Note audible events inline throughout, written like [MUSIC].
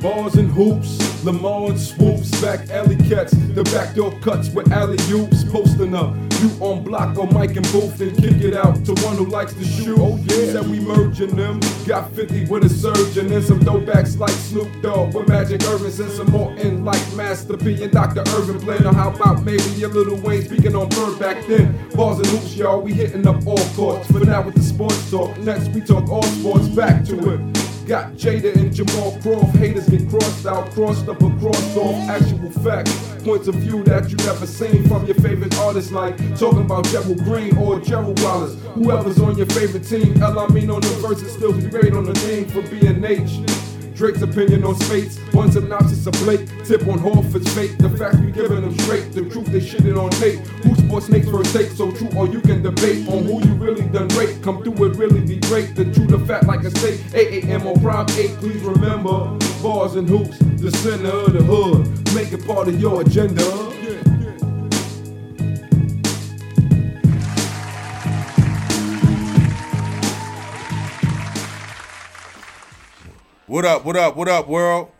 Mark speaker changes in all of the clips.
Speaker 1: balls and hoops. Lamar and swoops, back alley cats. The backdoor cuts with alley oops. Posting up, you on block or Mike and Booth, then kick it out to one who likes to shoot. Oh yeah, said we merging them. Got 50 with a surgeon and some throwbacks like Snoop Dogg with Magic Irvin and some more in like Master P and Dr. Irvin playing. Or how about maybe a little Wayne speaking on bird back then? Balls and hoops, y'all. We hitting up all courts. For now with the sports talk. Next we talk all sports. Back to it. Got Jada and Jamal Croft. Haters get crossed out, crossed up, and crossed off. Actual facts, points of view that you never seen from your favorite artists, like talking about Gerald Green or Gerald Wallace. Whoever's on your favorite team, El Amino on the verses still be great on the name for being H. Drake's opinion on space, one synopsis of Blake, tip on Horford's fate. The fact we giving them straight, the truth they shitting on tape. Who sports snakes first take, so true or you can debate on who you really done rape. Come through it really be great, the truth the fact like a state. 8 a.m. on prime 8, please remember. Bars and hoops, the center of the hood, make it part of your agenda.
Speaker 2: What up, what up, what up, world?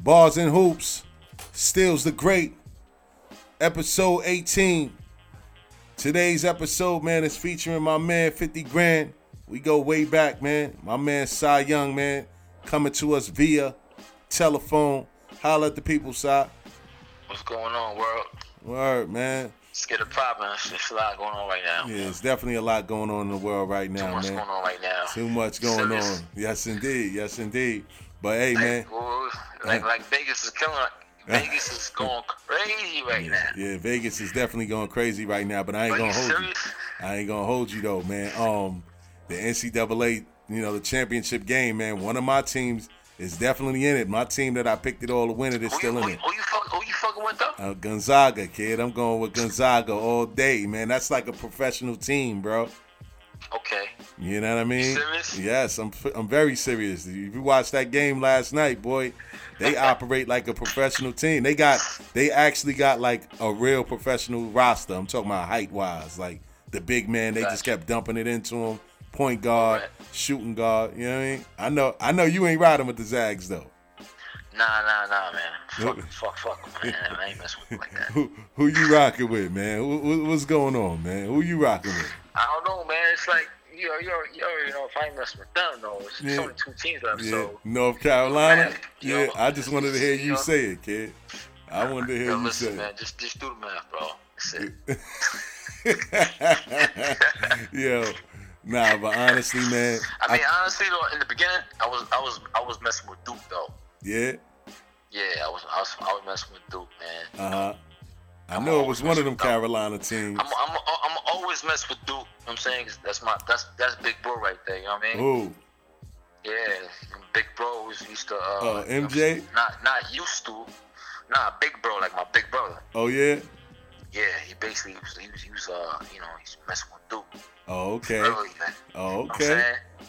Speaker 2: Bars and Hoops, Steals the Great, episode 18. Today's episode, man, is featuring my man 50 Grand. We go way back, man. My man Cy Young, man, coming to us via telephone. Holla at the people, Cy.
Speaker 3: What's going on, world?
Speaker 2: Word, man.
Speaker 3: Let's get it [LAUGHS] poppin'. It's it's a lot going on right now.
Speaker 2: Yeah, it's definitely a lot going on in the world right
Speaker 3: Too
Speaker 2: now,
Speaker 3: much
Speaker 2: man.
Speaker 3: going on right now.
Speaker 2: Too much going
Speaker 3: Serious.
Speaker 2: on. Yes, indeed. Yes, indeed. But hey, man.
Speaker 3: Like, whoa, like, like Vegas is killing. Vegas is going crazy right now.
Speaker 2: Yeah, Vegas is definitely going crazy right now, but I ain't
Speaker 3: Are
Speaker 2: gonna
Speaker 3: you
Speaker 2: hold you.
Speaker 3: serious?
Speaker 2: I ain't gonna hold you though, man. Um, the NCAA, you know, the championship game, man. One of my teams is definitely in it. My team that I picked it all to win it is
Speaker 3: Who you,
Speaker 2: still
Speaker 3: who,
Speaker 2: in
Speaker 3: you-
Speaker 2: it.
Speaker 3: who you fuck, who you fucking with though?
Speaker 2: Uh, Gonzaga, kid. I'm going with Gonzaga all day, man. That's like a professional team, bro. Uh.
Speaker 3: Okay.
Speaker 2: You know what I mean?
Speaker 3: serious?
Speaker 2: Yes, I'm. f- I'm very serious. If you watched that game last night, boy, they
Speaker 3: [LAUGHS]
Speaker 2: operate like a professional team. They got. They actually got like a real professional roster. I'm talking about height wise, like the big man. They just kept dumping it into him. Point guard,
Speaker 3: Right.
Speaker 2: shooting guard. You know what I mean? I know. I know you ain't riding with the Zags though. [LAUGHS]
Speaker 3: Nah, nah, nah, man. Fuck,
Speaker 2: Who- [LAUGHS]
Speaker 3: fuck, fuck, man. I ain't messing with you like that.
Speaker 2: Who who you rocking with, man? Who, who- what's going on, man? Who you rocking with?
Speaker 3: I don't know, man. It's like you know, you already- you already know if I ain't messing with them though. It's
Speaker 2: Yeah.
Speaker 3: it's only two teams left,
Speaker 2: Yeah,
Speaker 3: so
Speaker 2: North Carolina.
Speaker 3: Man,
Speaker 2: Yeah,
Speaker 3: yo,
Speaker 2: I just wanted to hear you
Speaker 3: yo.
Speaker 2: say it, kid. I wanted to hear
Speaker 3: yo,
Speaker 2: you
Speaker 3: listen,
Speaker 2: say it.
Speaker 3: man. Just just do the math, bro. That's it.
Speaker 2: [LAUGHS] Yo, nah, but honestly, man,
Speaker 3: I mean, honestly, though, in the beginning, I was I was I was messing with Duke though.
Speaker 2: yeah,
Speaker 3: Yeah, I was I was, I was messing with Duke, man.
Speaker 2: uh huh. I know it was one of them Carolina teams.
Speaker 3: I'm, I'm, I'm always mess with Duke. You know what I'm saying 'Cause that's my that's that's Big Bro right there. You know what I mean?
Speaker 2: Ooh,
Speaker 3: Yeah, and Big Bro was used to. Uh,
Speaker 2: Oh, MJ?
Speaker 3: Not not used to. Nah, Big Bro like my big brother.
Speaker 2: oh yeah,
Speaker 3: Yeah, he basically he was he was, he was uh you know he's messing with Duke.
Speaker 2: oh okay,
Speaker 3: Really, man.
Speaker 2: oh
Speaker 3: You know what I'm saying?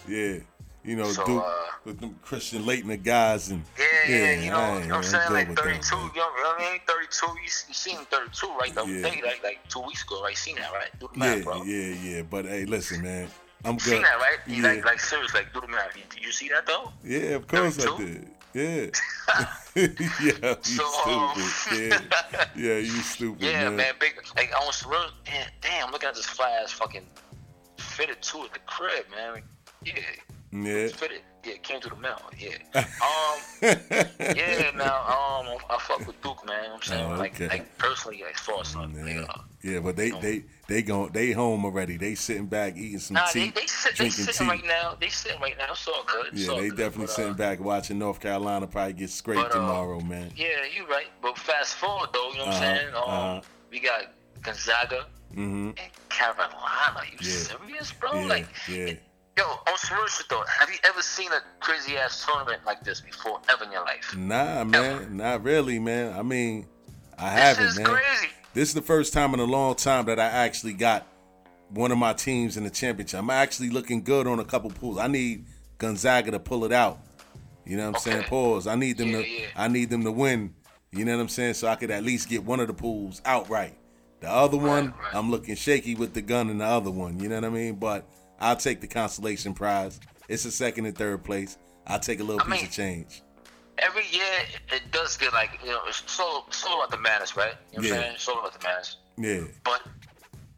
Speaker 2: okay, yeah. You know,
Speaker 3: So,
Speaker 2: Duke
Speaker 3: uh,
Speaker 2: with them Christian Leitner guys and
Speaker 3: Yeah, yeah, you know, you know what I'm saying? Like 32, you know
Speaker 2: man.
Speaker 3: what I mean? 32, you, s- you seen 32, right? The
Speaker 2: Yeah.
Speaker 3: thing, like, like two weeks ago, right? Seen that, right? Do the math,
Speaker 2: Yeah,
Speaker 3: bro.
Speaker 2: yeah, yeah. But hey, listen, man, I'm good.
Speaker 3: Seen that, right? You
Speaker 2: Yeah,
Speaker 3: Like, like, serious, like, do the math. You, you see that, though?
Speaker 2: yeah, of course I
Speaker 3: 32?
Speaker 2: did.
Speaker 3: [LAUGHS]
Speaker 2: Yeah. [LAUGHS] yeah, you
Speaker 3: So- um,
Speaker 2: stupid. Yeah,
Speaker 3: [LAUGHS]
Speaker 2: yeah, you stupid.
Speaker 3: Yeah,
Speaker 2: man.
Speaker 3: man. big. Like, I was real. Man, damn, look at this fly ass fucking fitted two at the crib, man. Yeah,
Speaker 2: Yeah.
Speaker 3: fitted. Yeah, came through the mail.
Speaker 2: [LAUGHS]
Speaker 3: Yeah. Um, yeah, now, um, I fuck with Duke, man. You know what I'm saying?
Speaker 2: Oh,
Speaker 3: like,
Speaker 2: okay.
Speaker 3: like, personally, like, for us, like,
Speaker 2: Yeah,
Speaker 3: uh,
Speaker 2: yeah, but they they they gon' they home already. They sitting back eating some
Speaker 3: Nah,
Speaker 2: tea,
Speaker 3: they, they, sit, they
Speaker 2: drinking
Speaker 3: sitting
Speaker 2: tea.
Speaker 3: right now. They sitting right now. It's all good. It's
Speaker 2: yeah,
Speaker 3: all
Speaker 2: they
Speaker 3: good,
Speaker 2: definitely
Speaker 3: but, uh,
Speaker 2: sitting back watching North Carolina probably get scraped
Speaker 3: but, uh,
Speaker 2: tomorrow, man.
Speaker 3: Yeah, you right. But fast forward though, you know what
Speaker 2: Uh-huh,
Speaker 3: I'm saying? Um,
Speaker 2: uh-huh.
Speaker 3: We got Gonzaga
Speaker 2: Mm-hmm.
Speaker 3: and Carolina. You
Speaker 2: Yeah.
Speaker 3: serious, bro?
Speaker 2: Yeah,
Speaker 3: like,
Speaker 2: yeah.
Speaker 3: yo, on some real shit though, have you ever seen a crazy ass tournament like this before ever in your life?
Speaker 2: Nah, man, not really, man. I mean, I
Speaker 3: This
Speaker 2: haven't,
Speaker 3: is
Speaker 2: man.
Speaker 3: crazy.
Speaker 2: This is the first time in a long time that I actually got one of my teams in the championship. I'm actually looking good on a couple pools. I need Gonzaga to pull it out. You know what I'm saying?
Speaker 3: Okay.
Speaker 2: Pause. I need them
Speaker 3: Yeah,
Speaker 2: to
Speaker 3: yeah.
Speaker 2: I need them to win. You know what I'm saying? So I could at least get one of the pools outright. The other one,
Speaker 3: right.
Speaker 2: I'm looking shaky with the gun in the other one. You know what I mean? But I'll take the consolation prize. It's a second and third place. I'll take a little
Speaker 3: I
Speaker 2: piece
Speaker 3: mean-
Speaker 2: of change.
Speaker 3: every year it does get like you know it's so it's all about the madness, right? You know what
Speaker 2: Yeah.
Speaker 3: I'm saying? It's all about the madness.
Speaker 2: Yeah.
Speaker 3: But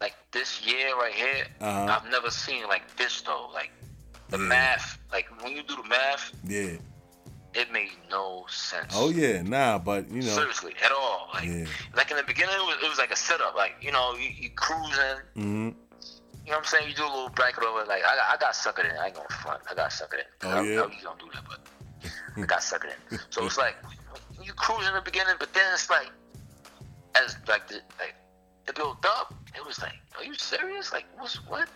Speaker 3: like this year right here,
Speaker 2: Uh-huh. Hmm.
Speaker 3: I've never seen like this though. Like the
Speaker 2: Yeah.
Speaker 3: math, like when you do the math,
Speaker 2: Yeah.
Speaker 3: it made no sense.
Speaker 2: Oh yeah. Nah, but you know.
Speaker 3: Seriously, at all. Like,
Speaker 2: Yeah.
Speaker 3: like in the beginning, it was, it was like a setup. Like, you know, you, you cruising.
Speaker 2: hmm
Speaker 3: You know what I'm saying? You do a little bracket over. Like, I, got- I got suckered in. I ain't gonna front. I got suckered in.
Speaker 2: Oh,
Speaker 3: I,
Speaker 2: yeah?
Speaker 3: I, you don't do that, but I got suckered in. So it's
Speaker 2: [LAUGHS]
Speaker 3: like you cruise in the beginning, but then it's like, as like the like it built up. It was like, are you serious? Like, what's what?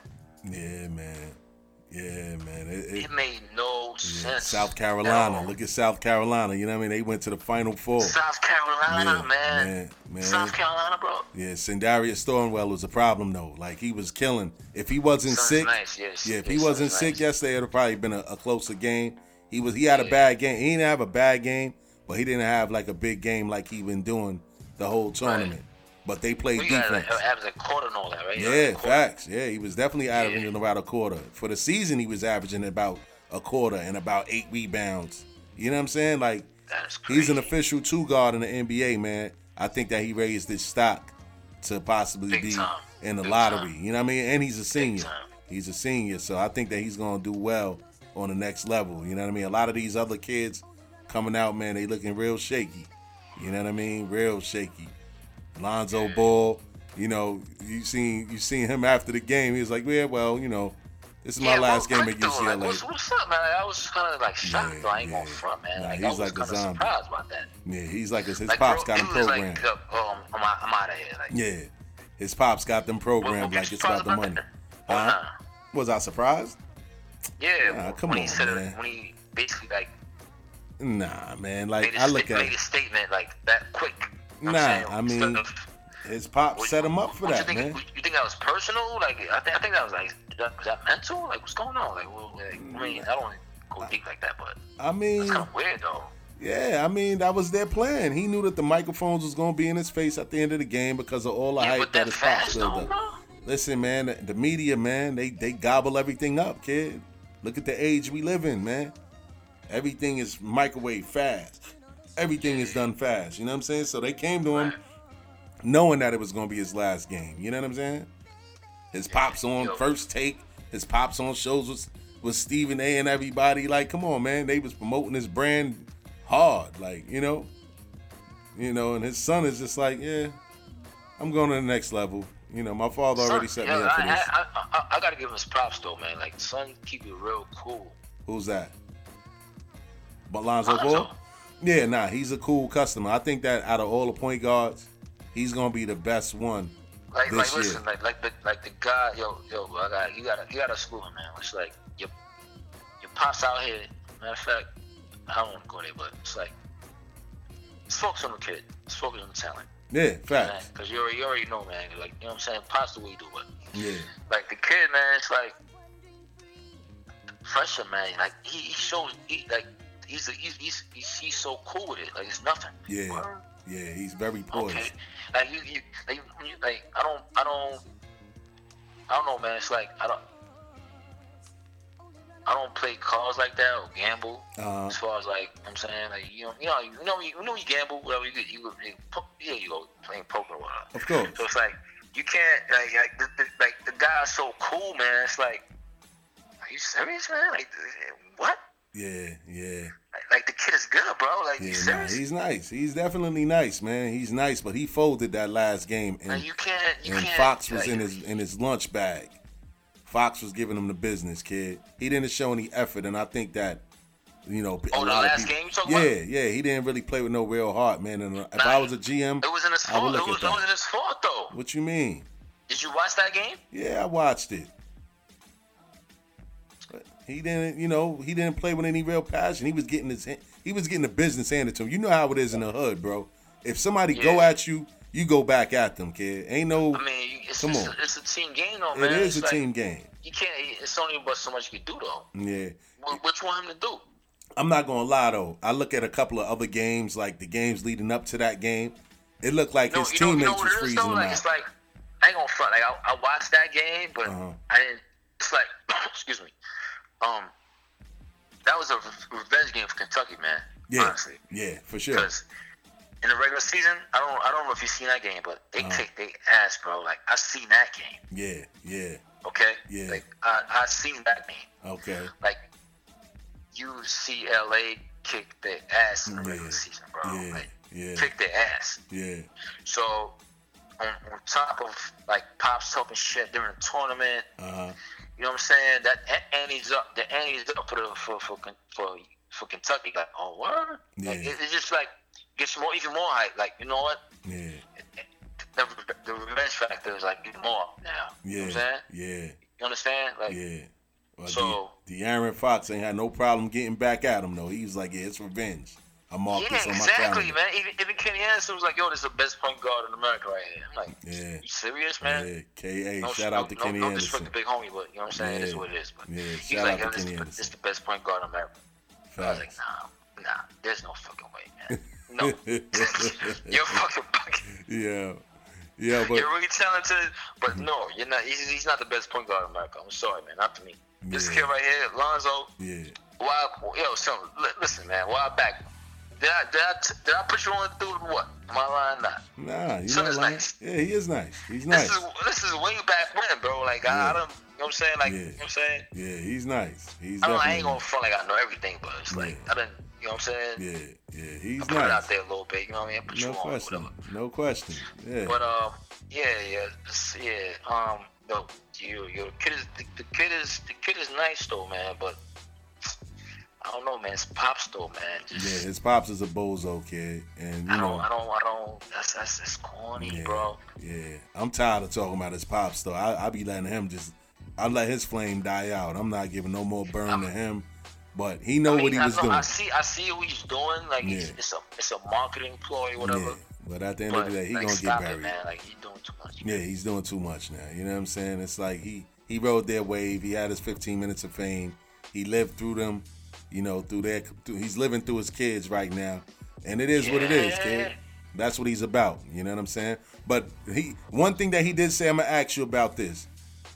Speaker 2: Yeah, man. Yeah, man. It, it,
Speaker 3: It made no
Speaker 2: yeah.
Speaker 3: sense.
Speaker 2: South
Speaker 3: at
Speaker 2: Carolina.
Speaker 3: all.
Speaker 2: Look at South Carolina. You know what I mean? They went to the Final Four.
Speaker 3: South Carolina,
Speaker 2: Yeah,
Speaker 3: man.
Speaker 2: man, man.
Speaker 3: South Carolina, bro.
Speaker 2: Yeah, Sendarius Stormwell was a problem though. Like he was killing. If he wasn't
Speaker 3: Son's
Speaker 2: sick,
Speaker 3: nice, yes,
Speaker 2: yeah, if
Speaker 3: yes,
Speaker 2: he wasn't
Speaker 3: son's
Speaker 2: sick
Speaker 3: nice.
Speaker 2: yesterday, it'd probably been a, a closer game. He was he had a
Speaker 3: Yeah.
Speaker 2: bad game. He didn't have a bad game, but he didn't have like a big game like he been doing the whole tournament. But they played
Speaker 3: We got
Speaker 2: defense.
Speaker 3: to have a quarter and all that, right?
Speaker 2: yeah,
Speaker 3: Quarter.
Speaker 2: facts. Yeah, he was definitely averaging
Speaker 3: Yeah.
Speaker 2: about a quarter. For the season he was averaging about a quarter and about eight rebounds. You know what I'm saying? Like
Speaker 3: That's crazy.
Speaker 2: he's an official two guard in the NBA, man. I think that he raised his stock to possibly
Speaker 3: Big
Speaker 2: be
Speaker 3: time.
Speaker 2: in the
Speaker 3: Big
Speaker 2: lottery.
Speaker 3: time.
Speaker 2: You know what I mean? And he's a senior.
Speaker 3: time.
Speaker 2: He's a senior, so I think that he's gonna do well on the next level. You know what I mean? A lot of these other kids coming out, man, they looking real shaky. You know what I mean? Real shaky. Lonzo Ball, you know, you seen you seen him after the game. He was like, yeah, well, you know, this is my
Speaker 3: Yeah,
Speaker 2: last
Speaker 3: real
Speaker 2: game
Speaker 3: quick,
Speaker 2: against
Speaker 3: though, Like,
Speaker 2: UCLA.
Speaker 3: what's, what's up, man? I was kind of like shocked.
Speaker 2: Yeah,
Speaker 3: though. I ain't
Speaker 2: yeah.
Speaker 3: gonna front, man.
Speaker 2: Nah,
Speaker 3: like,
Speaker 2: he's
Speaker 3: I was
Speaker 2: like a
Speaker 3: kind of
Speaker 2: zombie.
Speaker 3: surprised about that.
Speaker 2: yeah, he's like his, his
Speaker 3: Like,
Speaker 2: pops
Speaker 3: bro,
Speaker 2: got him
Speaker 3: he was
Speaker 2: programmed.
Speaker 3: like, "Yo, oh, I'm, I'm, I'm out of here. Like,
Speaker 2: Yeah. His pops got them
Speaker 3: what- what
Speaker 2: programmed
Speaker 3: you
Speaker 2: like it's
Speaker 3: surprised
Speaker 2: about the money.
Speaker 3: that? Oh,
Speaker 2: Huh?
Speaker 3: nah.
Speaker 2: Was I surprised?
Speaker 3: Yeah,
Speaker 2: Nah,
Speaker 3: when-
Speaker 2: come
Speaker 3: when
Speaker 2: on,
Speaker 3: he said it,
Speaker 2: man.
Speaker 3: when he basically like
Speaker 2: Nah, man. Like
Speaker 3: made, a
Speaker 2: I look
Speaker 3: sta-
Speaker 2: at
Speaker 3: made a statement like that quick. You know
Speaker 2: Nah,
Speaker 3: what I'm saying?
Speaker 2: I
Speaker 3: Instead
Speaker 2: mean,
Speaker 3: of-
Speaker 2: his pop
Speaker 3: what-
Speaker 2: set him up for
Speaker 3: what you
Speaker 2: that,
Speaker 3: think,
Speaker 2: man.
Speaker 3: what- You think that was personal? Like, I, think I think that was like, that, was that mental? Like, what's going on? Like, well, like I mean, I don't wanna go deep like that, but
Speaker 2: I mean,
Speaker 3: it's kind of weird though.
Speaker 2: yeah, I mean that was their plan. He knew that the microphones was gonna be in his face at the end of the game because of all the
Speaker 3: Yeah,
Speaker 2: hype
Speaker 3: but
Speaker 2: that
Speaker 3: that
Speaker 2: his pops
Speaker 3: fast
Speaker 2: built
Speaker 3: though,
Speaker 2: up.
Speaker 3: bro.
Speaker 2: Listen, man, the- the media, man, they they gobble everything up, kid. Look at the age we live in, man. Everything is microwave fast. Everything is done fast. You know what I'm saying? So they came to him knowing that it was gonna be his last game. You know what I'm saying? His pops on
Speaker 3: Yo.
Speaker 2: first take. His pops on shows with with Stephen A. and everybody. Like, come on, man. They was promoting his brand hard. Like, you know, you know. And his son is just like, yeah, I'm going to the next level. You know, my father already set
Speaker 3: Son,
Speaker 2: me
Speaker 3: yeah,
Speaker 2: up for
Speaker 3: I,
Speaker 2: this.
Speaker 3: I, I, I, I gotta give him his props though, man. Like, son, keep it real cool.
Speaker 2: Who's that? But Lonzo
Speaker 3: Lonzo.
Speaker 2: Ball? Yeah, nah, he's a cool customer. I think that out of all the point guards, he's gonna be the best one.
Speaker 3: Like,
Speaker 2: This
Speaker 3: like,
Speaker 2: year.
Speaker 3: listen, like, like the, like the guy, yo, yo, I got, you gotta, you gotta school him, man. It's like your, your pops out here. Matter of fact, I don't want to go there, but it's like, just focus on the kid, just focus on the talent,
Speaker 2: Yeah,
Speaker 3: man.
Speaker 2: facts.
Speaker 3: Because you already, you already know, man. Like, you know what I'm saying? Pops the way you do, but
Speaker 2: Yeah,
Speaker 3: like the kid, man, it's like freshman, man. Like he, he shows, he, like he's, a, he's he's he's he's so cool with it. Like it's nothing.
Speaker 2: yeah,
Speaker 3: Word.
Speaker 2: yeah. He's very poised.
Speaker 3: Okay. Like you, you, like, you, you- like I don't, I don't, I don't know, man. It's like I don't, I don't play cards like that or gamble.
Speaker 2: Uh,
Speaker 3: As far as like I'm saying, like you know, you know, you know, you know, you gamble, whatever you could, you, could- you, po- yeah, you go playing poker, or whatever.
Speaker 2: Of course.
Speaker 3: So it's like you can't like like the, the, like the guy's so cool, man. It's like, are you serious, man? Like what?
Speaker 2: yeah, yeah,
Speaker 3: Like, like the kid is good, bro. Like you
Speaker 2: yeah. Nah,
Speaker 3: serious?
Speaker 2: he's nice. He's definitely nice, man. He's nice, but he folded that last game,
Speaker 3: like
Speaker 2: and
Speaker 3: you can't. You
Speaker 2: and
Speaker 3: can't.
Speaker 2: Fox was
Speaker 3: like,
Speaker 2: in his in his lunch bag. Fox was giving him the business, kid. He didn't show any effort, and I think that you know a
Speaker 3: Oh, the
Speaker 2: lot of
Speaker 3: last
Speaker 2: people-
Speaker 3: game you talking
Speaker 2: yeah,
Speaker 3: about?
Speaker 2: yeah, he didn't really play with no real heart, man. And uh, if
Speaker 3: Nah,
Speaker 2: I was a GM,
Speaker 3: It was in his
Speaker 2: I would
Speaker 3: fault. It
Speaker 2: look at
Speaker 3: was, it was
Speaker 2: that.
Speaker 3: in his fault, though.
Speaker 2: What you mean?
Speaker 3: Did you watch that game?
Speaker 2: Yeah, I watched it. But He didn't, you know, he didn't play with any real passion. He was getting his, he was getting the business handed to him. You know how it is in the hood, bro. If somebody go
Speaker 3: Yeah.
Speaker 2: at you, you go back at them, kid. Ain't no,
Speaker 3: I mean, you- it's,
Speaker 2: Come
Speaker 3: it's,
Speaker 2: on.
Speaker 3: A, it's a team game, though,
Speaker 2: it
Speaker 3: man.
Speaker 2: is
Speaker 3: it's
Speaker 2: a
Speaker 3: like,
Speaker 2: team game.
Speaker 3: You can't. It's only about so much you can do, though.
Speaker 2: Yeah.
Speaker 3: What, what you want him to do?
Speaker 2: I'm not gonna lie though. I look at a couple of other games, like the games leading up to that game. It looked like
Speaker 3: No,
Speaker 2: his teammates was
Speaker 3: it is,
Speaker 2: freezing
Speaker 3: though?
Speaker 2: him
Speaker 3: like,
Speaker 2: out.
Speaker 3: It's like I ain't gonna front. Like I, I watched that game, but
Speaker 2: Uh-huh.
Speaker 3: I didn't. It's like, [COUGHS] excuse me. Um, that was a re- revenge game for Kentucky, man.
Speaker 2: Yeah,
Speaker 3: honestly.
Speaker 2: yeah, for sure.
Speaker 3: Because in the regular season, I don't I don't know if you seen that game, but they
Speaker 2: Uh-huh.
Speaker 3: kicked their ass, bro. Like I seen that game.
Speaker 2: Yeah, yeah.
Speaker 3: Okay.
Speaker 2: Yeah.
Speaker 3: Like I I seen that game.
Speaker 2: Okay.
Speaker 3: Like UCLA kicked their ass in the
Speaker 2: Yeah.
Speaker 3: regular season, bro.
Speaker 2: Yeah,
Speaker 3: Like
Speaker 2: yeah.
Speaker 3: kicked their ass.
Speaker 2: Yeah,
Speaker 3: So on, on top of like pops talking shit during the tournament,
Speaker 2: uh-huh.
Speaker 3: you know what I'm saying? That a- Annie's up. The Annie's up for the, for for Ken- for, for Kentucky. Like oh what? Like,
Speaker 2: Yeah.
Speaker 3: it, it's just like gets more even more hype. Like you know what?
Speaker 2: Yeah,
Speaker 3: the, the revenge factor is like getting more up now. You know what I'm
Speaker 2: yeah,
Speaker 3: saying?
Speaker 2: yeah,
Speaker 3: You understand? Like,
Speaker 2: yeah. Well,
Speaker 3: So-
Speaker 2: the Aaron Fox ain't had no problem getting back at him though. He was like, "Yeah, it's revenge." I marked
Speaker 3: yeah,
Speaker 2: this on my
Speaker 3: exactly,
Speaker 2: calendar.
Speaker 3: man. Even, even Kenny Anderson was like, yo, this is the best point guard in America right here. I'm like,
Speaker 2: Yeah.
Speaker 3: you serious, man?
Speaker 2: Yeah, K.A.
Speaker 3: No,
Speaker 2: shout
Speaker 3: no,
Speaker 2: out to
Speaker 3: no,
Speaker 2: Kenny
Speaker 3: no
Speaker 2: Anderson.
Speaker 3: disrespect the big homie, but you know what I'm saying? This is
Speaker 2: Yeah.
Speaker 3: what it is. But
Speaker 2: Yeah,
Speaker 3: he's
Speaker 2: shout
Speaker 3: like,
Speaker 2: out to
Speaker 3: yo, this,
Speaker 2: Kenny
Speaker 3: is the-
Speaker 2: Anderson.
Speaker 3: this is the best point guard in America. I was like,
Speaker 2: Facts.
Speaker 3: nah, nah, there's no fucking way,
Speaker 2: [LAUGHS]
Speaker 3: man. No. [LAUGHS] you're fucking fucking.
Speaker 2: Yeah, yeah, but
Speaker 3: You're really talented, but no, you're not. He's, he's not the best point guard in America. I'm sorry, man. Not to me. This
Speaker 2: Yeah.
Speaker 3: kid right here, Lonzo,
Speaker 2: yeah,
Speaker 3: Why, yo, so li- listen, man. While back, did I did I, t- did I put you on through what? Am I lying? or Not.
Speaker 2: nah, you
Speaker 3: Son
Speaker 2: not
Speaker 3: is
Speaker 2: lying.
Speaker 3: nice.
Speaker 2: Yeah, he is nice. He's nice.
Speaker 3: This is this is way back when, bro. Like I, I don't, you know what I'm saying? Like
Speaker 2: Yeah.
Speaker 3: you know what I'm saying?
Speaker 2: Yeah, he's nice. He's
Speaker 3: Oh, I don't,
Speaker 2: definitely.
Speaker 3: I ain't gonna front like I know everything, but it's like
Speaker 2: Yeah.
Speaker 3: I didn't, you know what I'm saying?
Speaker 2: Yeah, yeah, he's
Speaker 3: I put it out
Speaker 2: nice.
Speaker 3: there a little bit, you know what I mean? I put
Speaker 2: No
Speaker 3: you on,
Speaker 2: question.
Speaker 3: whatever.
Speaker 2: No question. Yeah,
Speaker 3: But um, yeah, yeah, it's- yeah. Um, no, you, you, the kid is the, the kid is the kid is nice though, man. But I don't know, man. It's pops though, man. Just,
Speaker 2: yeah. His pops is a bozo kid, and you
Speaker 3: I
Speaker 2: know.
Speaker 3: don't, I don't, I don't. That's that's, that's corny,
Speaker 2: Yeah,
Speaker 3: bro.
Speaker 2: Yeah, I'm tired of talking about his pops though. I, I be letting him just, I let his flame die out. I'm not giving no more burn to him, but he know
Speaker 3: I
Speaker 2: what
Speaker 3: mean,
Speaker 2: he
Speaker 3: I
Speaker 2: was
Speaker 3: know-
Speaker 2: doing.
Speaker 3: I see, I see what he's doing. Like it's,
Speaker 2: Yeah.
Speaker 3: it's a, it's a marketing ploy, whatever.
Speaker 2: yeah, but at the end
Speaker 3: but
Speaker 2: of the day, he
Speaker 3: like,
Speaker 2: gonna get
Speaker 3: stop it,
Speaker 2: buried.
Speaker 3: man. Like you're doing too much.
Speaker 2: yeah, he's doing too much now. You know what I'm saying? It's like he he rode their wave. He had his 15 minutes of fame. He lived through them. You know, through their through, he's living through his kids right now, and it is what it is, kid.
Speaker 3: Yeah.
Speaker 2: That's what he's about. You know what I'm saying? But he one thing that he did say, I'm gonna ask you about this.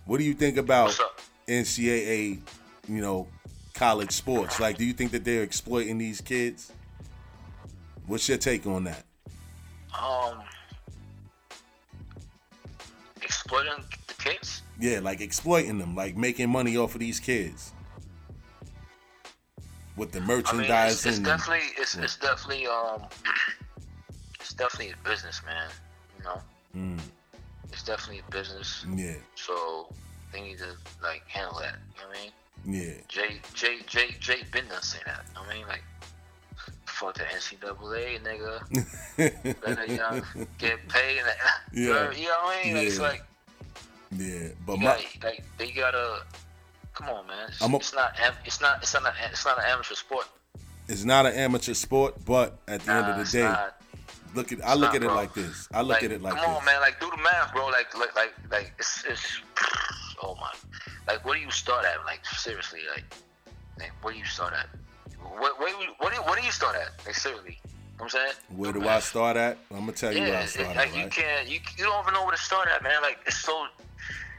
Speaker 2: What do you think about
Speaker 3: What's up?
Speaker 2: NCAA? You know, college sports. Like, do you think that they're exploiting these kids? What's your take on that?
Speaker 3: Um, exploiting the kids.
Speaker 2: Yeah, like exploiting them, like making money off of these kids with the
Speaker 3: I mean, it's,
Speaker 2: merchandise
Speaker 3: it's
Speaker 2: and
Speaker 3: definitely, it's, it's definitely, um, [CLEARS THROAT] it's definitely a business, man. You know,
Speaker 2: Mm,
Speaker 3: it's definitely a business.
Speaker 2: yeah,
Speaker 3: So they need to like handle that. You know what I mean?
Speaker 2: yeah,
Speaker 3: Jay Jay Jay Jay been done saying that. I mean like fuck the NCAA
Speaker 2: [LAUGHS]
Speaker 3: nigga. Better young get paid and [LAUGHS]
Speaker 2: Yeah.
Speaker 3: you know what I mean? Like, It's
Speaker 2: Yeah.
Speaker 3: like
Speaker 2: yeah. But my,
Speaker 3: you gotta, like they gotta come on man. It's,
Speaker 2: I'm a-
Speaker 3: it's not am- it's not it's not a, it's not an amateur sport.
Speaker 2: it's not an amateur sport, but at the end
Speaker 3: Nah,
Speaker 2: of
Speaker 3: it's
Speaker 2: the day,
Speaker 3: not.
Speaker 2: look at I look
Speaker 3: not,
Speaker 2: at it
Speaker 3: bro.
Speaker 2: like this. I look at it like
Speaker 3: come
Speaker 2: this.
Speaker 3: on man, like do the math, bro. Like like like like it's it's [SIGHS] oh my like where do you start at? Like seriously, like like where do you start at? What where, where, where, do, you- where do you start at? Like seriously. You know what I'm saying?
Speaker 2: Where
Speaker 3: Do
Speaker 2: do
Speaker 3: math.
Speaker 2: I start at? I'm gonna tell you where
Speaker 3: Yeah,
Speaker 2: I
Speaker 3: it,
Speaker 2: start
Speaker 3: like
Speaker 2: at.
Speaker 3: you
Speaker 2: Right?
Speaker 3: can't, you, you don't even know where to start at, man. Like it's so,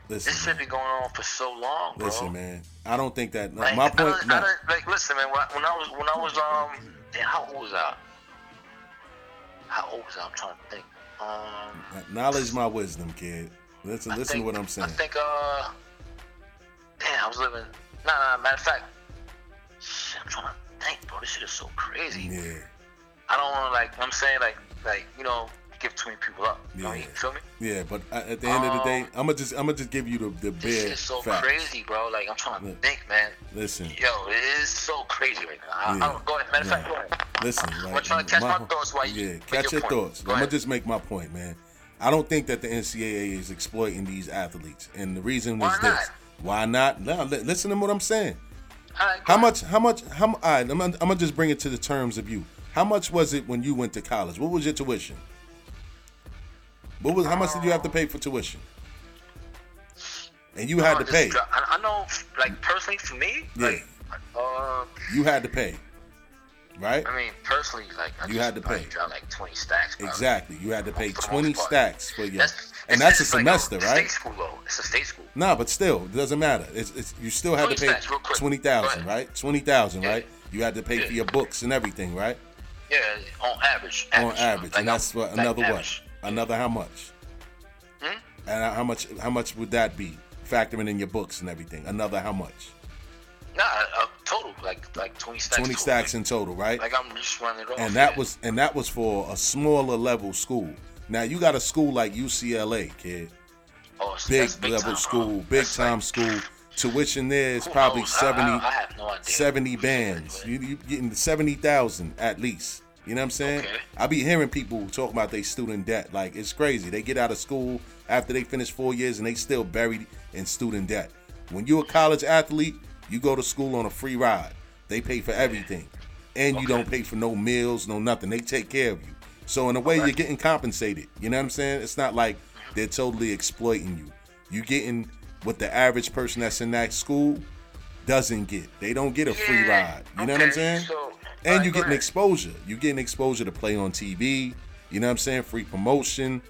Speaker 2: Listen,
Speaker 3: this shit been going on for so long, bro.
Speaker 2: listen, man. I don't think that
Speaker 3: Like,
Speaker 2: my
Speaker 3: I
Speaker 2: point.
Speaker 3: don't- I
Speaker 2: no,
Speaker 3: don't- like listen, man. When I, when I was, when I was, um, damn, how old was I? How old was I? I'm trying to think. Um,
Speaker 2: acknowledge uh, my wisdom, kid. Listen,
Speaker 3: I
Speaker 2: listen
Speaker 3: think-
Speaker 2: to what I'm
Speaker 3: I
Speaker 2: saying.
Speaker 3: think, uh, damn, I was living. Nah, nah. Matter of fact, shit, I'm trying to think, bro. This shit is so crazy.
Speaker 2: Yeah,
Speaker 3: I don't want to like. I'm saying like, like you know, give too many people up. You know what I mean?
Speaker 2: Yeah.
Speaker 3: feel me?
Speaker 2: yeah. But I, at the end of the day, I'm gonna just I'm gonna just give you the the
Speaker 3: Um, This
Speaker 2: bare
Speaker 3: shit is so
Speaker 2: facts.
Speaker 3: crazy, bro. Like I'm trying to
Speaker 2: Look.
Speaker 3: think, man.
Speaker 2: Listen,
Speaker 3: Yo, it is so crazy right now. I,
Speaker 2: Yeah.
Speaker 3: I don't, go ahead. Matter of
Speaker 2: Yeah.
Speaker 3: fact, go ahead.
Speaker 2: Listen, like,
Speaker 3: trying to catch my thoughts while you
Speaker 2: yeah,
Speaker 3: make
Speaker 2: catch your,
Speaker 3: your point.
Speaker 2: thoughts.
Speaker 3: Go
Speaker 2: I'm gonna
Speaker 3: ahead.
Speaker 2: just make my point, man. I don't think that the NCAA is exploiting these athletes, and the reason
Speaker 3: Why
Speaker 2: was
Speaker 3: not?
Speaker 2: this: why not? Now, li- listen to what I'm saying.
Speaker 3: All right, go
Speaker 2: How
Speaker 3: ahead.
Speaker 2: much? How much? How? mu- All right, I'm, gonna- I'm gonna just bring it to the terms of you. How much was it when you went to college? What was your tuition? What was? How much did you have to pay for tuition? And you had
Speaker 3: Oh,
Speaker 2: to
Speaker 3: this
Speaker 2: pay.
Speaker 3: dri- I, I know, like personally for me,
Speaker 2: Yeah.
Speaker 3: like, uh,
Speaker 2: You had to pay, right?
Speaker 3: I mean personally, like I
Speaker 2: You
Speaker 3: just
Speaker 2: had to
Speaker 3: probably
Speaker 2: pay.
Speaker 3: dropped like twenty stacks. Bro.
Speaker 2: Exactly. You had to pay
Speaker 3: For the most
Speaker 2: 20
Speaker 3: part.
Speaker 2: stacks for your, and
Speaker 3: it's-
Speaker 2: that's a
Speaker 3: it's like
Speaker 2: semester, right?
Speaker 3: State school though. It's a state school.
Speaker 2: Nah, but still, it doesn't matter. It's, it's you still had to
Speaker 3: 20
Speaker 2: pay
Speaker 3: stacks, real quick.
Speaker 2: twenty thousand,
Speaker 3: Go ahead.
Speaker 2: right? Twenty thousand, right? You had to pay for your books and everything, right?
Speaker 3: Yeah, on average.
Speaker 2: On average,
Speaker 3: Like,
Speaker 2: and that's what
Speaker 3: like
Speaker 2: another one.
Speaker 3: average. Hmm?
Speaker 2: Another how much? And how much? How much would that be? Factoring in your books and everything. Another how much?
Speaker 3: Nah, uh, total like like twenty stacks.
Speaker 2: Twenty
Speaker 3: total.
Speaker 2: stacks in total, right?
Speaker 3: Like I'm just running it off.
Speaker 2: and that
Speaker 3: yeah.
Speaker 2: was and that was for a smaller level school. Now you got a school like UCLA, kid,
Speaker 3: oh, it's-
Speaker 2: big,
Speaker 3: that's
Speaker 2: level
Speaker 3: time, bro.
Speaker 2: school, big
Speaker 3: That's like-
Speaker 2: time school. Tuition there is
Speaker 3: who
Speaker 2: probably
Speaker 3: knows? I- I-
Speaker 2: 70,
Speaker 3: I, have no idea.
Speaker 2: 70 bands. You, you getting seventy thousand at least. You know what I'm saying?
Speaker 3: Okay.
Speaker 2: I be hearing people talking about their student debt. Like it's crazy. They get out of school after they finish four years and they still buried in student debt. When you're a college athlete, you go to school on a free ride. They pay for everything, and you don't pay for no meals, no nothing. They take care of you. So in a way, you're getting compensated. You know what I'm saying? It's not like they're totally exploiting you. You getting what the average person that's in that school doesn't get. They don't get a free
Speaker 3: Yeah,
Speaker 2: ride. You know what I'm
Speaker 3: okay,
Speaker 2: saying?
Speaker 3: so-
Speaker 2: and
Speaker 3: alright,
Speaker 2: you
Speaker 3: go
Speaker 2: getting
Speaker 3: ahead.
Speaker 2: exposure. You getting exposure to play on TV. You know what I'm saying? Free promotion,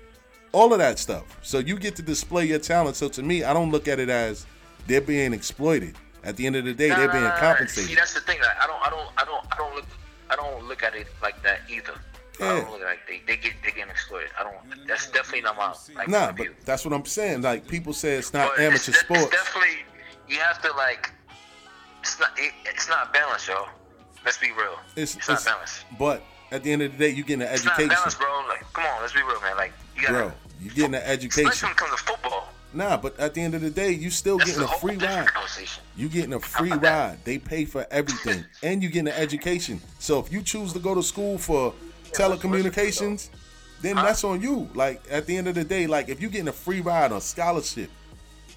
Speaker 2: all of that stuff. So you get to display your talent. So to me, I don't look at it as they're being exploited. At the end of the day, they're
Speaker 3: Nah,
Speaker 2: being
Speaker 3: nah, nah, nah. See,
Speaker 2: compensated.
Speaker 3: that's the thing. Like, I don't, I don't, I don't, I don't look, I don't look at it like that either. I
Speaker 2: Yeah.
Speaker 3: don't look at it like they, they get, they getting exploited. I don't. That's definitely not my like
Speaker 2: Nah,
Speaker 3: my
Speaker 2: but
Speaker 3: view.
Speaker 2: that's what I'm saying. Like people say, it's not
Speaker 3: But it's
Speaker 2: amateur
Speaker 3: de- it's
Speaker 2: sports.
Speaker 3: definitely you have to like. It's not. It, it's not balanced, yo. Let's be real. It's, not balanced.
Speaker 2: But at the end of the day, you getting an
Speaker 3: It's not
Speaker 2: education,
Speaker 3: balanced, bro. Like, come on, let's be real, man. Like, you gotta,
Speaker 2: bro. You getting an
Speaker 3: especially
Speaker 2: education.
Speaker 3: when it comes to football.
Speaker 2: Nah, but at the end of the day, you still
Speaker 3: That's
Speaker 2: getting
Speaker 3: a
Speaker 2: a
Speaker 3: whole
Speaker 2: free
Speaker 3: different
Speaker 2: ride.
Speaker 3: conversation.
Speaker 2: You getting a free
Speaker 3: about that?
Speaker 2: ride. They pay for everything, and you getting an education. So if you choose to go to school for
Speaker 3: that's worth it,
Speaker 2: telecommunications, then that's on you. Like at the end of the day, like if you getting a free ride or scholarship,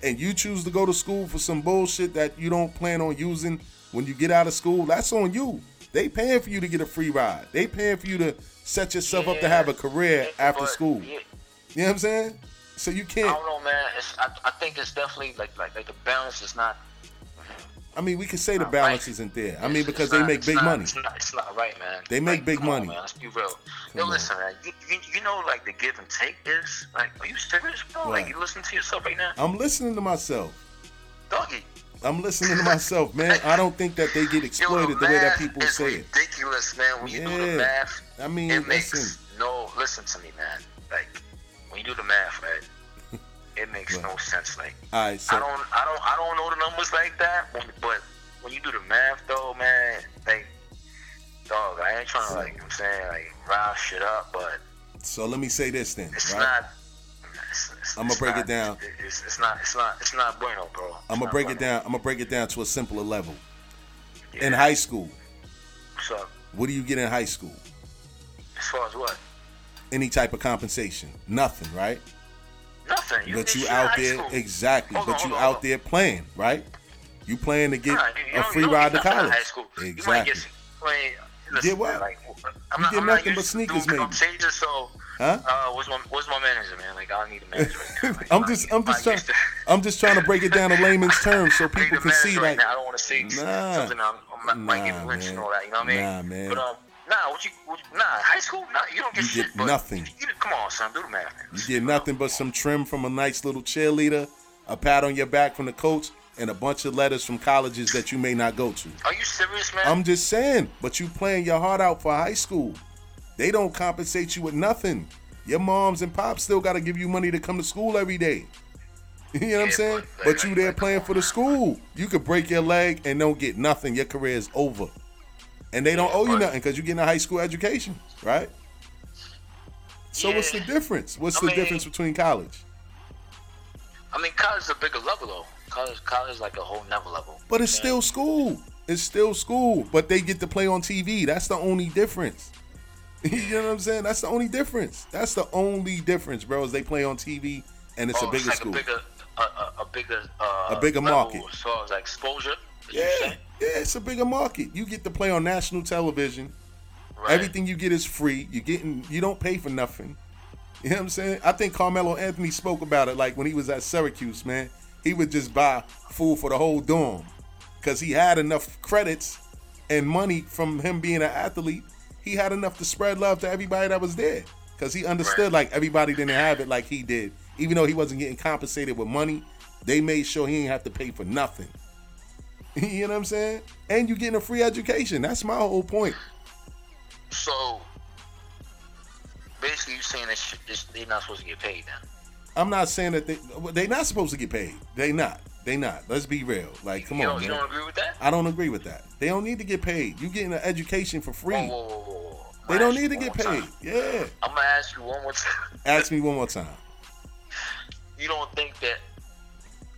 Speaker 2: and you choose to go to school for some bullshit that you don't plan on using when you get out of school, that's on you. They paying for you to get a free ride. They paying for you to set yourself up to have a career after
Speaker 3: But,
Speaker 2: school.
Speaker 3: yeah,
Speaker 2: You know what I'm saying? So you
Speaker 3: I
Speaker 2: can't.
Speaker 3: don't know, man. It's, I, I think it's definitely like, like, like the balance is not.
Speaker 2: I mean, we can say the
Speaker 3: Not
Speaker 2: balance
Speaker 3: right.
Speaker 2: isn't there. I
Speaker 3: it's-
Speaker 2: mean,
Speaker 3: it's
Speaker 2: because they
Speaker 3: not-
Speaker 2: make
Speaker 3: it's
Speaker 2: big
Speaker 3: not-
Speaker 2: money.
Speaker 3: It's not, it's not right, man.
Speaker 2: They make
Speaker 3: Like,
Speaker 2: big
Speaker 3: come
Speaker 2: money.
Speaker 3: on, man. Let's be real. Yo,
Speaker 2: on.
Speaker 3: listen, man. You, you, you know, like the give and take is. Like, are you serious, bro?
Speaker 2: Right.
Speaker 3: Like, you listening to yourself right now,
Speaker 2: I'm listening to myself.
Speaker 3: doggy?
Speaker 2: I'm listening to myself, man. I don't think that they get
Speaker 3: Yo, the
Speaker 2: exploited the way that
Speaker 3: math
Speaker 2: people
Speaker 3: is
Speaker 2: say it.
Speaker 3: ridiculous, man. When you do
Speaker 2: Yeah.
Speaker 3: the math,
Speaker 2: I mean,
Speaker 3: it makes
Speaker 2: listen.
Speaker 3: no. Listen to me, man. Like, when you do the math, right?
Speaker 2: [LAUGHS]
Speaker 3: It makes no sense. Like,
Speaker 2: All right,
Speaker 3: I
Speaker 2: so
Speaker 3: don't, I don't, I don't know the numbers like that. But, but when you do the math, though, man, like, dog, I ain't trying to like, you know what I'm saying, like, rile shit up, but
Speaker 2: so let me say this then,
Speaker 3: it's
Speaker 2: right?
Speaker 3: not. It's, it's,
Speaker 2: I'ma
Speaker 3: it's
Speaker 2: break it
Speaker 3: not-
Speaker 2: down.
Speaker 3: It's, it's not. It's not. It's not bueno, bro. It's
Speaker 2: I'm gonna
Speaker 3: not
Speaker 2: break it
Speaker 3: bueno.
Speaker 2: down. I'm gonna break it down to a simpler level.
Speaker 3: Yeah.
Speaker 2: In high school,
Speaker 3: So,
Speaker 2: what do you get in high school?
Speaker 3: as far as what?
Speaker 2: Any type of compensation? Nothing, right?
Speaker 3: Nothing. You,
Speaker 2: But
Speaker 3: it's
Speaker 2: you
Speaker 3: your
Speaker 2: out
Speaker 3: high
Speaker 2: there
Speaker 3: school.
Speaker 2: exactly.
Speaker 3: Hold on,
Speaker 2: But you
Speaker 3: hold on,
Speaker 2: out there playing, right? You playing to get
Speaker 3: Nah, you- you
Speaker 2: a
Speaker 3: don't-
Speaker 2: free
Speaker 3: you don't
Speaker 2: ride to
Speaker 3: get nothing in
Speaker 2: college.
Speaker 3: High school. You might
Speaker 2: Exactly.
Speaker 3: get, I mean, listen,
Speaker 2: Get what?
Speaker 3: Like, I'm
Speaker 2: You
Speaker 3: not,
Speaker 2: get
Speaker 3: I'm
Speaker 2: nothing
Speaker 3: not
Speaker 2: but
Speaker 3: used to
Speaker 2: sneakers, maybe.
Speaker 3: doing conversations, So,
Speaker 2: Huh?
Speaker 3: Uh, what's my what's my manager, man? Like, I need a manager right now. Like,
Speaker 2: [LAUGHS] [LAUGHS] I'm
Speaker 3: not
Speaker 2: just,
Speaker 3: used-
Speaker 2: I'm just
Speaker 3: not
Speaker 2: trying, [LAUGHS]
Speaker 3: used to-
Speaker 2: I'm just trying to break it down in layman's terms so
Speaker 3: [LAUGHS] I need
Speaker 2: people
Speaker 3: a
Speaker 2: can see,
Speaker 3: manager right
Speaker 2: like,
Speaker 3: now. I don't want to say
Speaker 2: Nah.
Speaker 3: something I'm, I'm not, might get
Speaker 2: Nah,
Speaker 3: lynched and
Speaker 2: man.
Speaker 3: all that. You know what I mean?
Speaker 2: Nah, man.
Speaker 3: But um, nah, what you, what, you- nah, high school, nah, you don't get
Speaker 2: You
Speaker 3: shit.
Speaker 2: get
Speaker 3: but
Speaker 2: nothing.
Speaker 3: You, you- come on, son, do the math. man.
Speaker 2: You get nothing but some trim from a nice little cheerleader, a pat on your back from the coach, and a bunch of letters from colleges that you may not go to.
Speaker 3: Are you serious, man?
Speaker 2: I'm just saying, but you playing your heart out for high school. They don't compensate you with nothing. Your moms and pops still got to give you money to come to school every day. [LAUGHS] You know what I'm
Speaker 3: Yeah,
Speaker 2: saying?
Speaker 3: but-
Speaker 2: But you there playing for the school. You could break your leg and don't get nothing. Your career is over. And they don't owe you
Speaker 3: but-
Speaker 2: nothing because you're getting a high school education, right? So what's the
Speaker 3: Yeah.
Speaker 2: difference? What's
Speaker 3: I
Speaker 2: the
Speaker 3: mean-
Speaker 2: difference between college?
Speaker 3: I mean, college is a bigger level though. College, college is like a whole nother level.
Speaker 2: But it's still school. It's still school. But they get to play on TV. That's the only difference. [LAUGHS] you know what I'm saying? That's the only difference. That's the only difference, bro. Is they play on TV and it's
Speaker 3: Oh,
Speaker 2: a bigger
Speaker 3: like
Speaker 2: school.
Speaker 3: A bigger, a, a, a bigger, uh,
Speaker 2: A bigger
Speaker 3: level
Speaker 2: market.
Speaker 3: As far as like exposure. is
Speaker 2: yeah,
Speaker 3: what you're saying?
Speaker 2: yeah, it's a bigger market. You get to play on national television.
Speaker 3: Right.
Speaker 2: Everything you get is free. You getting you don't pay for nothing. You know what I'm saying? I think Carmelo Anthony spoke about it like when he was at Syracuse, man. He would just buy food for the whole dorm cuz he had enough credits and money from him being an athlete. He had enough to spread love to everybody that was there cuz he understood like everybody didn't have it like he did. Even though he wasn't getting compensated with money, they made sure he didn't have to pay for nothing. [LAUGHS] you know what I'm saying? And you getting a free education. That's my whole point.
Speaker 3: So basically, you're saying that sh- this, they're not supposed to get paid now.
Speaker 2: I'm not saying that they they not supposed to get paid. They not. They not. Let's be real. Like, come
Speaker 3: you
Speaker 2: on,
Speaker 3: don't, you
Speaker 2: man.
Speaker 3: don't agree with that?
Speaker 2: I don't agree with that. They don't need to get paid. You getting an education for free.
Speaker 3: Whoa, whoa, whoa, whoa, whoa.
Speaker 2: They don't need to get paid. Yeah.
Speaker 3: I'm gonna ask you one more time. [LAUGHS]
Speaker 2: Ask me one more time.
Speaker 3: You don't think that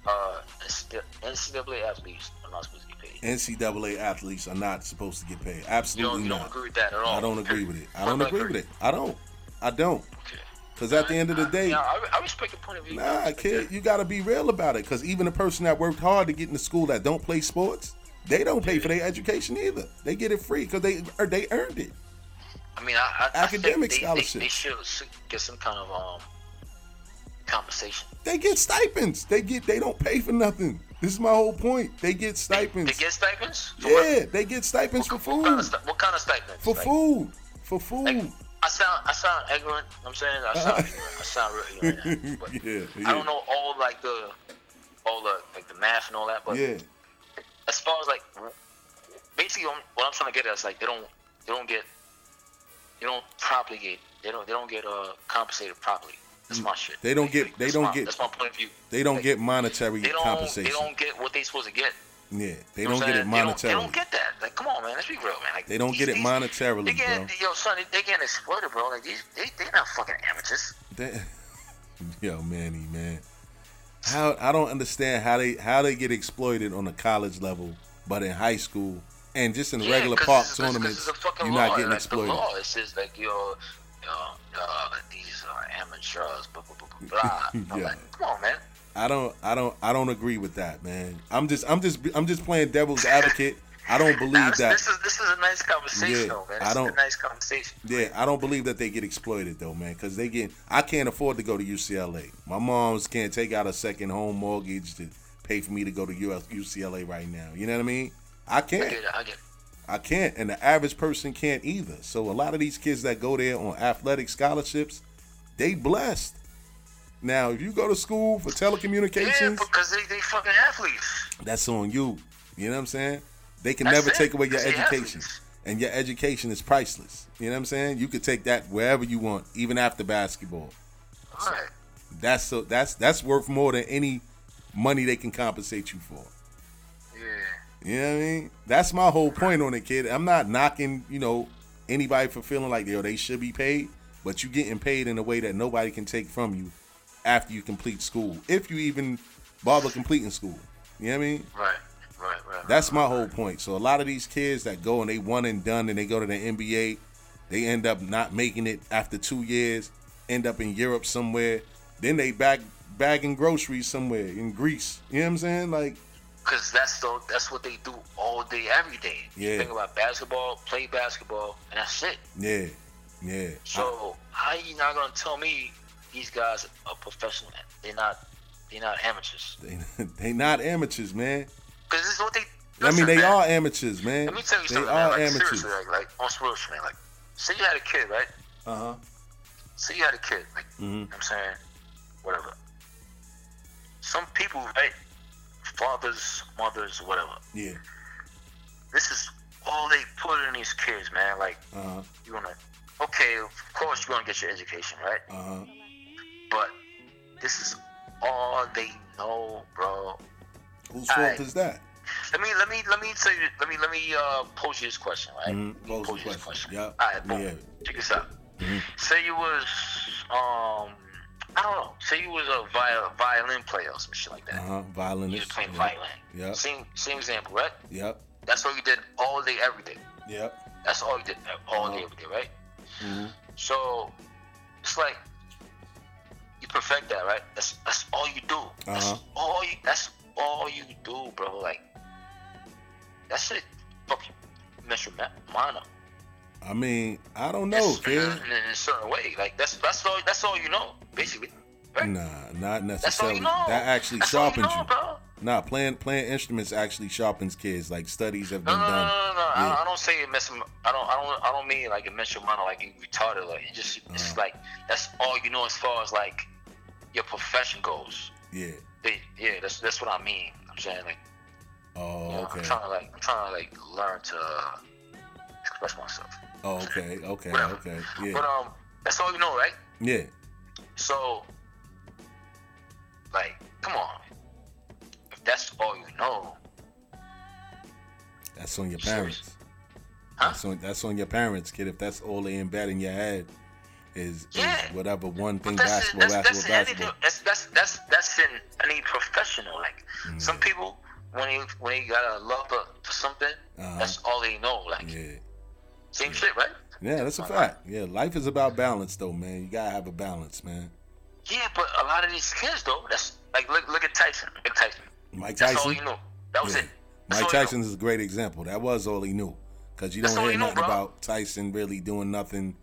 Speaker 3: uh, NCAA athletes are not supposed to get paid?
Speaker 2: NCAA athletes are not supposed to get paid.
Speaker 3: You don't,
Speaker 2: Absolutely
Speaker 3: you don't
Speaker 2: not.
Speaker 3: agree with that at all?
Speaker 2: I don't agree with it. I
Speaker 3: I'm
Speaker 2: don't
Speaker 3: not
Speaker 2: agree with it. I don't. I don't.
Speaker 3: Okay.
Speaker 2: Because at the end of the day,
Speaker 3: Yeah, I, I respect your point of view.
Speaker 2: nah, kid, you gotta be real about it. Because even the person that worked hard to get into school that don't play sports, they don't pay for their education either. They get it free because they er, they earned it.
Speaker 3: I mean, I, I,
Speaker 2: Academic
Speaker 3: I think they- They,
Speaker 2: scholarship.
Speaker 3: they, should s- get some kind of um compensation.
Speaker 2: They get stipends. They get they don't pay for nothing. This is my whole point. They get
Speaker 3: They
Speaker 2: stipends.
Speaker 3: get stipends. For what?
Speaker 2: Yeah, they get stipends for
Speaker 3: What kind
Speaker 2: food.
Speaker 3: of, sti- what kind of stipends?
Speaker 2: For
Speaker 3: Like,
Speaker 2: food. For
Speaker 3: like,
Speaker 2: food.
Speaker 3: I sound, I sound ignorant. you know what I'm saying, I sound, ignorant. I sound real
Speaker 2: [LAUGHS]
Speaker 3: ignorant. now, But
Speaker 2: Yeah,
Speaker 3: I
Speaker 2: yeah.
Speaker 3: don't know all like the, all the like the math and all that. But
Speaker 2: Yeah.
Speaker 3: as far as like, basically, I'm- what I'm trying to get at is like they don't, they don't get, they don't properly get, they don't, they don't get uh compensated properly. That's my shit.
Speaker 2: Mm. They don't
Speaker 3: Like,
Speaker 2: get-
Speaker 3: like,
Speaker 2: they
Speaker 3: that's
Speaker 2: don't
Speaker 3: my-
Speaker 2: get-
Speaker 3: That's my point of view.
Speaker 2: They don't
Speaker 3: Like,
Speaker 2: get monetary
Speaker 3: They don't.
Speaker 2: compensation.
Speaker 3: They don't get what they supposed to get.
Speaker 2: yeah, they
Speaker 3: You know
Speaker 2: don't
Speaker 3: what
Speaker 2: get it
Speaker 3: I'm saying?
Speaker 2: monetarily.
Speaker 3: They don't, they don't get that. Like, come on, man. Let's be real, man. Like,
Speaker 2: They don't get it monetarily,
Speaker 3: they getting,
Speaker 2: bro.
Speaker 3: Yo, son, they, they getting exploited, bro. Like, these, they, they're not fucking amateurs.
Speaker 2: That- [LAUGHS] Yo, Manny, man. How I don't understand how they how they get exploited on a college level, but in high school and just in regular
Speaker 3: 'cause
Speaker 2: park
Speaker 3: it's- 'cause
Speaker 2: tournaments,
Speaker 3: it's a fucking
Speaker 2: you're
Speaker 3: law.
Speaker 2: not getting
Speaker 3: like,
Speaker 2: exploited.
Speaker 3: The law, it says like, yo, uh, uh, these are amateurs, blah blah blah blah. blah.
Speaker 2: [LAUGHS]
Speaker 3: I'm
Speaker 2: Yeah.
Speaker 3: like, come on, man.
Speaker 2: I don't I don't I don't agree with that, man. I'm just I'm just I'm just playing devil's advocate. I
Speaker 3: [LAUGHS]
Speaker 2: don't
Speaker 3: Now,
Speaker 2: believe
Speaker 3: this,
Speaker 2: that.
Speaker 3: this is this is a nice conversation,
Speaker 2: Yeah,
Speaker 3: though, man.
Speaker 2: I
Speaker 3: This is
Speaker 2: don't-
Speaker 3: a nice conversation.
Speaker 2: Yeah, I don't believe that they get exploited though, man, because they get. I can't afford to go to UCLA. My mom's can't take out a second home mortgage to pay for me to go to US, UCLA right now. You know what I mean? I
Speaker 3: I
Speaker 2: can't.
Speaker 3: get it. I get it.
Speaker 2: I can't, and the average person can't either. So a lot of these kids that go there on athletic scholarships, they blessed. Now, if you go to school for
Speaker 3: Yeah,
Speaker 2: telecommunications,
Speaker 3: because they they fucking athletes.
Speaker 2: that's on you. You know what I'm saying? They can
Speaker 3: That's
Speaker 2: never
Speaker 3: it.
Speaker 2: take away your
Speaker 3: That's the
Speaker 2: education.
Speaker 3: athletes.
Speaker 2: And your education is priceless. You know what I'm saying? You could take that wherever you want, even after basketball.
Speaker 3: All right.
Speaker 2: That's so that's that's worth more than any money they can compensate you for.
Speaker 3: Yeah.
Speaker 2: You know what I mean? That's my whole point on it, kid. I'm not knocking, you know, anybody for feeling like yo, they should be paid, but you getting paid in a way that nobody can take from you after you complete school. If you even bother completing school. You know what I mean?
Speaker 3: Right. Right. Right.
Speaker 2: That's my whole point. So a lot of these kids that go and they one and done and they go to the NBA, they end up not making it after two years, end up in Europe somewhere, then they back bagging groceries somewhere in Greece. You know what I'm saying? Like
Speaker 3: Cause that's the that's what they do all day, every day.
Speaker 2: Yeah.
Speaker 3: You think about basketball, play basketball, and that's it.
Speaker 2: yeah, yeah. Uh-huh.
Speaker 3: So how you not gonna tell me these guys are professional? They're not. They're not amateurs.
Speaker 2: They, [LAUGHS] they not amateurs, man.
Speaker 3: Cause this is what they.
Speaker 2: I mean,
Speaker 3: Listen,
Speaker 2: they
Speaker 3: man,
Speaker 2: are amateurs, man.
Speaker 3: Let me tell you
Speaker 2: they
Speaker 3: something.
Speaker 2: are
Speaker 3: man. Like,
Speaker 2: amateurs.
Speaker 3: Seriously, like, like on sports, man. Like, say you had a kid, right?
Speaker 2: Uh huh.
Speaker 3: Say you had a kid. Like,
Speaker 2: Mm-hmm.
Speaker 3: you know what I'm saying, whatever. Some people, right? Fathers, mothers, whatever.
Speaker 2: Yeah.
Speaker 3: This is all they put in these kids, man. Like.
Speaker 2: Uh huh.
Speaker 3: you wanna okay, of course you wanna get your education, right?
Speaker 2: Uh huh.
Speaker 3: But this is all they know, bro.
Speaker 2: Whose
Speaker 3: All
Speaker 2: fault
Speaker 3: right.
Speaker 2: is that?
Speaker 3: Let me let me let me tell you let me let me uh pose you this question, right?
Speaker 2: Mhm,
Speaker 3: Let me
Speaker 2: pose the
Speaker 3: you this
Speaker 2: question. Yup,
Speaker 3: Alright,
Speaker 2: let me
Speaker 3: boom.
Speaker 2: hear Mm-hmm.
Speaker 3: Check this out. Say you was um I don't know, say you was a viol- violin player or some shit like
Speaker 2: Uh
Speaker 3: that.
Speaker 2: huh.
Speaker 3: You
Speaker 2: Violinist.
Speaker 3: just playing
Speaker 2: Yep.
Speaker 3: violin.
Speaker 2: Yup.
Speaker 3: Same same example, right?
Speaker 2: Yep.
Speaker 3: That's all you did all day, every day.
Speaker 2: Yep. Mm-hmm.
Speaker 3: That's all you did all
Speaker 2: Uh-huh.
Speaker 3: day, every day, right? So it's like you perfect that, right? That's that's all you do. That's
Speaker 2: Uh-huh.
Speaker 3: all you. That's all you do, bro. Like that's it. Fuck you. Mess your ma- mind up.
Speaker 2: I mean, I don't know,
Speaker 3: It's-
Speaker 2: kid.
Speaker 3: in, in a certain way. Like that's that's all. That's all you know, basically. Right?
Speaker 2: Nah, not
Speaker 3: That's all
Speaker 2: necessarily.
Speaker 3: you know.
Speaker 2: That actually
Speaker 3: that's all you
Speaker 2: sharpens
Speaker 3: know,
Speaker 2: you.
Speaker 3: bro.
Speaker 2: Nah, playing playing instruments actually sharpens kids. Like studies have
Speaker 3: No,
Speaker 2: been
Speaker 3: no, no, no, no.
Speaker 2: done.
Speaker 3: I,
Speaker 2: Yeah.
Speaker 3: I don't say it mess. 'em- I don't. I don't. I don't mean like it mess your mind up, like you retarded. Like it just. It's
Speaker 2: Uh-huh.
Speaker 3: like that's all you know as far as like your profession goes.
Speaker 2: Yeah.
Speaker 3: They, yeah, that's that's what I mean. I'm saying like
Speaker 2: Oh,
Speaker 3: You know,
Speaker 2: okay.
Speaker 3: I'm trying to like, I'm trying to like learn to uh, express myself.
Speaker 2: Oh, okay, okay,
Speaker 3: Whatever.
Speaker 2: okay.
Speaker 3: But
Speaker 2: Yeah,
Speaker 3: um, that's all you know, right?
Speaker 2: yeah.
Speaker 3: So, like, come on. If that's all you know,
Speaker 2: That's on your
Speaker 3: Serious.
Speaker 2: parents.
Speaker 3: Huh?
Speaker 2: That's on that's on your parents, kid. If that's all they embed in your head is,
Speaker 3: Yeah.
Speaker 2: is whatever one thing
Speaker 3: but that's
Speaker 2: basketball,
Speaker 3: that's
Speaker 2: basketball,
Speaker 3: that's in anything.
Speaker 2: basketball.
Speaker 3: That's that's that's that's in any professional. Like,
Speaker 2: Mm.
Speaker 3: some people when they when they got a love for for something,
Speaker 2: Uh-huh.
Speaker 3: that's all they know. Like,
Speaker 2: Yeah.
Speaker 3: same shit, right?
Speaker 2: Yeah, that's a fact. Yeah, life is about balance though, man. You gotta have a balance, man.
Speaker 3: Yeah, but a lot of these kids though, that's like look look at Tyson. Look at Tyson.
Speaker 2: Mike
Speaker 3: That's
Speaker 2: Tyson.
Speaker 3: all you know. That was
Speaker 2: Yeah.
Speaker 3: it. That's
Speaker 2: Mike
Speaker 3: all you know.
Speaker 2: Tyson is a great example. That was all he knew. Because you
Speaker 3: That's
Speaker 2: don't
Speaker 3: all
Speaker 2: hear
Speaker 3: he knew,
Speaker 2: nothing
Speaker 3: bro.
Speaker 2: about Tyson really doing nothing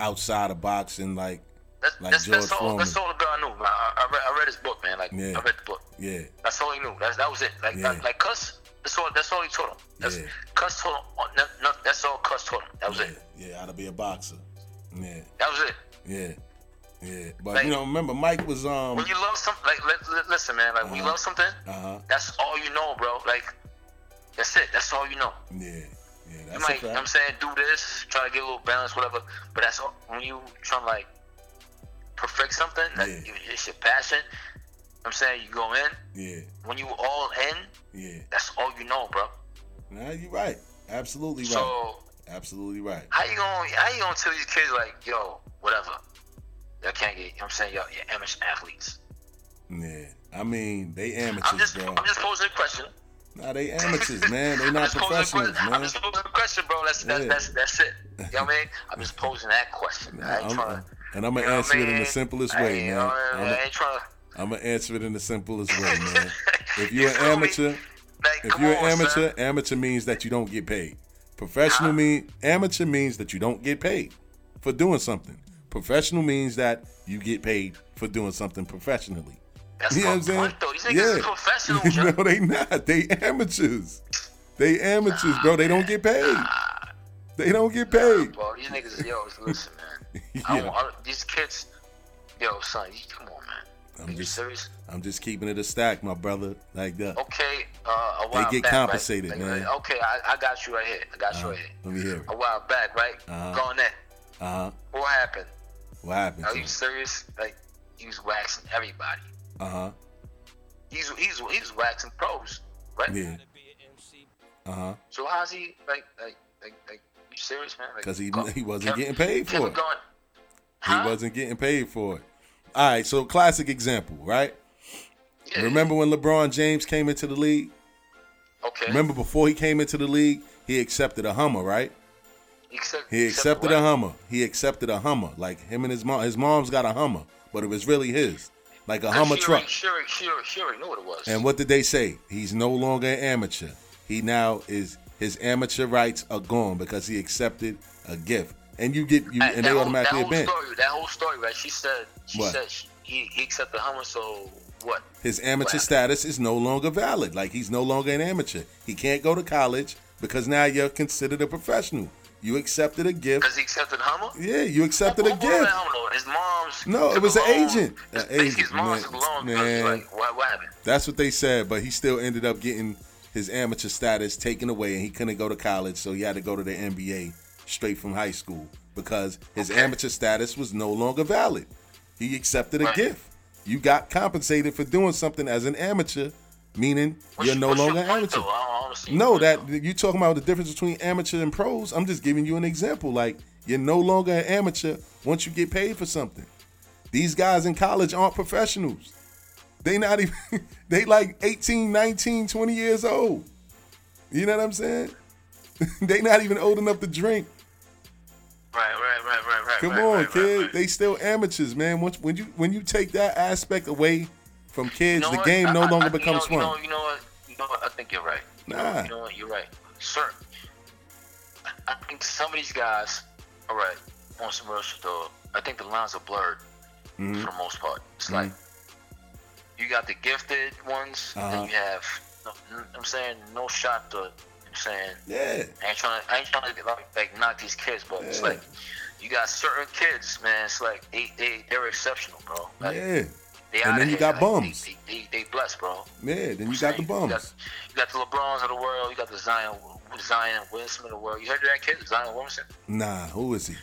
Speaker 2: outside of boxing. Like,
Speaker 3: That's,
Speaker 2: Like
Speaker 3: that's, that's
Speaker 2: George
Speaker 3: all. That's
Speaker 2: Foreman.
Speaker 3: all the girl I knew. man. I, I, read, I read his book, man. Like
Speaker 2: Yeah.
Speaker 3: I read the book.
Speaker 2: yeah,
Speaker 3: That's all he knew. That's that was it. Like
Speaker 2: Yeah.
Speaker 3: like cuss. That's all. That's all he told him. That's
Speaker 2: Yeah.
Speaker 3: cuss told him. oh, No, no, that's all cuss told him. That was
Speaker 2: yeah,
Speaker 3: it.
Speaker 2: yeah, how to be a boxer. Yeah,
Speaker 3: That was it.
Speaker 2: yeah, yeah. But
Speaker 3: Like-
Speaker 2: you know, remember Mike was um,
Speaker 3: When you love something, like li- li- listen, man. Like when you
Speaker 2: Uh-huh.
Speaker 3: love something,
Speaker 2: uh huh,
Speaker 3: that's all you know, bro. Like that's it. That's all you know.
Speaker 2: yeah, yeah.
Speaker 3: You
Speaker 2: That's a
Speaker 3: might, you know what I'm
Speaker 2: fact.
Speaker 3: saying, do this, try to get a little balance, whatever. But that's all, when you trying to like perfect something. Like
Speaker 2: Yeah.
Speaker 3: you- it's your passion. You know what I'm saying you go in.
Speaker 2: Yeah,
Speaker 3: When you all in,
Speaker 2: yeah.
Speaker 3: that's all you know, bro.
Speaker 2: Nah, you're right. Absolutely right.
Speaker 3: So
Speaker 2: Absolutely right.
Speaker 3: how you gonna how you gonna tell these kids like, yo, whatever. Y'all can't get you know what I'm saying, y'all you're amateur athletes.
Speaker 2: Yeah. I mean, they
Speaker 3: I'm
Speaker 2: amateurs,
Speaker 3: just
Speaker 2: bro.
Speaker 3: I'm just posing a question.
Speaker 2: Nah,
Speaker 3: [LAUGHS]
Speaker 2: they amateurs, man. They
Speaker 3: I'm
Speaker 2: not
Speaker 3: just posing a
Speaker 2: professionals,
Speaker 3: question. I'm
Speaker 2: man.
Speaker 3: just posing a question, bro. That's that's
Speaker 2: Yeah.
Speaker 3: that's, that's it. You know what I mean?
Speaker 2: [LAUGHS]
Speaker 3: I'm just posing that question. I ain't
Speaker 2: I'm-
Speaker 3: trying to
Speaker 2: and I'm gonna
Speaker 3: you know what
Speaker 2: answer
Speaker 3: I
Speaker 2: it in the
Speaker 3: mean?
Speaker 2: simplest
Speaker 3: I
Speaker 2: way,
Speaker 3: ain't-
Speaker 2: man.
Speaker 3: You know what I mean?
Speaker 2: I'ma-
Speaker 3: oh, I ain't trying to
Speaker 2: I'm gonna answer it in the simplest way,
Speaker 3: [LAUGHS]
Speaker 2: man. If you're an
Speaker 3: You feel me?
Speaker 2: amateur,
Speaker 3: like,
Speaker 2: if
Speaker 3: come
Speaker 2: you're
Speaker 3: on,
Speaker 2: an amateur, [LAUGHS]
Speaker 3: son.
Speaker 2: amateur means that you don't get paid. Professional mean amateur means that you don't get paid for doing something. Professional means that you get paid for doing something professionally.
Speaker 3: that's
Speaker 2: You know what
Speaker 3: my
Speaker 2: I'm saying?
Speaker 3: point, though. These
Speaker 2: [LAUGHS]
Speaker 3: niggas is professionals. yo.
Speaker 2: no, they not. They amateurs. They amateurs, bro. They don't get paid. They don't get paid.
Speaker 3: Bro, these niggas, yo, listen, man.
Speaker 2: [LAUGHS]
Speaker 3: I
Speaker 2: Yeah.
Speaker 3: don't, I, don't- these kids, yo, son, you, come on, man.
Speaker 2: I'm
Speaker 3: Are you
Speaker 2: just-
Speaker 3: serious?
Speaker 2: I'm just keeping it a stack, my brother. Like that.
Speaker 3: Okay, uh, a while
Speaker 2: get
Speaker 3: back, right?
Speaker 2: compensated,
Speaker 3: Like,
Speaker 2: man.
Speaker 3: like, okay, I, I got you right here. I got you right here.
Speaker 2: Uh-huh. Let me hear it.
Speaker 3: A while back, right?
Speaker 2: Uh-huh.
Speaker 3: Garnett,
Speaker 2: Uh huh.
Speaker 3: what happened?
Speaker 2: What happened?
Speaker 3: Are you serious? Like, he was waxing everybody.
Speaker 2: Uh huh.
Speaker 3: He's he's he's waxing pros, right?
Speaker 2: Yeah. Uh huh.
Speaker 3: So how's he like like like like? You serious, man? Like,
Speaker 2: Because he
Speaker 3: Gar-
Speaker 2: he wasn't
Speaker 3: Kevin-
Speaker 2: getting paid for
Speaker 3: Kevin
Speaker 2: it.
Speaker 3: Garnett.
Speaker 2: He
Speaker 3: Huh?
Speaker 2: wasn't getting paid for it. All right. So classic example, right?
Speaker 3: Yeah.
Speaker 2: Remember when LeBron James came into the league?
Speaker 3: Okay.
Speaker 2: Remember before he came into the league, he accepted a Hummer, right?
Speaker 3: He, accept-
Speaker 2: He accepted a
Speaker 3: what?
Speaker 2: Hummer. He accepted a Hummer. Like him and his mom. His mom's got a Hummer, but it was really his, like a Hummer
Speaker 3: she
Speaker 2: truck.
Speaker 3: Already, she, already, she, already, she already knew what it was.
Speaker 2: And what did they say? He's no longer an amateur. He now is his amateur rights are gone because he accepted a gift. And you get you
Speaker 3: That-
Speaker 2: and
Speaker 3: that
Speaker 2: they
Speaker 3: whole-
Speaker 2: automatically
Speaker 3: that whole
Speaker 2: advance.
Speaker 3: story, that whole story, right? She said, she
Speaker 2: What?
Speaker 3: said she, he, he accepted Hummer, so what?
Speaker 2: His amateur
Speaker 3: happened?
Speaker 2: status is no longer valid. Like he's no longer an amateur. He can't go to college because now you're considered a professional. You accepted a gift.
Speaker 3: Because he accepted Hummer?
Speaker 2: Yeah, you accepted
Speaker 3: Who
Speaker 2: a
Speaker 3: bought that
Speaker 2: gift.
Speaker 3: Hummer? His mom's.
Speaker 2: No, it
Speaker 3: took
Speaker 2: was
Speaker 3: a
Speaker 2: an
Speaker 3: loan.
Speaker 2: agent.
Speaker 3: His,
Speaker 2: An
Speaker 3: basically,
Speaker 2: agent,
Speaker 3: his mom
Speaker 2: man.
Speaker 3: took a loan. because he's
Speaker 2: Man.
Speaker 3: Like, what, what happened?
Speaker 2: That's what they said, but he still ended up getting his amateur status taken away and he couldn't go to college, so he had to go to the NBA straight from high school because his
Speaker 3: Okay.
Speaker 2: amateur status was no longer valid. He accepted a
Speaker 3: Right.
Speaker 2: gift. You got compensated for doing something as an amateur, meaning
Speaker 3: What's-
Speaker 2: you're no
Speaker 3: what's your
Speaker 2: longer an
Speaker 3: point,
Speaker 2: amateur.
Speaker 3: though? I don't- I don't see your
Speaker 2: No,
Speaker 3: point,
Speaker 2: that
Speaker 3: though.
Speaker 2: you talking about the difference between amateur and pros. I'm just giving you an example. Like you're no longer an amateur once you get paid for something. These guys in college aren't professionals. They not even [LAUGHS] they like 18, 19, 20 years old. You know what I'm saying? [LAUGHS] they not even old enough to drink.
Speaker 3: Right, right, right, right, right.
Speaker 2: Come
Speaker 3: right,
Speaker 2: on,
Speaker 3: right, right,
Speaker 2: kid.
Speaker 3: right.
Speaker 2: They still amateurs, man. Once when you when you take that aspect away from
Speaker 3: You
Speaker 2: kids,
Speaker 3: know
Speaker 2: the
Speaker 3: what?
Speaker 2: game no
Speaker 3: I- I-
Speaker 2: longer
Speaker 3: I- you
Speaker 2: becomes fun.
Speaker 3: know, You know, you know what? You know what? I think you're right. You know-
Speaker 2: Nah.
Speaker 3: You know what? You're right. Sir, I- I think some of these guys, all right, on some real shit though, I think the lines are blurred
Speaker 2: Mm-hmm.
Speaker 3: for the most part. It's like you got the gifted ones, and
Speaker 2: Uh-huh.
Speaker 3: then you have, no, n- I'm saying, no shot to, I'm saying,
Speaker 2: Yeah.
Speaker 3: I ain't trying to, I ain't trying to like, like knock these kids, but it's
Speaker 2: Yeah.
Speaker 3: like, you got certain kids, man. It's like they, they they're exceptional, bro. Like,
Speaker 2: Yeah.
Speaker 3: they
Speaker 2: And
Speaker 3: outta
Speaker 2: then you
Speaker 3: here.
Speaker 2: got
Speaker 3: Like,
Speaker 2: bums.
Speaker 3: They, they, they, they blessed, bro.
Speaker 2: Yeah, then you got the
Speaker 3: You got,
Speaker 2: bums.
Speaker 3: you got the LeBrons of the world. You got the Zion, Zion Williamson of the world. You heard of that kid, Zion Williamson?
Speaker 2: Nah, who is he?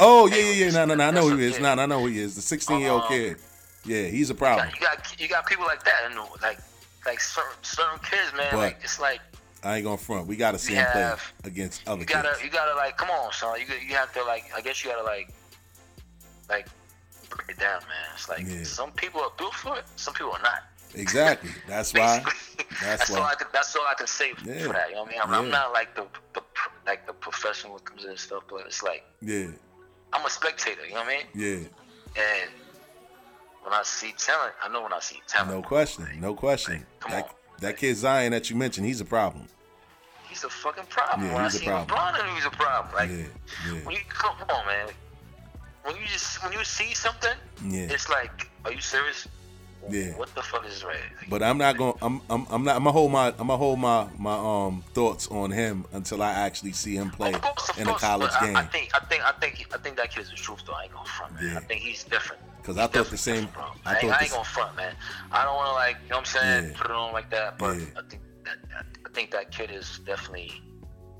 Speaker 2: Oh yeah, yeah, yeah. Nah, nah, nah. I know who he is. Nah, nah, I know who he is. The 16 year old
Speaker 3: Um,
Speaker 2: kid. Yeah, he's a
Speaker 3: You
Speaker 2: problem.
Speaker 3: got, you got you got people like that, and like like certain certain kids, man.
Speaker 2: But-
Speaker 3: like it's like
Speaker 2: I ain't gonna front. We gotta see
Speaker 3: You
Speaker 2: him play
Speaker 3: have-
Speaker 2: against other
Speaker 3: you gotta
Speaker 2: kids.
Speaker 3: you gotta like come on, son. You got- you have to like I guess you gotta like like break it down, man. It's like
Speaker 2: Yeah.
Speaker 3: some people are built for it, some people are not.
Speaker 2: Exactly. That's why.
Speaker 3: Basically,
Speaker 2: [LAUGHS] That's
Speaker 3: that's,
Speaker 2: why.
Speaker 3: all I can. That's all I can say
Speaker 2: Yeah.
Speaker 3: for that. You know what I mean? I'm,
Speaker 2: Yeah.
Speaker 3: I'm not like the, the pr- like the professional that comes in and stuff, but it's like
Speaker 2: Yeah,
Speaker 3: I'm a spectator. You know what I mean?
Speaker 2: yeah.
Speaker 3: And when I see talent, I know when I see talent.
Speaker 2: No question. No question.
Speaker 3: Come
Speaker 2: That
Speaker 3: on.
Speaker 2: that kid Zion that you mentioned, he's a problem.
Speaker 3: He's a fucking problem.
Speaker 2: Yeah,
Speaker 3: when I
Speaker 2: he's a
Speaker 3: see
Speaker 2: problem.
Speaker 3: LeBron, I know he's a problem. Like
Speaker 2: Yeah, yeah.
Speaker 3: when you come on, man. When you just when you see something,
Speaker 2: Yeah.
Speaker 3: it's like, are you serious?
Speaker 2: Yeah.
Speaker 3: What the fuck is right? Like,
Speaker 2: But I'm not gonna. I'm. I'm. I'm not. I'm gonna hold my. I'm gonna hold my. My um thoughts on him until I actually see him play
Speaker 3: Of course, of
Speaker 2: in a
Speaker 3: course,
Speaker 2: college
Speaker 3: but I-
Speaker 2: game.
Speaker 3: I, think, I think, I think, I think that kid's the truth, though. I ain't gonna front, man.
Speaker 2: Yeah.
Speaker 3: I think he's different.
Speaker 2: 'Cause
Speaker 3: He's
Speaker 2: I thought the
Speaker 3: definitely
Speaker 2: same-
Speaker 3: different, Bro.
Speaker 2: I
Speaker 3: I,
Speaker 2: thought
Speaker 3: ain't, I
Speaker 2: the
Speaker 3: ain't
Speaker 2: s-
Speaker 3: gonna front, man. I don't want to like, you know what I'm saying,
Speaker 2: Yeah.
Speaker 3: put it on like that. But
Speaker 2: Yeah.
Speaker 3: I think that, I think that kid is definitely,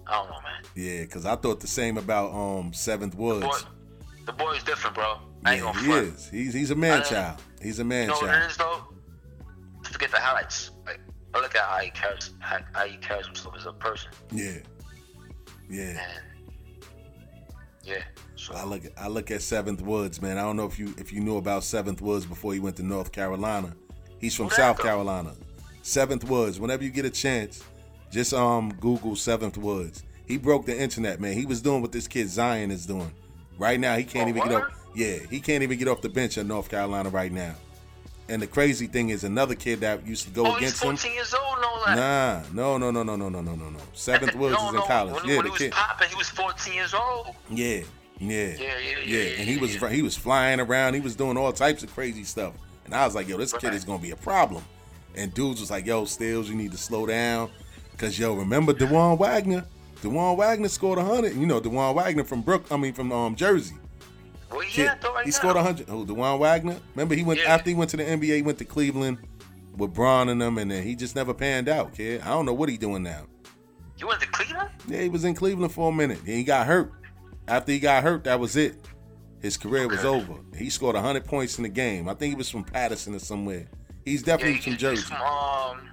Speaker 3: I don't know, man.
Speaker 2: Yeah, because I thought the same about um Seventh Woods.
Speaker 3: Boy, the boy is different, bro. I ain't
Speaker 2: yeah,
Speaker 3: gonna
Speaker 2: he
Speaker 3: front.
Speaker 2: is. He's he's a man
Speaker 3: I-
Speaker 2: child. He's a man
Speaker 3: You know what it
Speaker 2: child.
Speaker 3: is though? Forget the highlights. Like, I look at how he carries, how, how he carries himself as a person,
Speaker 2: Yeah, yeah.
Speaker 3: and yeah. So
Speaker 2: I look I look at Seventh Woods, man. I don't know if you if you knew about Seventh Woods before he went to North Carolina. He's from
Speaker 3: Who that
Speaker 2: South
Speaker 3: though?
Speaker 2: Carolina. Seventh Woods. Whenever you get a chance, just um Google Seventh Woods. He broke the internet, man. He was doing what this kid Zion is doing. Right now, he can't
Speaker 3: Oh,
Speaker 2: even get
Speaker 3: word?
Speaker 2: up. Yeah, he can't even get off the bench at North Carolina right now. And the crazy thing is, another kid that used to go
Speaker 3: oh, he's
Speaker 2: against him.
Speaker 3: 14 years old, no like.
Speaker 2: Nah, no, no, no, no, no, no, no, no, no.
Speaker 3: [LAUGHS]
Speaker 2: Seventh
Speaker 3: No,
Speaker 2: Woods is in
Speaker 3: no,
Speaker 2: college.
Speaker 3: When,
Speaker 2: yeah, the
Speaker 3: when he was
Speaker 2: kid.
Speaker 3: popping, he was 14 years old.
Speaker 2: Yeah, yeah,
Speaker 3: Yeah, yeah, yeah, yeah,
Speaker 2: And he was
Speaker 3: yeah.
Speaker 2: he was flying around. He was doing all types of crazy stuff. And I was like, yo, this kid
Speaker 3: Right.
Speaker 2: is gonna be a problem. And dudes was like, yo, Stills, you need to slow down, cause yo, remember Dewan Wagner? Dewan Wagner scored hundred. You know, Dewan Wagner from Brook. I mean, from um Jersey.
Speaker 3: Well,
Speaker 2: Kid,
Speaker 3: yeah, though, right
Speaker 2: he
Speaker 3: now.
Speaker 2: scored hundred. Oh, Dewan Wagner. Remember, he went
Speaker 3: Yeah.
Speaker 2: after he went to the NBA. He went to Cleveland with Braun and them, and then he just never panned out, kid. I don't know what he doing now.
Speaker 3: You went to Cleveland?
Speaker 2: Yeah, he was in Cleveland for a minute. Then he got hurt. After he got hurt, that was it. His career was
Speaker 3: Okay.
Speaker 2: over. He scored 100 points in the game. I think he was from Patterson or somewhere. He's
Speaker 3: Yeah,
Speaker 2: definitely
Speaker 3: he-
Speaker 2: from
Speaker 3: he's
Speaker 2: Jersey.
Speaker 3: From, um,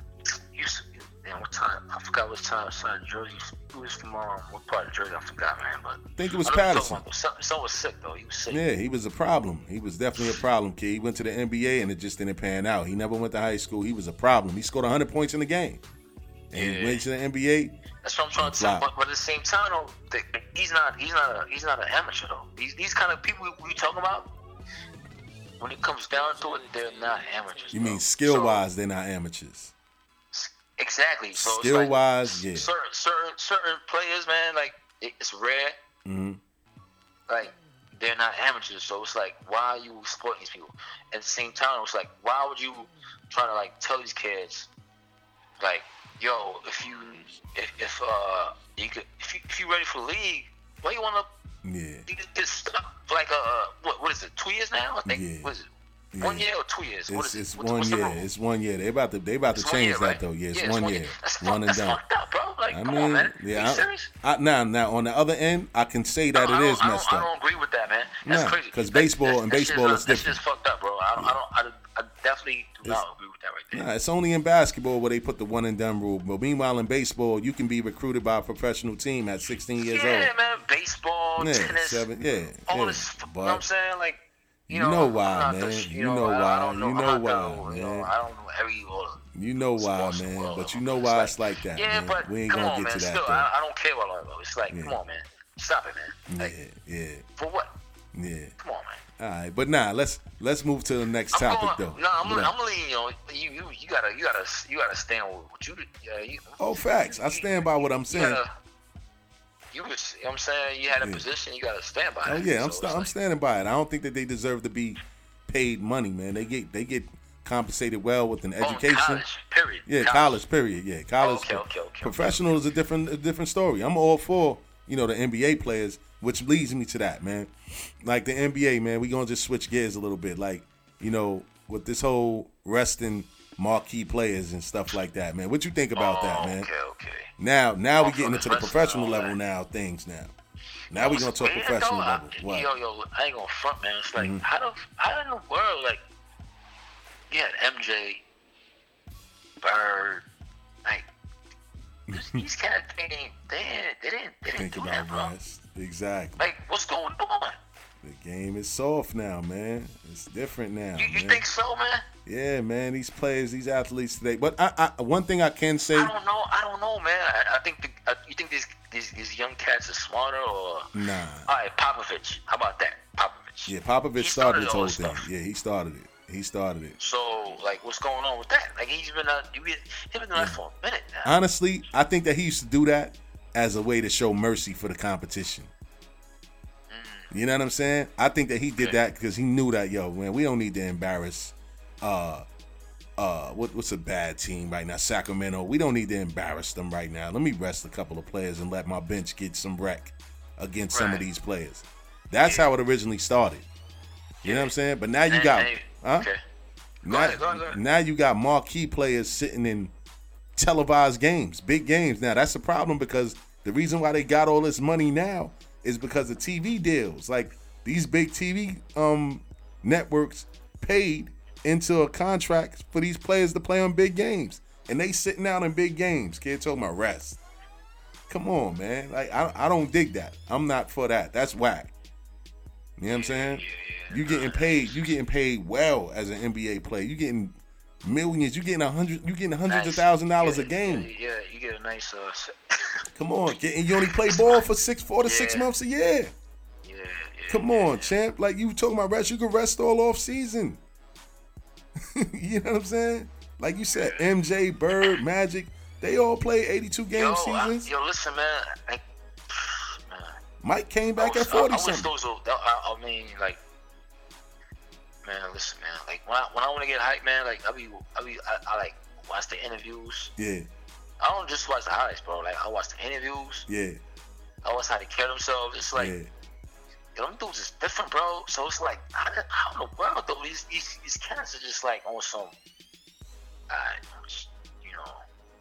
Speaker 3: he was, man, what time? I forgot what time. Son, Jersey. He was from um, what part of Jersey? I forgot, man. But I
Speaker 2: think it was
Speaker 3: know what you're talking
Speaker 2: Patterson.
Speaker 3: about, though. Son, son was sick though. He was sick.
Speaker 2: Yeah, he was a problem. He was definitely a problem, kid. He went to the NBA and it just didn't pan out. He never went to high school. He was a problem. He scored 100 points in the game. And he
Speaker 3: Yeah.
Speaker 2: went to the NBA.
Speaker 3: That's what I'm trying to say.
Speaker 2: Wow.
Speaker 3: But, but at the same time, though, that he's not he's not a, he's not an amateur though. These these kind of people we talking about, when it comes down to it, they're not amateurs.
Speaker 2: You
Speaker 3: bro.
Speaker 2: mean skill
Speaker 3: So-
Speaker 2: wise, they're not amateurs.
Speaker 3: Exactly. So it's
Speaker 2: Skill
Speaker 3: like
Speaker 2: wise, yeah.
Speaker 3: certain certain certain players, man, like it- it's rare.
Speaker 2: Mhm.
Speaker 3: Like they're not amateurs, so it's like why are you supporting these people? At the same time, it's like why would you try to like tell these kids, like, yo, if you if, if uh you could if you if you ready for the league, why you wanna
Speaker 2: Yeah.
Speaker 3: you get- get stuck for like uh what what is it two years now? I think
Speaker 2: Yeah.
Speaker 3: what is it?
Speaker 2: Yeah.
Speaker 3: One year or two years? what
Speaker 2: It's,
Speaker 3: is it?
Speaker 2: it's
Speaker 3: What's-
Speaker 2: one
Speaker 3: what's the
Speaker 2: year.
Speaker 3: rule?
Speaker 2: It's one year. They about to they about to
Speaker 3: It's one
Speaker 2: change
Speaker 3: year,
Speaker 2: that
Speaker 3: right?
Speaker 2: though. Yeah, it's
Speaker 3: Yeah, it's
Speaker 2: one
Speaker 3: one
Speaker 2: year.
Speaker 3: year. That's fuck-
Speaker 2: One and
Speaker 3: that's
Speaker 2: done.
Speaker 3: fucked up, bro. Like,
Speaker 2: I
Speaker 3: come
Speaker 2: mean,
Speaker 3: on, man.
Speaker 2: yeah.
Speaker 3: Are you
Speaker 2: I-
Speaker 3: serious?
Speaker 2: I, now, now on the other end, I can say that
Speaker 3: I
Speaker 2: it
Speaker 3: don't-
Speaker 2: is
Speaker 3: I don't-
Speaker 2: messed
Speaker 3: I
Speaker 2: up.
Speaker 3: don't agree with that, man. That's
Speaker 2: Nah,
Speaker 3: crazy.
Speaker 2: 'cause
Speaker 3: That-
Speaker 2: baseball-
Speaker 3: that-
Speaker 2: in
Speaker 3: that shit's
Speaker 2: baseball,
Speaker 3: not-
Speaker 2: it's
Speaker 3: That shit's fucked up, bro. I don't. I, don't I, I definitely do not agree with that right there.
Speaker 2: Nah, it's only in basketball where they put the one and done rule. But meanwhile, in baseball, you can be recruited by a professional team at 16 years
Speaker 3: yeah,
Speaker 2: old.
Speaker 3: man. Baseball,
Speaker 2: Yeah,
Speaker 3: tennis,
Speaker 2: seven. Yeah,
Speaker 3: all
Speaker 2: yeah.
Speaker 3: this. You know what I'm
Speaker 2: But
Speaker 3: saying? Like, you
Speaker 2: you
Speaker 3: know,
Speaker 2: know
Speaker 3: I'm
Speaker 2: why,
Speaker 3: not
Speaker 2: man.
Speaker 3: The,
Speaker 2: You know
Speaker 3: I-
Speaker 2: why.
Speaker 3: I don't know.
Speaker 2: You
Speaker 3: I'm
Speaker 2: know
Speaker 3: not
Speaker 2: why,
Speaker 3: the, you know,
Speaker 2: man.
Speaker 3: I don't know every all the
Speaker 2: you know why,
Speaker 3: sports in the
Speaker 2: man.
Speaker 3: world.
Speaker 2: But you know why it's like that.
Speaker 3: Yeah,
Speaker 2: man.
Speaker 3: but
Speaker 2: we ain't
Speaker 3: come
Speaker 2: gonna
Speaker 3: on,
Speaker 2: get
Speaker 3: man.
Speaker 2: to that
Speaker 3: Still,
Speaker 2: though.
Speaker 3: I, I don't care about all that. though. It's like, come on, man. Stop it, man. Like,
Speaker 2: yeah, yeah,
Speaker 3: for what?
Speaker 2: yeah.
Speaker 3: Come on, man.
Speaker 2: All right, but nah, let's let's move to the next
Speaker 3: I'm
Speaker 2: topic
Speaker 3: going,
Speaker 2: though.
Speaker 3: No, I'm,
Speaker 2: What up?
Speaker 3: I'm leaning on you. You, you gotta, you gotta, you gotta stand with what you. Yeah, you,
Speaker 2: Oh, facts. I stand by what I'm
Speaker 3: you
Speaker 2: saying.
Speaker 3: gotta. You was, you know what I'm saying you had a position. You gotta stand by.
Speaker 2: Oh
Speaker 3: it.
Speaker 2: yeah, I'm
Speaker 3: So
Speaker 2: sta-
Speaker 3: it's
Speaker 2: I'm
Speaker 3: like-
Speaker 2: standing by it. I don't think that they deserve to be paid money, man. They get they get compensated well with an
Speaker 3: oh, in
Speaker 2: education.
Speaker 3: College, period.
Speaker 2: Yeah, college. Period. Yeah, college.
Speaker 3: Okay, okay, okay,
Speaker 2: professional is a different a different story. I'm all for you know the NBA players, which leads me to that man. Like the NBA man, we gonna just switch gears a little bit. Like you know with this whole resting marquee players and stuff like that, man. What you think about that,
Speaker 3: Oh,
Speaker 2: man?
Speaker 3: Okay, okay.
Speaker 2: Now, now
Speaker 3: Oh,
Speaker 2: we
Speaker 3: for
Speaker 2: getting
Speaker 3: the
Speaker 2: into the
Speaker 3: professional,
Speaker 2: professional level
Speaker 3: right.
Speaker 2: now. Things now. Now we gonna talk
Speaker 3: Yeah,
Speaker 2: professional
Speaker 3: dog, I-
Speaker 2: level. What? Mm-hmm.
Speaker 3: Yo, yo, I ain't gonna front, man. It's like how the how in the world like you had MJ, Bird, like these- these cats they ain't they ain't- they didn't they didn't
Speaker 2: Think
Speaker 3: do
Speaker 2: about
Speaker 3: that, bro.
Speaker 2: rest. Exactly.
Speaker 3: Like what's going on?
Speaker 2: The game is soft now, man. It's different now.
Speaker 3: You, you
Speaker 2: man.
Speaker 3: think so, man?
Speaker 2: Yeah, man. These players, these athletes today. But I, I, one thing I can say,
Speaker 3: I don't know. I don't know, man. I, I think the, I, you think these, these these young cats are smarter or
Speaker 2: nah.
Speaker 3: all right, Popovich. How about that, Popovich?
Speaker 2: Mm. Yeah, Popovich started
Speaker 3: He started
Speaker 2: this
Speaker 3: all
Speaker 2: whole
Speaker 3: this
Speaker 2: thing.
Speaker 3: stuff.
Speaker 2: Yeah, he started it. He started it.
Speaker 3: So like, what's going on with that? Like he's been out. you been- He's been doing that for a minute now.
Speaker 2: Honestly, I think that he used to do that as a way to show mercy for the competition. You know what I'm saying? I think that he did that because he knew that, yo, man, we don't need to embarrass uh uh what, what's a bad team right now? Sacramento. We don't need to embarrass them right now. Let me rest a couple of players and let my bench get some wreck against some of
Speaker 3: Right.
Speaker 2: these players. That's how it originally started. You know what I'm saying? But now you
Speaker 3: And-
Speaker 2: got
Speaker 3: and-
Speaker 2: huh?
Speaker 3: Okay. Go
Speaker 2: Now,
Speaker 3: ahead, go ahead, go ahead.
Speaker 2: now you got marquee players sitting in televised games, big games. Now that's the problem because the reason why they got all this money now is because of TV deals. Like these big TV um networks paid into a contract for these players to play on big games, and they sitting out in big games. Kid talking about rest. Come on, man. Like I, I don't dig that. I'm not for that. That's whack. You know what I'm saying? You getting paid. You getting paid well as an NBA player. You getting millions. You getting a hundred. You getting hundreds of
Speaker 3: Nice.
Speaker 2: thousand dollars a
Speaker 3: Yeah,
Speaker 2: game.
Speaker 3: Yeah, yeah, you get a nice. Uh, [LAUGHS] s-
Speaker 2: Come on, kid. and you only play ball for six, four to six
Speaker 3: Yeah.
Speaker 2: months a year.
Speaker 3: yeah, yeah.
Speaker 2: Come on, champ. Like you talking about rest, you can rest all off season. [LAUGHS] you know what I'm saying? Like you said, MJ, Bird, Magic, they all play 82 game
Speaker 3: Yo, I,
Speaker 2: seasons.
Speaker 3: yo, listen, man. Like, man,
Speaker 2: Mike came
Speaker 3: I
Speaker 2: back
Speaker 3: wish-
Speaker 2: at 40
Speaker 3: I, I wish
Speaker 2: something.
Speaker 3: those. Were, I, I mean, like, man, listen, man. Like, when I, when I want to get hype, man, like, I be, I be, I, I like watch the interviews.
Speaker 2: Yeah,
Speaker 3: I don't just watch the highlights, bro. Like, I watch the interviews.
Speaker 2: yeah,
Speaker 3: I watch how they carry themselves. It's like,
Speaker 2: yeah.
Speaker 3: yo, them dudes is different, bro. So it's like, how, the- how in the world though? These these these cats are just like on some, I, you know,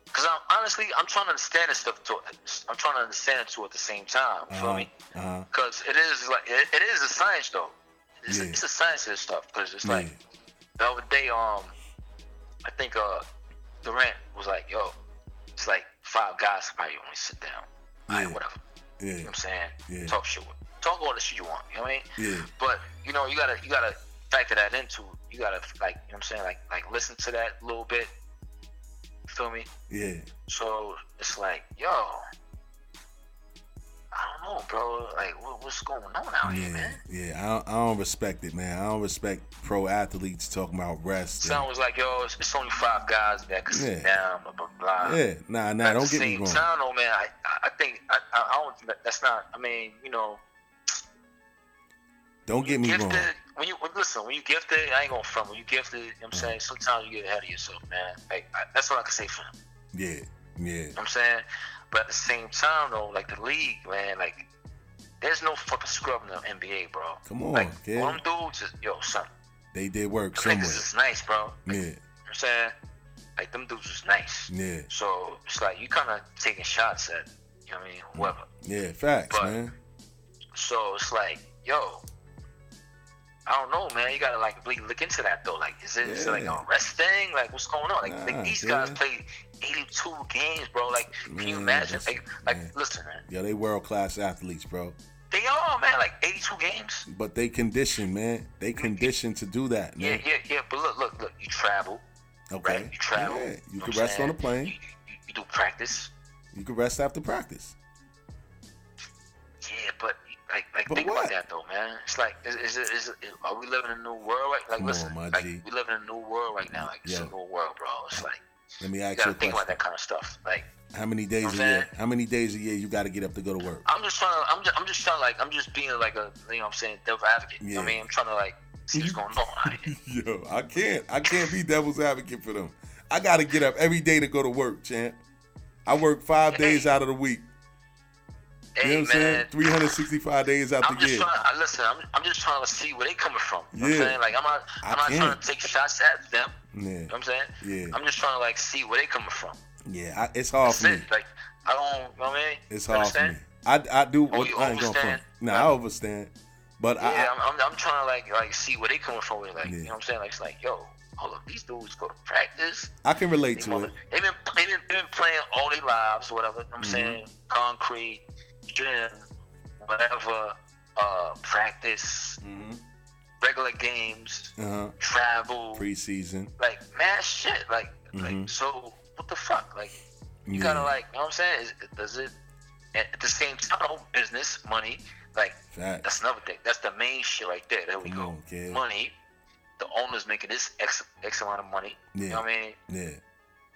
Speaker 3: because I'm honestly I'm trying to understand this stuff too. I'm trying to understand it too at the same time. You feel
Speaker 2: Uh-huh.
Speaker 3: me?
Speaker 2: Uh-huh.
Speaker 3: Because it is like it, it is a science though. It's,
Speaker 2: Yeah.
Speaker 3: a, it's a science of this stuff. Because it's
Speaker 2: Yeah.
Speaker 3: like the other day, um, I think uh Durant was like, yo, it's like five guys probably only sit down. All
Speaker 2: Yeah.
Speaker 3: right, whatever.
Speaker 2: Yeah.
Speaker 3: You know what I'm saying?
Speaker 2: Yeah.
Speaker 3: Talk shit. Talk all the shit you want. You know what I mean?
Speaker 2: Yeah.
Speaker 3: But you know, you gotta you gotta factor that into. You gotta like you know what I'm saying? Like like listen to that a little bit. You feel me?
Speaker 2: Yeah.
Speaker 3: So it's like, yo, I don't know, bro. Like what, what's going on out here,
Speaker 2: Yeah.
Speaker 3: Oh, man?
Speaker 2: Yeah. I don't, I don't respect it, man. I don't respect pro athletes talking about rest.
Speaker 3: Sound was like, yo, it's, it's only five guys that can sit
Speaker 2: Yeah.
Speaker 3: down, blah blah blah.
Speaker 2: and- yeah. Nah, nah.
Speaker 3: uh, At
Speaker 2: Don't
Speaker 3: the
Speaker 2: get me
Speaker 3: same
Speaker 2: wrong.
Speaker 3: time, though, man, I, I- I think I, I I don't. that- That's not. I mean, you know,
Speaker 2: Don't get me
Speaker 3: gifted.
Speaker 2: wrong.
Speaker 3: When you when, listen, when you gifted, I ain't gonna front. When you gifted, you know what I'm
Speaker 2: Mm.
Speaker 3: saying sometimes you get ahead of yourself, man. Like I, that's what I can say for him. You know
Speaker 2: Yeah. Yeah.
Speaker 3: what I'm saying, but at the same time, though, like the league, man, like there's no fucking scrub in the NBA, bro.
Speaker 2: Come on,
Speaker 3: like
Speaker 2: kid.
Speaker 3: one dudes, is, yo, son,
Speaker 2: They did work
Speaker 3: them
Speaker 2: somewhere.
Speaker 3: niggas is nice, bro. Like,
Speaker 2: Yeah.
Speaker 3: You know what I'm saying, like them dudes is nice.
Speaker 2: Yeah.
Speaker 3: So it's like you kind of taking shots at, you know what I mean, whoever.
Speaker 2: Yeah. Facts,
Speaker 3: But-
Speaker 2: man.
Speaker 3: So it's like, yo, I don't know, man. You gotta like really look into that though. Like, is it, is it like
Speaker 2: Yeah.
Speaker 3: a rest thing? Like, what's going on? Like,
Speaker 2: Nah,
Speaker 3: like these
Speaker 2: dude.
Speaker 3: guys play 82 games, bro. Like, can you
Speaker 2: Man,
Speaker 3: imagine?
Speaker 2: that's-
Speaker 3: Like, like
Speaker 2: man.
Speaker 3: listen, man.
Speaker 2: Yo, they world class athletes, bro.
Speaker 3: They are, man. Like 82 games.
Speaker 2: But they conditioned, man. They conditioned to do that,
Speaker 3: Yeah,
Speaker 2: man.
Speaker 3: yeah, yeah. But look, look, look. You travel,
Speaker 2: Okay.
Speaker 3: right? You travel.
Speaker 2: Yeah. You
Speaker 3: know
Speaker 2: can
Speaker 3: what I'm
Speaker 2: rest on
Speaker 3: saying?
Speaker 2: the plane.
Speaker 3: You, you, you do practice.
Speaker 2: You can rest after practice.
Speaker 3: Yeah, but like, like
Speaker 2: But
Speaker 3: think
Speaker 2: what?
Speaker 3: about that though, man. It's like, is, is, it- is, it- are we living in a new world? Right? Like,
Speaker 2: Come on,
Speaker 3: listen,
Speaker 2: my
Speaker 3: like,
Speaker 2: G.
Speaker 3: we live in a new world right now. Like, it's
Speaker 2: Yo.
Speaker 3: a new world, bro. It's like
Speaker 2: Let me
Speaker 3: you
Speaker 2: ask you
Speaker 3: gotta
Speaker 2: a
Speaker 3: think
Speaker 2: question.
Speaker 3: about that kind of stuff. Like,
Speaker 2: How many days a
Speaker 3: I'm
Speaker 2: year?
Speaker 3: saying?
Speaker 2: How many days a year you got to get up to go to work?
Speaker 3: I'm just trying to, I'm just, I'm just trying to, like, I'm just being like a, you know, what I'm saying, devil advocate. You know what I
Speaker 2: Yeah.
Speaker 3: mean, I'm trying to like see what's going on.
Speaker 2: [LAUGHS]
Speaker 3: out here.
Speaker 2: [LAUGHS] Yo, I can't. I can't be devil's advocate for them. I gotta get up every day to go to work, champ. I work five days out of the week. You
Speaker 3: hey,
Speaker 2: know what I'm saying?
Speaker 3: man.
Speaker 2: 365 days out
Speaker 3: I'm
Speaker 2: the
Speaker 3: just
Speaker 2: year.
Speaker 3: trying. I listen. I'm, I'm just trying to see where they coming from. You know what
Speaker 2: Yeah.
Speaker 3: I'm saying, like, I'm not.
Speaker 2: I
Speaker 3: I'm not
Speaker 2: can't.
Speaker 3: trying to take shots at them.
Speaker 2: Yeah.
Speaker 3: You know what I'm saying?
Speaker 2: Yeah.
Speaker 3: I'm just trying to like see where they coming from.
Speaker 2: Yeah. I, it's hard
Speaker 3: That's
Speaker 2: for me.
Speaker 3: it. Like I don't, you know what I mean?
Speaker 2: It's
Speaker 3: You
Speaker 2: hard for me.
Speaker 3: understand?
Speaker 2: I, I do.
Speaker 3: Oh,
Speaker 2: what
Speaker 3: you
Speaker 2: I ain't gonna front.
Speaker 3: overstand?
Speaker 2: Nah, I overstand. But I-
Speaker 3: Yeah, I'm, I'm, I'm trying to like like see where they coming from with it. Like,
Speaker 2: Yeah.
Speaker 3: you know what I'm saying? Like, it's like, yo, hold up, these dududes go to practice.
Speaker 2: I, I can relate
Speaker 3: They
Speaker 2: to
Speaker 3: mother,
Speaker 2: it.
Speaker 3: they been, they been, they been playing all their lives, whatever. You know what I'm
Speaker 2: Mm-hmm.
Speaker 3: saying concrete, gym, whatever, uh, practice,
Speaker 2: Mm-hmm.
Speaker 3: regular games,
Speaker 2: Uh huh.
Speaker 3: travel,
Speaker 2: Preseason.
Speaker 3: like mad shit. Like,
Speaker 2: Mhm.
Speaker 3: like so, what the fuck? Like, you
Speaker 2: Yeah.
Speaker 3: gotta like, you know what I'm saying? Is, does it at at the same time business, money, like
Speaker 2: Facts.
Speaker 3: that's another thing. That's the main shit right there. There we
Speaker 2: Come
Speaker 3: go.
Speaker 2: on, kid.
Speaker 3: Money. The owner's making this X, X amount of money. You know what I mean?
Speaker 2: Yeah.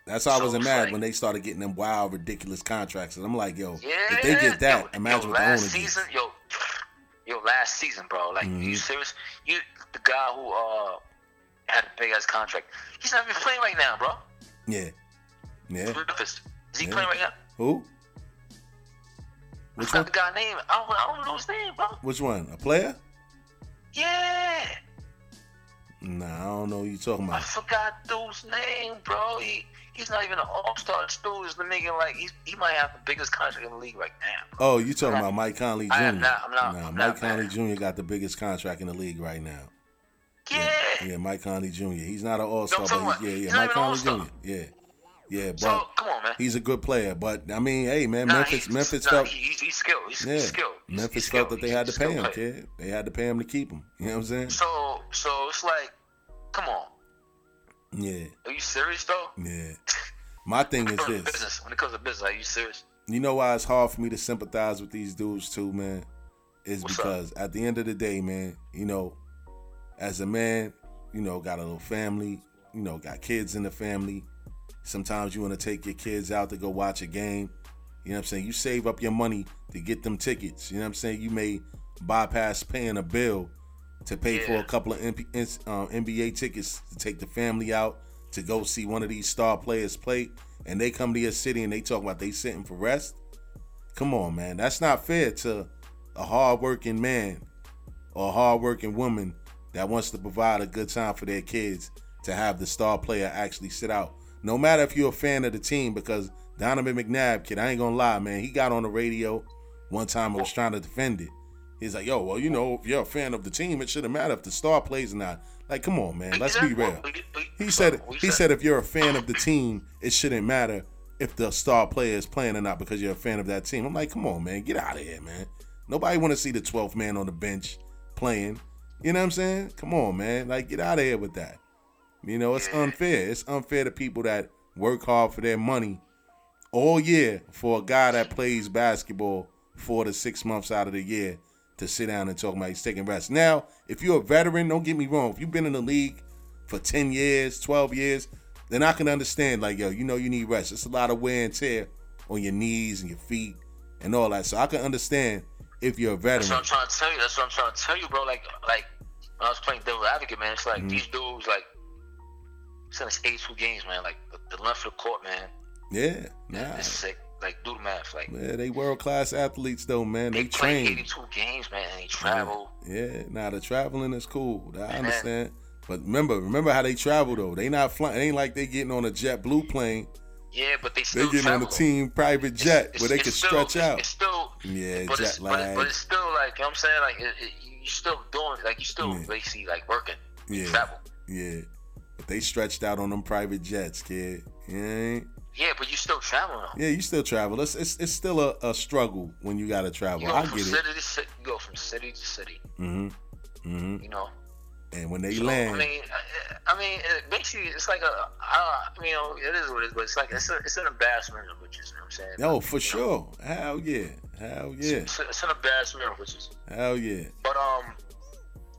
Speaker 2: That's why I
Speaker 3: So
Speaker 2: wasn't
Speaker 3: it's
Speaker 2: mad
Speaker 3: like-
Speaker 2: when they started getting them wild, ridiculous contracts. And I'm like, yo,
Speaker 3: Yeah.
Speaker 2: if they get that,
Speaker 3: yo,
Speaker 2: imagine
Speaker 3: yo,
Speaker 2: what the owner
Speaker 3: last
Speaker 2: gets.
Speaker 3: season, yo, [SNIFFS] yo, last season, bro. Like,
Speaker 2: Mm-hmm.
Speaker 3: you serious? You the guy who uh had a big ass contract. He's not even playing right now, bro.
Speaker 2: Yeah. Yeah.
Speaker 3: Memphis. Is he
Speaker 2: Yeah.
Speaker 3: playing right now?
Speaker 2: Who?
Speaker 3: I
Speaker 2: Which
Speaker 3: forgot
Speaker 2: one?
Speaker 3: the guy name. I don't, I don't know his name, bro.
Speaker 2: Which one? A player?
Speaker 3: Yeah.
Speaker 2: Nah, I don't know who you talking
Speaker 3: I
Speaker 2: about.
Speaker 3: forgot dude's name, bro. He he's not even an all star dude. He's the nigga like he's, he might have the biggest contract in the league right now.
Speaker 2: Oh, you talking about Mike Conley Jr.
Speaker 3: I am not- I'm not-
Speaker 2: nah,
Speaker 3: I'm
Speaker 2: Mike
Speaker 3: not
Speaker 2: Conley
Speaker 3: mad.
Speaker 2: Jr. got the biggest contract in the league right now.
Speaker 3: Yeah.
Speaker 2: Yeah, Mike Conley Jr. He's not an all star,
Speaker 3: No, I'm talking
Speaker 2: but
Speaker 3: about-
Speaker 2: he, yeah, yeah,
Speaker 3: he's
Speaker 2: Mike
Speaker 3: not
Speaker 2: Conley
Speaker 3: even an
Speaker 2: Jr. Yeah, yeah, but
Speaker 3: So come on, man.
Speaker 2: he's a good player. But I mean, hey, man,
Speaker 3: Nah,
Speaker 2: Memphis,
Speaker 3: he-
Speaker 2: Memphis
Speaker 3: nah,
Speaker 2: felt,
Speaker 3: he, he's, he's skilled. He's,
Speaker 2: yeah,
Speaker 3: he's skilled. He's,
Speaker 2: Memphis
Speaker 3: he's
Speaker 2: felt
Speaker 3: skilled.
Speaker 2: that they
Speaker 3: He's-
Speaker 2: had to
Speaker 3: he's
Speaker 2: pay
Speaker 3: skilled
Speaker 2: him,
Speaker 3: player.
Speaker 2: kid. They had to pay him to keep him. You know what I'm saying?
Speaker 3: So so it's like, come on.
Speaker 2: Yeah,
Speaker 3: Are you serious though?
Speaker 2: yeah. My thing is
Speaker 3: When it comes to
Speaker 2: this.
Speaker 3: business. When it comes to business, are you serious?
Speaker 2: You know why it's hard for me to sympathize with these dudes too, man? Is
Speaker 3: What's up?
Speaker 2: because at the end of the day, man, you know, as a man, you know, got a little family, you know, got kids in the family. Sometimes you want to take your kids out to go watch a game. You know what I'm saying? You save up your money to get them tickets. You know what I'm saying? You may bypass paying a bill to pay for
Speaker 3: Yeah.
Speaker 2: a couple of MP, ins- um, NBA tickets to take the family out to go see one of these star players play. And they come to your city and they talk about they sitting for rest. Come on, man. That's not fair to a hardworking man or a hardworking woman that wants to provide a good time for their kids to have the star player actually sit out. No matter if you're a fan of the team, because Donovan McNabb, kid, I ain't gonna lie, man, he got on the radio one time and was trying to defend it. He's like, yo, well, you know, if you're a fan of the team, it shouldn't matter if the star plays or not. Like, come on, man, let's be real. He said he said if you're a fan of the team, it shouldn't matter if the star player is playing or not because you're a fan of that team. I'm like, come on, man, get out of here, man. Nobody want to see the 12th man on the bench playing. You know what I'm saying? Come on, man. Like, get out of here with that. You know, it's unfair. It's unfair to people that work hard for their money all year for a guy that plays basketball four to six months out of the year to sit down and talk about he's taking rest. Now, if you're a veteran, don't get me wrong. If you've been in the league for 10 years, 12 years, then I can understand, like, yo, you know you need rest. It's a lot of wear and tear on your knees and your feet and all that. So I can understand if you're a
Speaker 3: That's what I'm
Speaker 2: veteran.
Speaker 3: trying to tell you. That's what I'm trying to tell you, bro. Like, like when I was playing Devil Advocate, man, it's like
Speaker 2: Mm-hmm.
Speaker 3: these dudes, like, since 82 games, man, like the, the length of the court, man,
Speaker 2: Yeah, nah.
Speaker 3: it's sick. Like, do the math. Like,
Speaker 2: Yeah, they world class athletes though, man. They,
Speaker 3: they play
Speaker 2: train.
Speaker 3: 82 games, man, and they travel.
Speaker 2: Yeah, now the traveling is cool. I understand. But remember, remember how they travel though. They not flying. It ain't like they getting on a jet blue plane.
Speaker 3: Yeah, but they
Speaker 2: They
Speaker 3: still
Speaker 2: getting on
Speaker 3: travel.
Speaker 2: a team private jet
Speaker 3: It's-
Speaker 2: where they
Speaker 3: it's
Speaker 2: can
Speaker 3: still-
Speaker 2: stretch
Speaker 3: it's-
Speaker 2: out.
Speaker 3: It's still,
Speaker 2: Yeah,
Speaker 3: but, it's,
Speaker 2: jet
Speaker 3: but, it, but
Speaker 2: lag.
Speaker 3: it's still like you know what I'm saying. Like, it, it, you still doing, like you still
Speaker 2: Yeah.
Speaker 3: basically like working. You
Speaker 2: Yeah.
Speaker 3: travel.
Speaker 2: Yeah, but they stretched out on them private jets, kid. Yeah,
Speaker 3: Yeah, but you still traveling. though.
Speaker 2: yeah. You still travel. It's it's, it's still a, a struggle when you gotta
Speaker 3: You
Speaker 2: travel.
Speaker 3: go
Speaker 2: I
Speaker 3: from
Speaker 2: get it.
Speaker 3: city to city. You go from city to city.
Speaker 2: hmm hmm
Speaker 3: You know.
Speaker 2: And when they
Speaker 3: So,
Speaker 2: land,
Speaker 3: I mean, I, I mean, it basically, it's like a, I, you know, it is what it is, but it's like it's, a, it's an embarrassment of riches. You know what I'm saying?
Speaker 2: no, for sure. Hell yeah. Hell yeah.
Speaker 3: It's, it's an embarrassment of riches.
Speaker 2: Hell yeah.
Speaker 3: But um,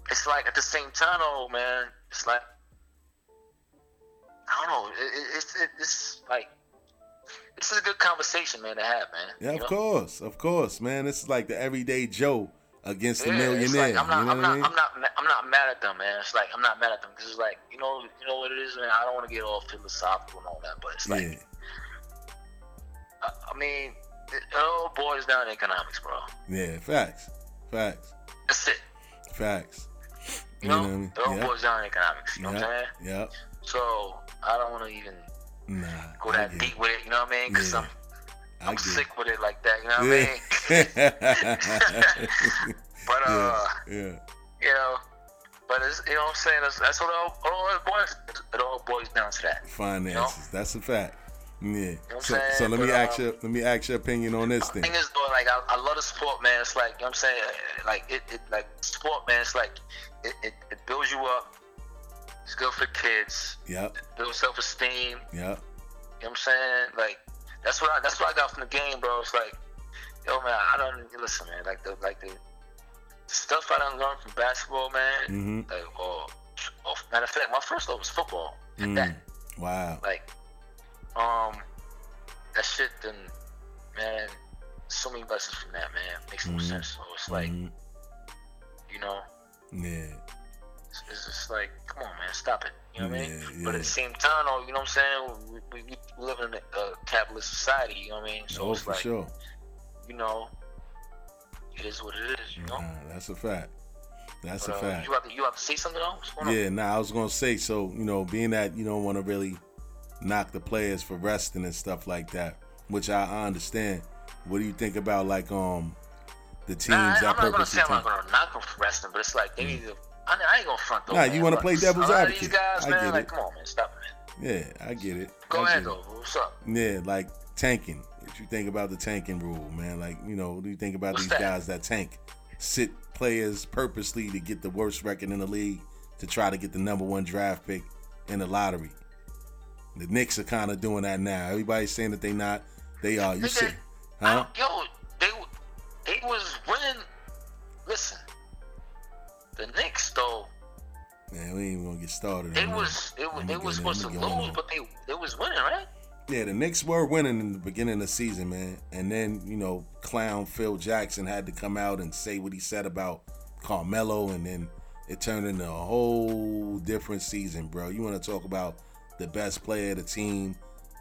Speaker 3: it's like at the same time, though, man, it's like I don't know. It, it, it's it, it's like this is a good conversation, man, to have, man.
Speaker 2: Yeah,
Speaker 3: you
Speaker 2: of
Speaker 3: know?
Speaker 2: course, of course, man. This is like the everyday Joe against the
Speaker 3: Yeah, it's
Speaker 2: millionaire.
Speaker 3: like, I'm not,
Speaker 2: you know what
Speaker 3: I'm
Speaker 2: I
Speaker 3: not,
Speaker 2: mean?
Speaker 3: I'm not, ma- I'm not mad at them, man. It's like I'm not mad at them because it's like you know, you know what it is, man. I don't want to get all philosophical and all that, but it's like
Speaker 2: yeah,
Speaker 3: I, I mean, it all boils down to economics, bro.
Speaker 2: yeah. Facts, facts,
Speaker 3: That's it.
Speaker 2: facts.
Speaker 3: You know,
Speaker 2: what I mean?
Speaker 3: it all
Speaker 2: Yep,
Speaker 3: boils down to economics. You know what I'm
Speaker 2: yep,
Speaker 3: saying?
Speaker 2: yep.
Speaker 3: So I don't want to even
Speaker 2: Nah.
Speaker 3: go
Speaker 2: I
Speaker 3: that
Speaker 2: get it.
Speaker 3: deep with it. You know what I mean? Because
Speaker 2: Yeah,
Speaker 3: I'm
Speaker 2: I
Speaker 3: I'm
Speaker 2: get it.
Speaker 3: sick with it like that. You know what I mean?
Speaker 2: [LAUGHS]
Speaker 3: [LAUGHS]
Speaker 2: yeah.
Speaker 3: But uh,
Speaker 2: yeah.
Speaker 3: you know, but it's you know what I'm saying. That's, that's what it all, all it boils it all boils down to that.
Speaker 2: Finances. That's a fact. Yeah.
Speaker 3: I'm
Speaker 2: So,
Speaker 3: saying?
Speaker 2: so let
Speaker 3: But,
Speaker 2: me
Speaker 3: uh,
Speaker 2: ask your let me ask your opinion on this thing.
Speaker 3: thing is though, like I, I love the sport, man. It's like you know what I'm saying, like it, it like sport, man. It's like it, it, it builds you up. It's good for kids.
Speaker 2: Yep.
Speaker 3: Builds self-esteem. You know
Speaker 2: Yep.
Speaker 3: what I'm saying? Like that's what I that's what I got from the game, bro. It's like, yo, man, I don't listen, man. Like the like the stuff I done learned from basketball, man.
Speaker 2: Mm-hmm.
Speaker 3: Like or, or matter of fact, my first love was football.
Speaker 2: Mm.
Speaker 3: That
Speaker 2: Wow.
Speaker 3: like um that shit then man so many lessons from that man makes no
Speaker 2: Mhm.
Speaker 3: sense so it's like
Speaker 2: Mhm. Mm-hmm.
Speaker 3: you know
Speaker 2: Yeah.
Speaker 3: it's, it's just like come on man stop it you know what I mean
Speaker 2: Yeah,
Speaker 3: but
Speaker 2: yeah.
Speaker 3: at the same time though you know what I'm saying we, we, we live in a, a capitalist society you know what I mean so
Speaker 2: oh,
Speaker 3: it's
Speaker 2: for
Speaker 3: like
Speaker 2: sure.
Speaker 3: you know it is what it is you know
Speaker 2: Nah, that's a fact. Mm-hmm. That's
Speaker 3: But,
Speaker 2: a
Speaker 3: uh,
Speaker 2: fact.
Speaker 3: you have to you have to say something else What's going on?
Speaker 2: Yeah, nah, I was gonna say so. You know, being that you don't want to really knock the players for resting and stuff like that, which I, I understand. What do you think about like um the teams
Speaker 3: Nah, I-
Speaker 2: that
Speaker 3: I'm not gonna
Speaker 2: purposely
Speaker 3: say I'm
Speaker 2: tank?
Speaker 3: not gonna knock them for wrestling, but it's like they need to. I, mean, I ain't gonna front though.
Speaker 2: Mm. Nah,
Speaker 3: man,
Speaker 2: you wanna
Speaker 3: but
Speaker 2: play devil's
Speaker 3: a lot of These
Speaker 2: advocate.
Speaker 3: guys,
Speaker 2: I
Speaker 3: man,
Speaker 2: get
Speaker 3: like,
Speaker 2: it.
Speaker 3: come on, man, stop it, man.
Speaker 2: Yeah, I get it.
Speaker 3: Go
Speaker 2: I get
Speaker 3: ahead though. What's up?
Speaker 2: It. Yeah, like tanking. What you think about the tanking rule, man? Like, you know, what do you think about
Speaker 3: What's
Speaker 2: these
Speaker 3: that?
Speaker 2: guys that tank, sit players purposely to get the worst record in the league to try to get the number one draft pick in the lottery? The Knicks are kind of doing that now. Everybody's saying that they not. They are. You
Speaker 3: Nigga,
Speaker 2: see,
Speaker 3: I
Speaker 2: huh?
Speaker 3: don't- yo, they they was winning. Listen, the Knicks though,
Speaker 2: Man, we ain't even gonna get started.
Speaker 3: they
Speaker 2: on that.
Speaker 3: was they, was
Speaker 2: I'ma Mm-hmm.
Speaker 3: they
Speaker 2: get
Speaker 3: was
Speaker 2: in- I'ma
Speaker 3: supposed to
Speaker 2: get on
Speaker 3: lose,
Speaker 2: that.
Speaker 3: but they they was winning, right?
Speaker 2: Yeah, the Knicks were winning in the beginning of the season, man. And then, you know, clown Phil Jackson had to come out and say what he said about Carmelo, and then it turned into a whole different season, bro. You want to talk about the best player of the team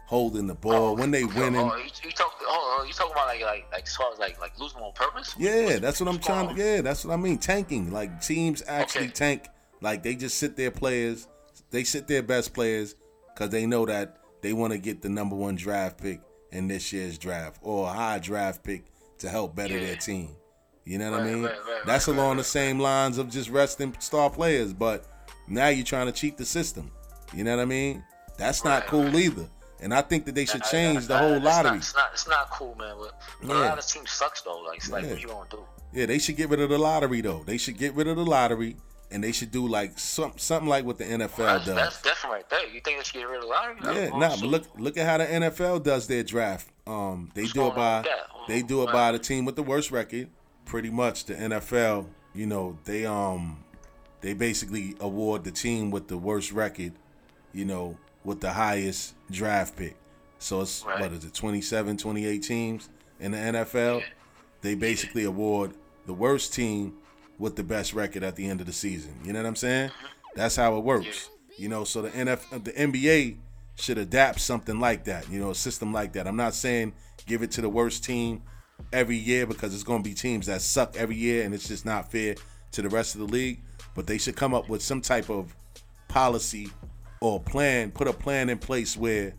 Speaker 2: holding the ball when they
Speaker 3: Yo,
Speaker 2: winning?
Speaker 3: Oh, you, you talk, oh, you talking about like like like as far as like like losing on purpose?
Speaker 2: Yeah, that's what I'm trying
Speaker 3: on?
Speaker 2: to. Yeah, that's what I mean. Tanking, like teams actually
Speaker 3: Okay.
Speaker 2: tank. Like they just sit their players, they sit their best players because they know that they want to get the number one draft pick in this year's draft or a high draft pick to help better
Speaker 3: Yeah.
Speaker 2: their team. You know what I
Speaker 3: Right,
Speaker 2: mean?
Speaker 3: right, right,
Speaker 2: that's
Speaker 3: right,
Speaker 2: along
Speaker 3: right,
Speaker 2: the same lines of just resting star players, but now you're trying to cheat the system. You know what I mean? That's not
Speaker 3: Right,
Speaker 2: cool
Speaker 3: right.
Speaker 2: either. And I think that they should
Speaker 3: Nah,
Speaker 2: change
Speaker 3: nah,
Speaker 2: the
Speaker 3: nah,
Speaker 2: whole
Speaker 3: it's not-
Speaker 2: lottery.
Speaker 3: It's not, it's not, cool, man. But, but a
Speaker 2: Yeah.
Speaker 3: lot of teams sucks though. Like, it's like
Speaker 2: Yeah.
Speaker 3: what you gonna do?
Speaker 2: Yeah, they should get rid of the lottery though. They should get rid of the lottery and they should do like some something like what the NFL
Speaker 3: That's,
Speaker 2: does.
Speaker 3: that's different right there. You think they should get rid of the lottery?
Speaker 2: yeah,
Speaker 3: Oh,
Speaker 2: nah,
Speaker 3: shit.
Speaker 2: but look look at how the NFL does their draft. Um they
Speaker 3: What's
Speaker 2: do it
Speaker 3: going on
Speaker 2: by
Speaker 3: with that?
Speaker 2: they do it
Speaker 3: Wow.
Speaker 2: by the team with the worst record. Pretty much the NFL, you know, they um they basically award the team with the worst record, you know, with the highest draft pick. So it's
Speaker 3: Right.
Speaker 2: what is it, 27, 28 teams in the NFL?
Speaker 3: Yeah.
Speaker 2: They basically award the worst team with the best record at the end of the season. You know what I'm saying? That's how it works. You know, so the NF the NBA should adapt something like that, you know, a system like that. I'm not saying give it to the worst team every year because it's going to be teams that suck every year and it's just not fair to the rest of the league, but they should come up with some type of policy or plan, put a plan in place where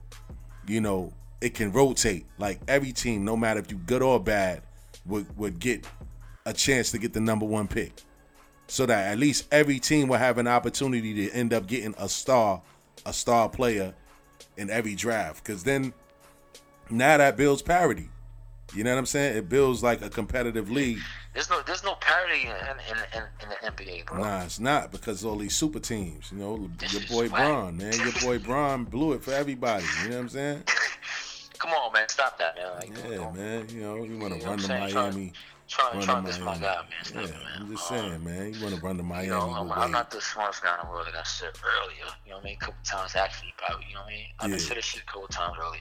Speaker 2: you know, it can rotate. Like every team, no matter if you good or bad, would would get a chance to get the number one pick. So that at least every team will have an opportunity to end up getting a star, a star player in every draft. Cause then now that builds parity. You know what I'm saying? It builds like a competitive league.
Speaker 3: There's no there's no parity in in, in, in the NBA, bro.
Speaker 2: Nah, it's not because all these super teams. You know,
Speaker 3: This
Speaker 2: your
Speaker 3: is
Speaker 2: boy
Speaker 3: whack.
Speaker 2: Bron, man. Your boy Bron blew it for everybody. You know what I'm saying?
Speaker 3: Come on, man, stop that, man. Like, don't-
Speaker 2: Yeah,
Speaker 3: don't-
Speaker 2: man. You know, you
Speaker 3: you know
Speaker 2: want
Speaker 3: what
Speaker 2: to
Speaker 3: I'm
Speaker 2: run to
Speaker 3: saying? Trying-
Speaker 2: Miami.
Speaker 3: Trying,
Speaker 2: Run
Speaker 3: trying
Speaker 2: to
Speaker 3: to this my
Speaker 2: Miami.
Speaker 3: guy, man. Stop
Speaker 2: Yeah,
Speaker 3: it, man.
Speaker 2: I'm just
Speaker 3: Um,
Speaker 2: saying, man. You want to run to Miami?
Speaker 3: You know,
Speaker 2: with
Speaker 3: I'm,
Speaker 2: Wade.
Speaker 3: I'm not the smartest guy in the world. Like I said earlier, you know what I mean? A couple times actually, probably. You know what I mean? I
Speaker 2: Yeah.
Speaker 3: yeah. said this shit a couple times earlier.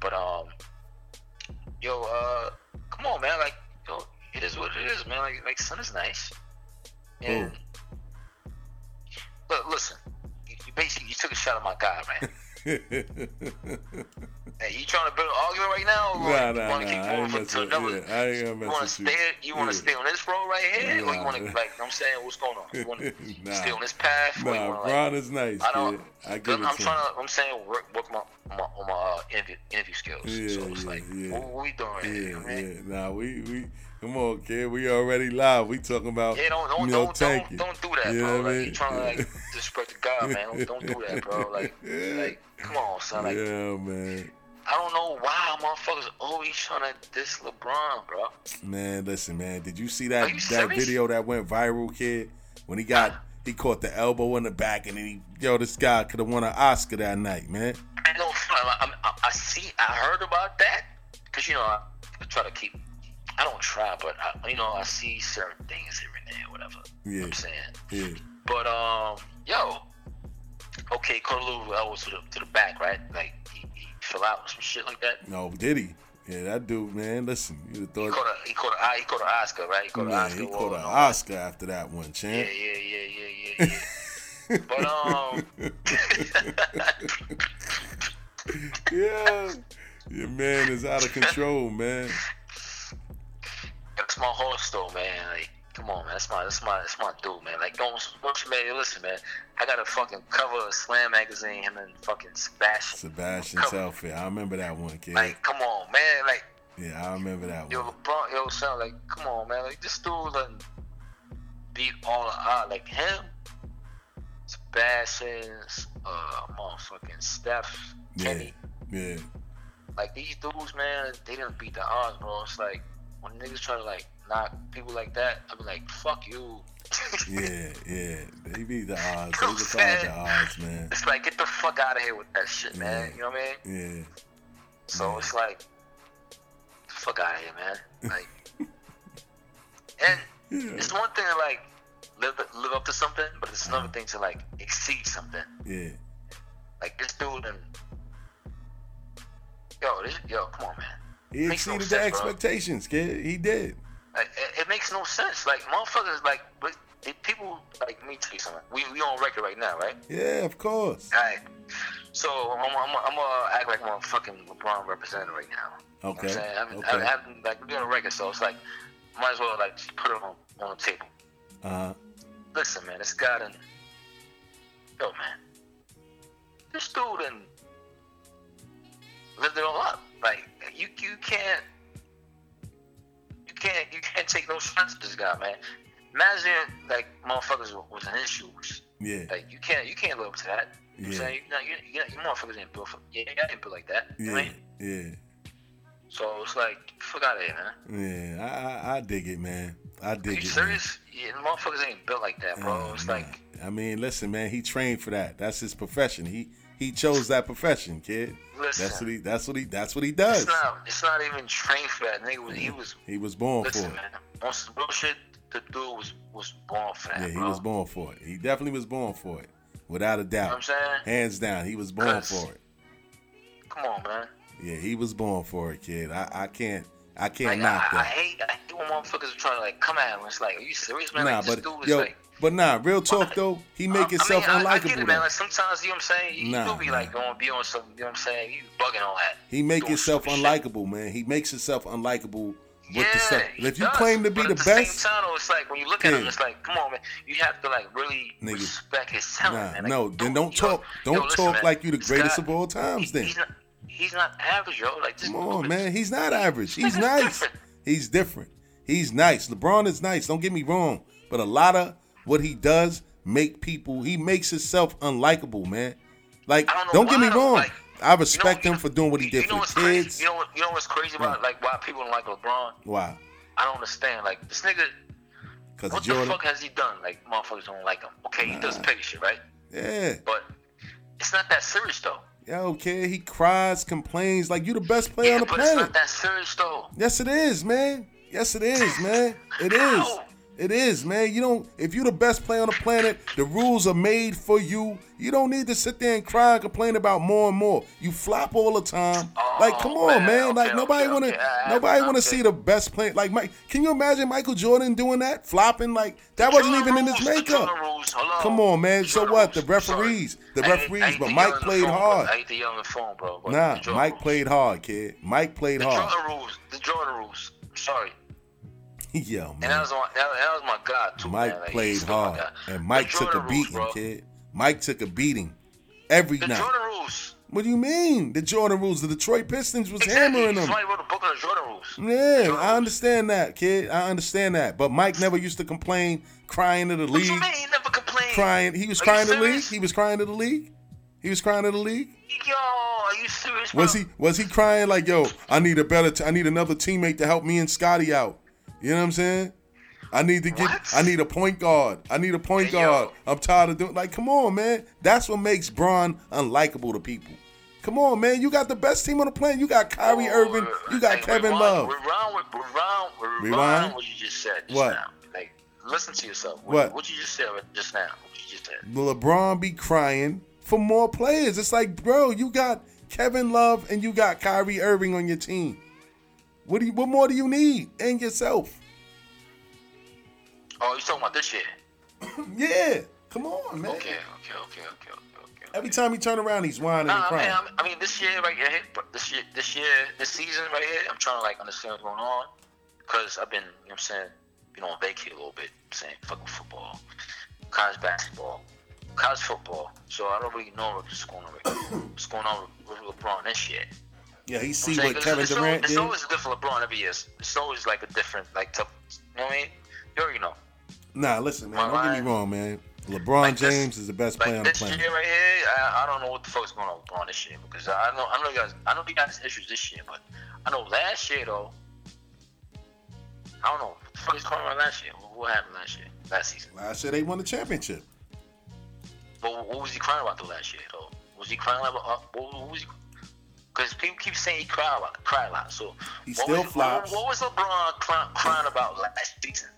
Speaker 3: But um, yo, uh, come on, man. Like, yo, it is what it is, man. Like, like son is nice. And
Speaker 2: Who? [LAUGHS]
Speaker 3: but listen, you, you basically you took a shot at my guy, man. [LAUGHS] Hey, you trying to build an argument right
Speaker 2: [LAUGHS]
Speaker 3: now? Or
Speaker 2: Nah,
Speaker 3: you
Speaker 2: nah,
Speaker 3: wanna
Speaker 2: nah,
Speaker 3: keep
Speaker 2: I
Speaker 3: going
Speaker 2: ain't
Speaker 3: from
Speaker 2: messing
Speaker 3: to
Speaker 2: with-
Speaker 3: another?
Speaker 2: yeah, I ain't gonna
Speaker 3: you
Speaker 2: mess
Speaker 3: wanna
Speaker 2: with you.
Speaker 3: stay? You wanna
Speaker 2: Yeah.
Speaker 3: stay on this road right here, or you
Speaker 2: Nah,
Speaker 3: wanna
Speaker 2: man.
Speaker 3: like? I'm saying, what's going on? You wanna
Speaker 2: [LAUGHS] Nah.
Speaker 3: stay on this path? or you
Speaker 2: nah,
Speaker 3: wanna, like,
Speaker 2: Bron is nice,
Speaker 3: I
Speaker 2: kid.
Speaker 3: don't.
Speaker 2: I give it
Speaker 3: I'm
Speaker 2: to him.
Speaker 3: [LAUGHS] trying to. I'm saying work, work my, my on my uh, interview, interview skills.
Speaker 2: Yeah,
Speaker 3: so it's
Speaker 2: yeah,
Speaker 3: like,
Speaker 2: yeah.
Speaker 3: what, what we doing? here,
Speaker 2: Yeah,
Speaker 3: man?
Speaker 2: yeah. Nah, we we come on, kid. We already live. We talking about
Speaker 3: Yeah, don't don't
Speaker 2: you know,
Speaker 3: don't,
Speaker 2: tank
Speaker 3: don't, don't do that,
Speaker 2: You know
Speaker 3: bro.
Speaker 2: what I
Speaker 3: Like
Speaker 2: mean?
Speaker 3: you trying to like disrespect the God, man. Don't, don't do that,
Speaker 2: [LAUGHS]
Speaker 3: bro. Like, like come on, son. Like
Speaker 2: yeah, man.
Speaker 3: I don't know why motherfuckers always trying to diss LeBron, bro.
Speaker 2: Man, listen, man. Did you see that
Speaker 3: Are you
Speaker 2: that
Speaker 3: serious?
Speaker 2: video that went viral, kid? When he got he caught the elbow in the back, and then he yo, this guy could have won an Oscar that night, man.
Speaker 3: I know. I, I, I see. I heard about that because you know I, I try to keep. I don't try, but I, you know I see certain things every now and whatever. You know what I'm
Speaker 2: Yeah.
Speaker 3: saying.
Speaker 2: Yeah,
Speaker 3: But um, yo, okay, Corlew elbows to the to the back, right? Like he, he fell out or some shit like that.
Speaker 2: no, did he? Yeah, that dude, man. Listen, you
Speaker 3: He
Speaker 2: thought
Speaker 3: caught a he caught a I- he caught an Oscar, right? He caught an
Speaker 2: man,
Speaker 3: Oscar.
Speaker 2: he
Speaker 3: award
Speaker 2: caught an
Speaker 3: and all that.
Speaker 2: Oscar after that one,
Speaker 3: Yeah,
Speaker 2: champ.
Speaker 3: yeah, yeah, yeah, yeah, yeah.
Speaker 2: [LAUGHS]
Speaker 3: but um,
Speaker 2: Yeah, your man is
Speaker 3: [LAUGHS]
Speaker 2: out of control, man.
Speaker 3: that's my horse, though, man. Like, come on, man. That's my that's my that's my dude, man. Like, don't once you man, listen, man. I got a fucking cover of Slam magazine. Him and fucking Sebastian.
Speaker 2: Sebastian's outfit. I remember that one, kid.
Speaker 3: Like, come on, man. Like,
Speaker 2: Yeah, I remember that
Speaker 3: Yo,
Speaker 2: one.
Speaker 3: LeBron, yo, son, like, come on, man. Like, this dude done beat all the odds. Like, him, Sebastian's, uh, motherfucking Steph,
Speaker 2: Yeah,
Speaker 3: Kenny.
Speaker 2: yeah,
Speaker 3: Like, these dudes, man, they didn't beat the odds, bro. It's like, when niggas try to, like, knock people like that, I be like, fuck you.
Speaker 2: yeah, yeah. They beat the odds. They
Speaker 3: Yo,
Speaker 2: defied the
Speaker 3: man.
Speaker 2: odds, man.
Speaker 3: It's like, get the fuck out of here with that shit, man.
Speaker 2: Yeah.
Speaker 3: You know what I mean?
Speaker 2: Yeah,
Speaker 3: So
Speaker 2: Yeah.
Speaker 3: it's like, fuck out of here, man.
Speaker 2: [LAUGHS]
Speaker 3: Like, and
Speaker 2: Yeah.
Speaker 3: [LAUGHS] it's one thing to like live live up to something, but it's another thing to like exceed something.
Speaker 2: yeah.
Speaker 3: Like this dude and yo, this, yo, come on, man.
Speaker 2: He
Speaker 3: Makes no
Speaker 2: exceeded the
Speaker 3: sense, bro.
Speaker 2: expectations, kid. He did.
Speaker 3: Like, it, it makes no sense. Like motherfuckers, like but the people like let me tell you something. We we on record right now, right?
Speaker 2: Yeah, of course.
Speaker 3: All right. So I'm I'm I'm gonna act like I'm a fucking LeBron representative right now.
Speaker 2: Okay.
Speaker 3: You know what I'm saying? I haven't, I
Speaker 2: Okay.
Speaker 3: haven't, like, we're doing a record, so it's like, might as well, like, just put it on, on the table.
Speaker 2: Uh huh.
Speaker 3: Listen, man, this guy done. Yo, man. This dude done lived it all up. Like, you, you can't. You can't, you can't take no shots at this guy, man. Imagine like motherfuckers wa- was in his shoes.
Speaker 2: Yeah,
Speaker 3: Like you can't, you can't live up to that. You know what
Speaker 2: Yeah.
Speaker 3: I'm saying? You, know, you, you, you motherfuckers ain't built for, yeah, I ain't built like that. You know what I
Speaker 2: yeah,
Speaker 3: mean?
Speaker 2: yeah,
Speaker 3: So it's like, fuck out of here, man.
Speaker 2: yeah. I, I, I dig it, man. I dig
Speaker 3: Are you
Speaker 2: it. man.
Speaker 3: serious? Yeah, motherfuckers ain't built like that, bro.
Speaker 2: Oh,
Speaker 3: it's
Speaker 2: man.
Speaker 3: like,
Speaker 2: I mean, listen, man. He trained for that. That's his profession. He he chose that profession, kid. that's
Speaker 3: Listen.
Speaker 2: what he. That's what he. That's what he does.
Speaker 3: it's not, it's not even trained for that. Nigga, was, he was.
Speaker 2: he was born for
Speaker 3: Listen,
Speaker 2: it.
Speaker 3: man. On some bullshit, the dude was was born for that,
Speaker 2: Yeah, he
Speaker 3: bro.
Speaker 2: was born for it. He definitely was born for it, without a
Speaker 3: You know what I'm
Speaker 2: doubt.
Speaker 3: saying?
Speaker 2: Hands down, he was born
Speaker 3: Cause-
Speaker 2: for it.
Speaker 3: Come on, man.
Speaker 2: Yeah, he was born for it, kid. I, I can't. I
Speaker 3: Like,
Speaker 2: can't
Speaker 3: I,
Speaker 2: knock
Speaker 3: I
Speaker 2: that.
Speaker 3: hate, I hate when motherfuckers are trying to like come at him. It's like, are you serious, man?
Speaker 2: Nah,
Speaker 3: like, this
Speaker 2: but
Speaker 3: dude is
Speaker 2: yo,
Speaker 3: like. uh,
Speaker 2: but nah. Real talk though, he make himself
Speaker 3: I mean, I- I, get
Speaker 2: unlikable.
Speaker 3: it, man.
Speaker 2: though.
Speaker 3: Like sometimes, you know what I'm saying? You
Speaker 2: Nah,
Speaker 3: do be like going to be on some, you know what I'm saying? You bugging on that.
Speaker 2: He make
Speaker 3: Doing
Speaker 2: himself
Speaker 3: stupid shit.
Speaker 2: unlikable, man. He makes himself unlikable with
Speaker 3: yeah,
Speaker 2: the stuff.
Speaker 3: he
Speaker 2: If you
Speaker 3: does,
Speaker 2: claim to be
Speaker 3: but
Speaker 2: the
Speaker 3: at the
Speaker 2: best,
Speaker 3: same time, though, it's like when you look at him,
Speaker 2: Yeah.
Speaker 3: it's like, come on, man, you have to like really
Speaker 2: Nigga.
Speaker 3: respect his talent.
Speaker 2: Nah,
Speaker 3: man. Like,
Speaker 2: no, then don't
Speaker 3: yo-
Speaker 2: talk- don't
Speaker 3: yo, listen,
Speaker 2: talk
Speaker 3: man,
Speaker 2: like you the
Speaker 3: this
Speaker 2: greatest
Speaker 3: guy-
Speaker 2: of all times,
Speaker 3: he-
Speaker 2: then.
Speaker 3: he's not, he's not average, yo. Like this
Speaker 2: come on,
Speaker 3: dude-
Speaker 2: man. He's not average. He's
Speaker 3: nigga's
Speaker 2: nice.
Speaker 3: different.
Speaker 2: He's different. He's nice. LeBron is nice. Don't get me wrong, but a lot of what he does make people. He makes himself unlikable, man. Like,
Speaker 3: I don't know
Speaker 2: don't, get
Speaker 3: why,
Speaker 2: me
Speaker 3: though.
Speaker 2: wrong.
Speaker 3: Like,
Speaker 2: I
Speaker 3: You know-
Speaker 2: respect
Speaker 3: you
Speaker 2: him
Speaker 3: know-
Speaker 2: for doing what he
Speaker 3: you-
Speaker 2: did
Speaker 3: you know
Speaker 2: for
Speaker 3: what's
Speaker 2: the
Speaker 3: crazy?
Speaker 2: kids.
Speaker 3: You know, what, you know what's crazy about like why people don't like LeBron?
Speaker 2: Why?
Speaker 3: I don't understand. Like this nigga,
Speaker 2: Because
Speaker 3: what
Speaker 2: Jordan.
Speaker 3: the fuck has he done? Like motherfuckers don't like him. Okay, he does petty shit, right?
Speaker 2: Yeah.
Speaker 3: But it's not that serious though.
Speaker 2: Yo, kid. He cries, complains. Like you, the best player
Speaker 3: yeah,
Speaker 2: on the
Speaker 3: but
Speaker 2: planet.
Speaker 3: it's not that serious though.
Speaker 2: Yes, it is, man. Yes, it is, man. It is.
Speaker 3: How?
Speaker 2: It is, man. You don't. If you're the best player on the planet, the rules are made for you. You don't need to sit there and cry and complain about more and more. You flop all the time.
Speaker 3: Oh,
Speaker 2: like, come on,
Speaker 3: man.
Speaker 2: man.
Speaker 3: Okay,
Speaker 2: like nobody
Speaker 3: okay,
Speaker 2: wanna,
Speaker 3: okay. I-
Speaker 2: nobody
Speaker 3: I-
Speaker 2: wanna
Speaker 3: okay.
Speaker 2: see the best player. Like, Mike, can you imagine Michael Jordan doing that, flopping? Like that wasn't even
Speaker 3: Jordan
Speaker 2: in his
Speaker 3: rules, the
Speaker 2: makeup.
Speaker 3: Jordan rules, hello.
Speaker 2: Come on, man. So
Speaker 3: Jordan
Speaker 2: what? The
Speaker 3: rules, I'm sorry.
Speaker 2: referees, the
Speaker 3: I hate- I
Speaker 2: referees,
Speaker 3: hate
Speaker 2: but
Speaker 3: the
Speaker 2: Mike
Speaker 3: Jordan
Speaker 2: played
Speaker 3: phone, bro.
Speaker 2: hard.
Speaker 3: I hate the young phone, bro. but
Speaker 2: Nah,
Speaker 3: the Jordan
Speaker 2: Mike
Speaker 3: rules.
Speaker 2: played hard, kid. Mike played [LAUGHS]
Speaker 3: The
Speaker 2: hard.
Speaker 3: Jordan rules. The Jordan rules. I'm sorry.
Speaker 2: Yo,
Speaker 3: And that
Speaker 2: man.
Speaker 3: was my, that, that was my God too. man.
Speaker 2: Mike
Speaker 3: Like,
Speaker 2: played
Speaker 3: he's still my
Speaker 2: hard,
Speaker 3: God.
Speaker 2: and Mike
Speaker 3: the
Speaker 2: took a
Speaker 3: Jordan rules,
Speaker 2: beating,
Speaker 3: bro.
Speaker 2: kid. Mike took a beating every
Speaker 3: The
Speaker 2: night.
Speaker 3: Jordan rules.
Speaker 2: What do you mean? The Jordan rules. The Detroit Pistons was
Speaker 3: Exactly.
Speaker 2: hammering them.
Speaker 3: Somebody wrote a book on the Jordan rules.
Speaker 2: Yeah,
Speaker 3: Jordan
Speaker 2: I
Speaker 3: rules.
Speaker 2: understand that, kid. I understand that. But Mike never used to complain, crying to the
Speaker 3: What you
Speaker 2: league,
Speaker 3: mean? He never complained.
Speaker 2: crying. He was
Speaker 3: Are you
Speaker 2: crying to the league.
Speaker 3: serious?
Speaker 2: He was crying to the league. He was crying to the league.
Speaker 3: Yo, are you serious? Bro?
Speaker 2: Was he was he crying like, yo, I need a better, t- I need another teammate to help me and Scotty out. You know what I'm saying? I need to get,
Speaker 3: What?
Speaker 2: I need a point guard. I need a point
Speaker 3: Hey, yo.
Speaker 2: guard. I'm tired of doing. Like, come on, man. That's what makes Braun unlikable to people. Come on, man. You got the best team on the planet. You got Kyrie Irving. You got
Speaker 3: Hey,
Speaker 2: Kevin
Speaker 3: rewind,
Speaker 2: Love.
Speaker 3: Rewind, with- rewind, rewind,
Speaker 2: Rewind?
Speaker 3: what you just said just
Speaker 2: What?
Speaker 3: now. Like, listen to yourself.
Speaker 2: What?
Speaker 3: What you just said just now. What you just said.
Speaker 2: LeBron be crying for more players. It's like, bro, you got Kevin Love and you got Kyrie Irving on your team. What do you, what more do you need? And yourself.
Speaker 3: Oh, you talking about this year?
Speaker 2: Yeah. Come on, man.
Speaker 3: Okay, okay, okay, okay, okay, okay.
Speaker 2: Every time he turn around, he's whining and
Speaker 3: Nah, I
Speaker 2: crying.
Speaker 3: mean, I'm- I mean, this year right here, but this year, this year, this season right here, I'm trying to like understand what's going on because I've been, you know, what I'm saying, you know, on vacay a little bit, saying fucking football, college basketball, college football. So I don't really know what's going on, right what's going on with, with LeBron this year.
Speaker 2: yeah, he
Speaker 3: You
Speaker 2: see
Speaker 3: know what I'm
Speaker 2: what
Speaker 3: saying?
Speaker 2: Kevin
Speaker 3: 'Cause it's,
Speaker 2: Durant
Speaker 3: It's
Speaker 2: did.
Speaker 3: always, it's always a different LeBron every year. It's- It's always like a different, like tough. You know what I mean? You already know.
Speaker 2: nah, listen, man. Don't get
Speaker 3: Online.
Speaker 2: me wrong, man. LeBron
Speaker 3: Like this-
Speaker 2: James is the best player
Speaker 3: Like
Speaker 2: on the
Speaker 3: this
Speaker 2: planet.
Speaker 3: year right here, I, I don't know what the fuck's going on with LeBron this year because I know I know you guys I know you guys issues this year, but I know last year though. I don't know what the fuck is going on last year. What, what happened last year, last season?
Speaker 2: Last year they won the championship.
Speaker 3: But what was he crying about the last year though? Was he crying about uh, what, what was he? Because people keep saying he cried a lot, cried a lot. So
Speaker 2: He
Speaker 3: what
Speaker 2: still
Speaker 3: was,
Speaker 2: flops.
Speaker 3: What, was LeBron crying, crying about last season?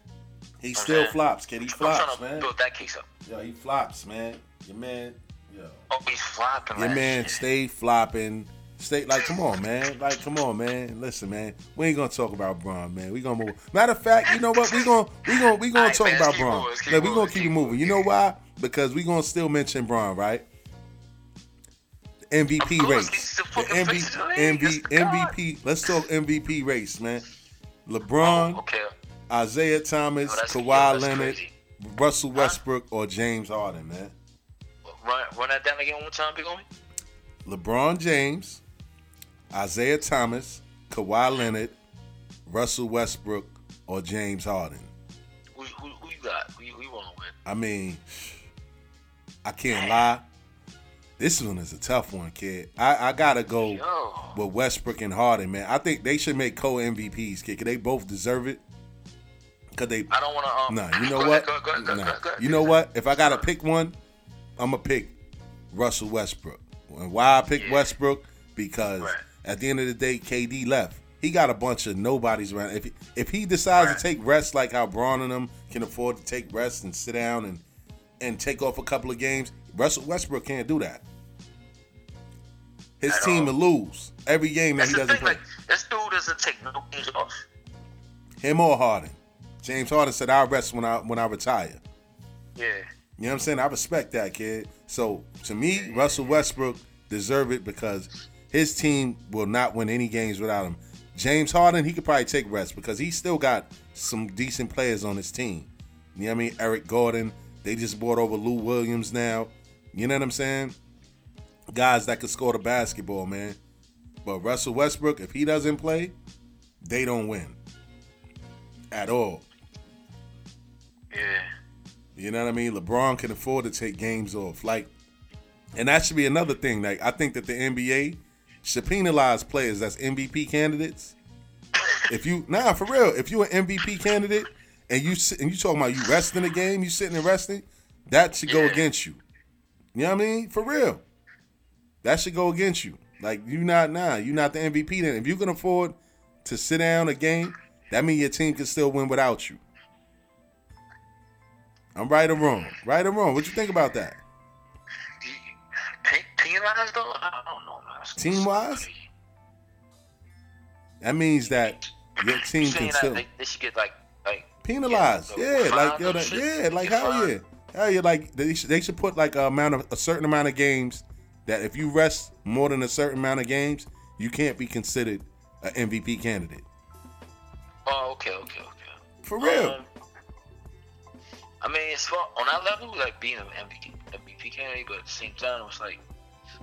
Speaker 2: He
Speaker 3: I'm
Speaker 2: still
Speaker 3: saying.
Speaker 2: flops, kid. He
Speaker 3: I'm
Speaker 2: flops,
Speaker 3: trying to
Speaker 2: man.
Speaker 3: build that case up.
Speaker 2: Yo, he flops, man. Your man, yo.
Speaker 3: Oh, he's flopping.
Speaker 2: Your
Speaker 3: last
Speaker 2: man
Speaker 3: year.
Speaker 2: stay flopping. Stay like, come on, man. Like, come on, man. Listen, man. We ain't gonna talk about Braun, man. We gonna move. Matter of fact, you know what? We gonna we gonna we gonna
Speaker 3: Aight,
Speaker 2: talk
Speaker 3: man,
Speaker 2: about
Speaker 3: keep
Speaker 2: Braun.
Speaker 3: moving, keep
Speaker 2: Like, we gonna
Speaker 3: moving,
Speaker 2: keep it
Speaker 3: keep
Speaker 2: moving. You know why? Because we gonna still mention Braun, right? MVP
Speaker 3: Of course,
Speaker 2: race.
Speaker 3: he's the
Speaker 2: The
Speaker 3: fucking face of the
Speaker 2: MVP,
Speaker 3: league. It's
Speaker 2: MVP,
Speaker 3: the God.
Speaker 2: MVP. Let's talk MVP race, man. LeBron,
Speaker 3: Okay.
Speaker 2: Isaiah Thomas,
Speaker 3: Oh, that's- yeah,
Speaker 2: Kawhi
Speaker 3: that's
Speaker 2: Leonard,
Speaker 3: crazy.
Speaker 2: Russell Westbrook, or James Harden, man.
Speaker 3: Run, run that down again one more time, big homie.
Speaker 2: LeBron James, Isaiah Thomas, Kawhi Leonard, Russell Westbrook, or James Harden.
Speaker 3: Who, who, who you got? Who, you- who you want to win?
Speaker 2: I mean, I can't lie. This one is a tough one, kid. I, I gotta go
Speaker 3: Yo.
Speaker 2: with Westbrook and Harden, man. I think they should make co MVPs, kid. 'cause they both deserve it. Cause they
Speaker 3: I don't want to. Um,
Speaker 2: Nah, you
Speaker 3: [LAUGHS] go
Speaker 2: know what?
Speaker 3: ahead, Go, ahead, go, ahead, go, ahead,
Speaker 2: Nah.
Speaker 3: go, ahead, go, ahead.
Speaker 2: You know what? If I gotta pick one, I'ma pick Russell Westbrook. And why I pick
Speaker 3: Yeah.
Speaker 2: Westbrook? Because
Speaker 3: Right.
Speaker 2: at the end of the day, KD left. He got a bunch of nobodies around. If he, if he decides
Speaker 3: Right.
Speaker 2: to take rest, like how Braun and them can afford to take rest and sit down and and take off a couple of games, Russell Westbrook can't do that. His
Speaker 3: At
Speaker 2: team
Speaker 3: all.
Speaker 2: will lose every game that
Speaker 3: That's
Speaker 2: he
Speaker 3: the
Speaker 2: doesn't
Speaker 3: thing.
Speaker 2: play.
Speaker 3: Like this dude doesn't take no games off.
Speaker 2: Him or Harden. James Harden said, "I'll rest when I when I retire."
Speaker 3: Yeah.
Speaker 2: You know what I'm saying? I respect that kid. So to me, Russell Westbrook deserve it because his team will not win any games without him. James Harden, he could probably take rest because he still got some decent players on his team. You know what I mean? Eric Gordon. They just brought over Lou Williams now. You know what I'm saying? Guys that could score the basketball, man. But Russell Westbrook, if he doesn't play, they don't win at all.
Speaker 3: Yeah.
Speaker 2: You know what I mean? LeBron can afford to take games off. Like, and that should be another thing. Like, I think that the NBA should penalize players that's MVP candidates. If you nah for real, if you're an MVP candidate and you sit, and you talking about you resting the game, you sitting and resting, that should go
Speaker 3: Yeah.
Speaker 2: against you. You know what I mean? For real, that should go against you. Like you not nah, you not the MVP. Then if you can afford to sit down a game, that means your team can still win without you. I'm right or wrong. Right or wrong. What you think about that?
Speaker 3: Team wise though, I don't know. Man. It's-
Speaker 2: Team-wise? That means that your team
Speaker 3: You
Speaker 2: can
Speaker 3: saying
Speaker 2: still
Speaker 3: that they, they should get like like
Speaker 2: penalized.
Speaker 3: Yeah,
Speaker 2: Yeah,
Speaker 3: so
Speaker 2: like yo,
Speaker 3: fines and
Speaker 2: that-
Speaker 3: shit.
Speaker 2: yeah, like
Speaker 3: Get
Speaker 2: hell
Speaker 3: fined.
Speaker 2: yeah, hell yeah. Like they should, they should put like a amount of a certain amount of games that if you rest more than a certain amount of games, you can't be considered an MVP candidate.
Speaker 3: oh okay okay okay.
Speaker 2: For real.
Speaker 3: Um, I mean, it's fun on that level, like being an MVP, MVP candidate, but at the same time, it's like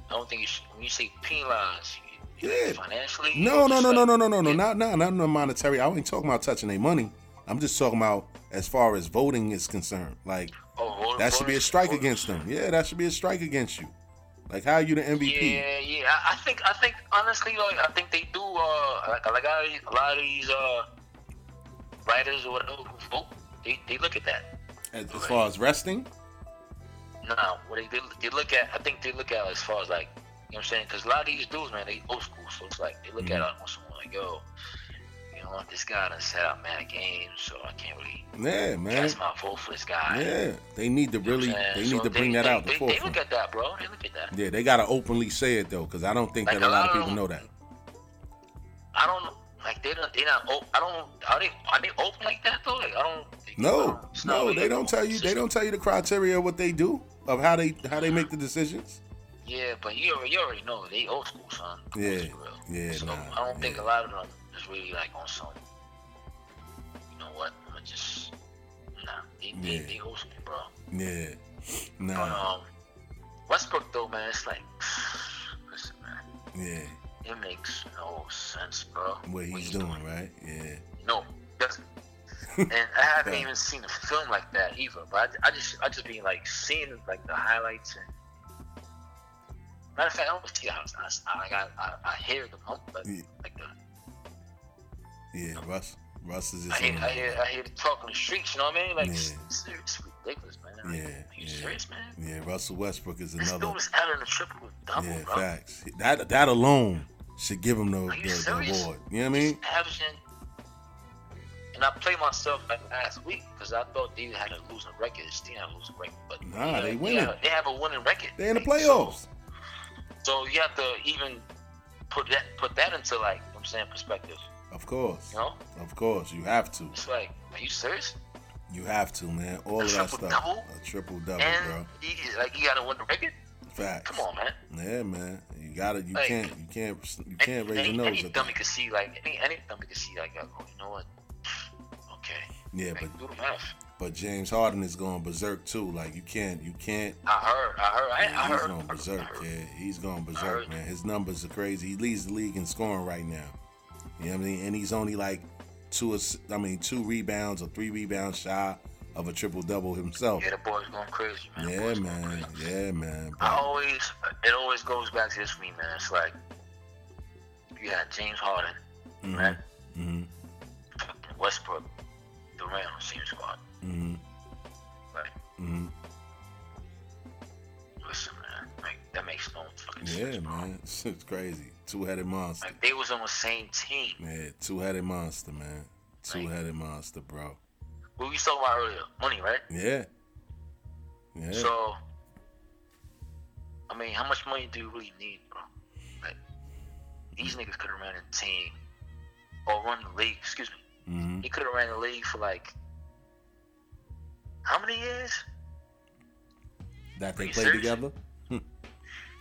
Speaker 3: I don't think you should, when you say penalized, you, you
Speaker 2: Yeah.
Speaker 3: like financially.
Speaker 2: No,
Speaker 3: or
Speaker 2: no,
Speaker 3: just
Speaker 2: no, no,
Speaker 3: like-
Speaker 2: no, no, no, no,
Speaker 3: Yeah.
Speaker 2: not, not, not no monetary. I ain't talking about touching their money. I'm just talking about as far as voting is concerned. Like
Speaker 3: Oh, voter-
Speaker 2: that should be a
Speaker 3: voters-
Speaker 2: strike
Speaker 3: voters.
Speaker 2: against them. Yeah, that should be a strike against you. Like how you the MVP?
Speaker 3: Yeah, yeah. I, I think, I think honestly, like I think they do. Uh, like, like a lot of these- a lot of these uh writers or whatever who vote, they, they look at that.
Speaker 2: As, as far as resting,
Speaker 3: Nah, what they, they look at, I think they look at as far as like, you know what I'm saying? Because a lot of these dudes, man, they old school, so it's like they look
Speaker 2: Mm-hmm.
Speaker 3: at it on someone like, yo, you know what, this guy done set out mad games, so I can't really
Speaker 2: yeah, man.
Speaker 3: cast my vote for this guy. You know
Speaker 2: Yeah, they need to
Speaker 3: what I'm
Speaker 2: really,
Speaker 3: saying?
Speaker 2: they need
Speaker 3: So
Speaker 2: to bring that
Speaker 3: they,
Speaker 2: out.
Speaker 3: They,
Speaker 2: The
Speaker 3: they look
Speaker 2: forefront.
Speaker 3: at that, bro. They look at that.
Speaker 2: Yeah, they gotta openly say it though, because I don't think
Speaker 3: Like,
Speaker 2: that a
Speaker 3: a
Speaker 2: lot of
Speaker 3: lot of
Speaker 2: people
Speaker 3: them-
Speaker 2: know that.
Speaker 3: I don't know. Like they don't, they not. op- I don't. Are they? Are they open like that though? Like I don't.
Speaker 2: No,
Speaker 3: it's not
Speaker 2: no,
Speaker 3: really
Speaker 2: they
Speaker 3: like
Speaker 2: don't
Speaker 3: an
Speaker 2: tell
Speaker 3: open
Speaker 2: you. They
Speaker 3: system.
Speaker 2: don't tell you the criteria of what they do, of how they how they make the decisions.
Speaker 3: Yeah, but you already, you already know they old school, son.
Speaker 2: Yeah,
Speaker 3: Let's be real.
Speaker 2: yeah,
Speaker 3: So
Speaker 2: nah,
Speaker 3: I don't think
Speaker 2: yeah.
Speaker 3: a lot of them is really like on some. You know what? I'm gonna just nah. They they,
Speaker 2: Yeah.
Speaker 3: they old school, bro.
Speaker 2: Yeah,
Speaker 3: But
Speaker 2: nah,
Speaker 3: um, Westbrook though, man, it's like [SIGHS] listen, man,
Speaker 2: yeah,
Speaker 3: it makes no sense, bro.
Speaker 2: what he's
Speaker 3: you
Speaker 2: doing, right? Yeah,
Speaker 3: No,
Speaker 2: [LAUGHS]
Speaker 3: doesn't. and I haven't
Speaker 2: Yeah.
Speaker 3: even seen a film like that either. But I, I just I just been like seeing like the highlights and. Matter of fact, I don't see how I, I, I, I hear the pump, but
Speaker 2: Yeah.
Speaker 3: like the,
Speaker 2: yeah. Russ, Russ is
Speaker 3: I
Speaker 2: just
Speaker 3: hear,
Speaker 2: on
Speaker 3: I hear,
Speaker 2: that.
Speaker 3: I hear the talk on the streets. You know what I mean? Like,
Speaker 2: Yeah.
Speaker 3: it's, it's, it's ridiculous, man. Like,
Speaker 2: Yeah,
Speaker 3: Are you
Speaker 2: yeah.
Speaker 3: serious, man?
Speaker 2: yeah. Russell Westbrook is
Speaker 3: This
Speaker 2: another.
Speaker 3: dude is out in the triple with double,
Speaker 2: Yeah,
Speaker 3: bro.
Speaker 2: facts. That that alone should give him the,
Speaker 3: Are you
Speaker 2: the, the
Speaker 3: serious?
Speaker 2: award. You know what I mean?
Speaker 3: Averaging. And I played myself like last week because I thought they had a losing record. This team had a losing record, but
Speaker 2: Nah, they
Speaker 3: They
Speaker 2: winning.
Speaker 3: have, they have a winning record.
Speaker 2: They in the
Speaker 3: Like,
Speaker 2: playoffs.
Speaker 3: So, so you have to even put that put that into like you know what I'm saying perspective.
Speaker 2: Of course,
Speaker 3: You know,
Speaker 2: of course. You have to.
Speaker 3: it's like, are you serious?
Speaker 2: You have to, man. All of that stuff.
Speaker 3: triple-double?
Speaker 2: A triple double, bro.
Speaker 3: and you, like you got to win the record.
Speaker 2: Facts.
Speaker 3: Come on, man.
Speaker 2: Yeah, man. You gotta you
Speaker 3: Like-
Speaker 2: can't you can't you
Speaker 3: Any-
Speaker 2: can't raise your
Speaker 3: any,
Speaker 2: nose
Speaker 3: Any
Speaker 2: at
Speaker 3: dummy
Speaker 2: that.
Speaker 3: could see like any any dummy could see like, oh, you know what? [SIGHS] Okay,
Speaker 2: Yeah, but
Speaker 3: like, do the math.
Speaker 2: but James Harden is going berserk too. Like you can't you can't
Speaker 3: I heard, I heard, I, I
Speaker 2: he's
Speaker 3: heard.
Speaker 2: going
Speaker 3: I
Speaker 2: berserk,
Speaker 3: heard.
Speaker 2: yeah. He's going berserk,
Speaker 3: heard.
Speaker 2: man. His numbers are crazy. He leads the league in scoring right now. You know what I mean? And he's only like two ass- I mean two rebounds or three rebounds shy of a triple double himself.
Speaker 3: Yeah, the boy's going crazy, man. The
Speaker 2: Yeah,
Speaker 3: boy's going
Speaker 2: man.
Speaker 3: crazy.
Speaker 2: Yeah, man.
Speaker 3: I
Speaker 2: But
Speaker 3: always, it always goes back to this for me, man. It's like you had James Harden, right?
Speaker 2: mhm,
Speaker 3: Fucking Westbrook, Durant on the same squad.
Speaker 2: mhm,
Speaker 3: Like,
Speaker 2: mhm.
Speaker 3: listen, man, like that makes no fucking sense.
Speaker 2: Yeah,
Speaker 3: bro.
Speaker 2: man. [LAUGHS] It's crazy. Two headed monster.
Speaker 3: Like they was on the same team.
Speaker 2: Yeah, two headed monster, man. Two headed monster, bro.
Speaker 3: What we was talking about earlier, money, right?
Speaker 2: Yeah. Yeah.
Speaker 3: So, I mean, how much money do you really need, bro? Like, these niggas could have ran a team or run the league. Excuse me.
Speaker 2: hmm
Speaker 3: He could have ran the league for like how many years?
Speaker 2: That they
Speaker 3: Are you
Speaker 2: play
Speaker 3: serious?
Speaker 2: together? [LAUGHS] Hmm.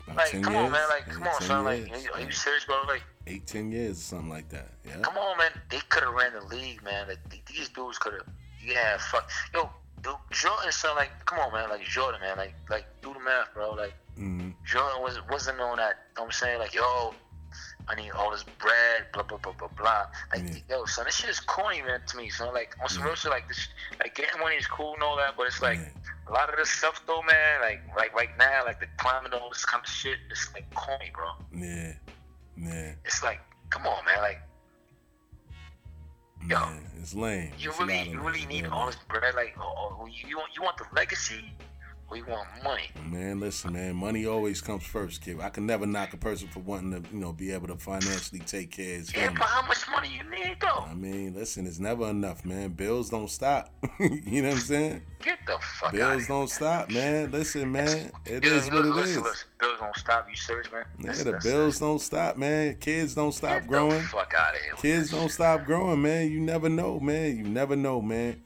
Speaker 2: About
Speaker 3: Like,
Speaker 2: 10
Speaker 3: come
Speaker 2: years?
Speaker 3: on, man. Like, come
Speaker 2: Eight,
Speaker 3: on,
Speaker 2: 10
Speaker 3: son. Like,
Speaker 2: years.
Speaker 3: are you
Speaker 2: Yeah.
Speaker 3: serious, bro? Like,
Speaker 2: Eight, ten years or something like that. Yeah.
Speaker 3: come on, man. They could have ran the league, man. Like, th- these dudes could have. Yeah, fuck. Yo, dude, Jordan, son. Like, come on, man. Like Jordan, man. Like, like do the math, bro. Like.
Speaker 2: hmm
Speaker 3: Jordan was wasn't on that. Know what I'm saying like, yo, I need all this bread, blah blah blah blah blah. Like,
Speaker 2: Yeah.
Speaker 3: yo, son, this shit is corny, man, to me. son. like on some real shit, like this, like getting money is cool and all that, but it's like a lot of this stuff though, man. Like, like right now, like the climate, and all this kind of shit, it's like corny, bro.
Speaker 2: Yeah. Yeah.
Speaker 3: It's like, come on, man. Like, Yo.
Speaker 2: Man, it's lame.
Speaker 3: you
Speaker 2: It's a lot
Speaker 3: really,
Speaker 2: of
Speaker 3: you
Speaker 2: lame.
Speaker 3: really need
Speaker 2: Yeah, man.
Speaker 3: all this bread. Like, oh, oh, you you want you want the legacy, We want money.
Speaker 2: Man, listen, man. Money always comes first, kid. I can never knock a person for wanting to, you know, be able to financially take care of his
Speaker 3: Yeah,
Speaker 2: family.
Speaker 3: but how much money you need though?
Speaker 2: I mean, listen, it's never enough, man. Bills don't stop. [LAUGHS] you know what I'm saying?
Speaker 3: Get the fuck out.
Speaker 2: Bills don't stop, man. Listen, man. It is what it is.
Speaker 3: Listen, listen, bills don't stop. You serious, man?
Speaker 2: Yeah,
Speaker 3: That's-
Speaker 2: the
Speaker 3: that's-
Speaker 2: bills don't stop, man. Kids don't stop
Speaker 3: get
Speaker 2: growing.
Speaker 3: The fuck out of here. with
Speaker 2: Kids
Speaker 3: that
Speaker 2: don't
Speaker 3: shit.
Speaker 2: stop growing, man. You never know, man. You never know, man.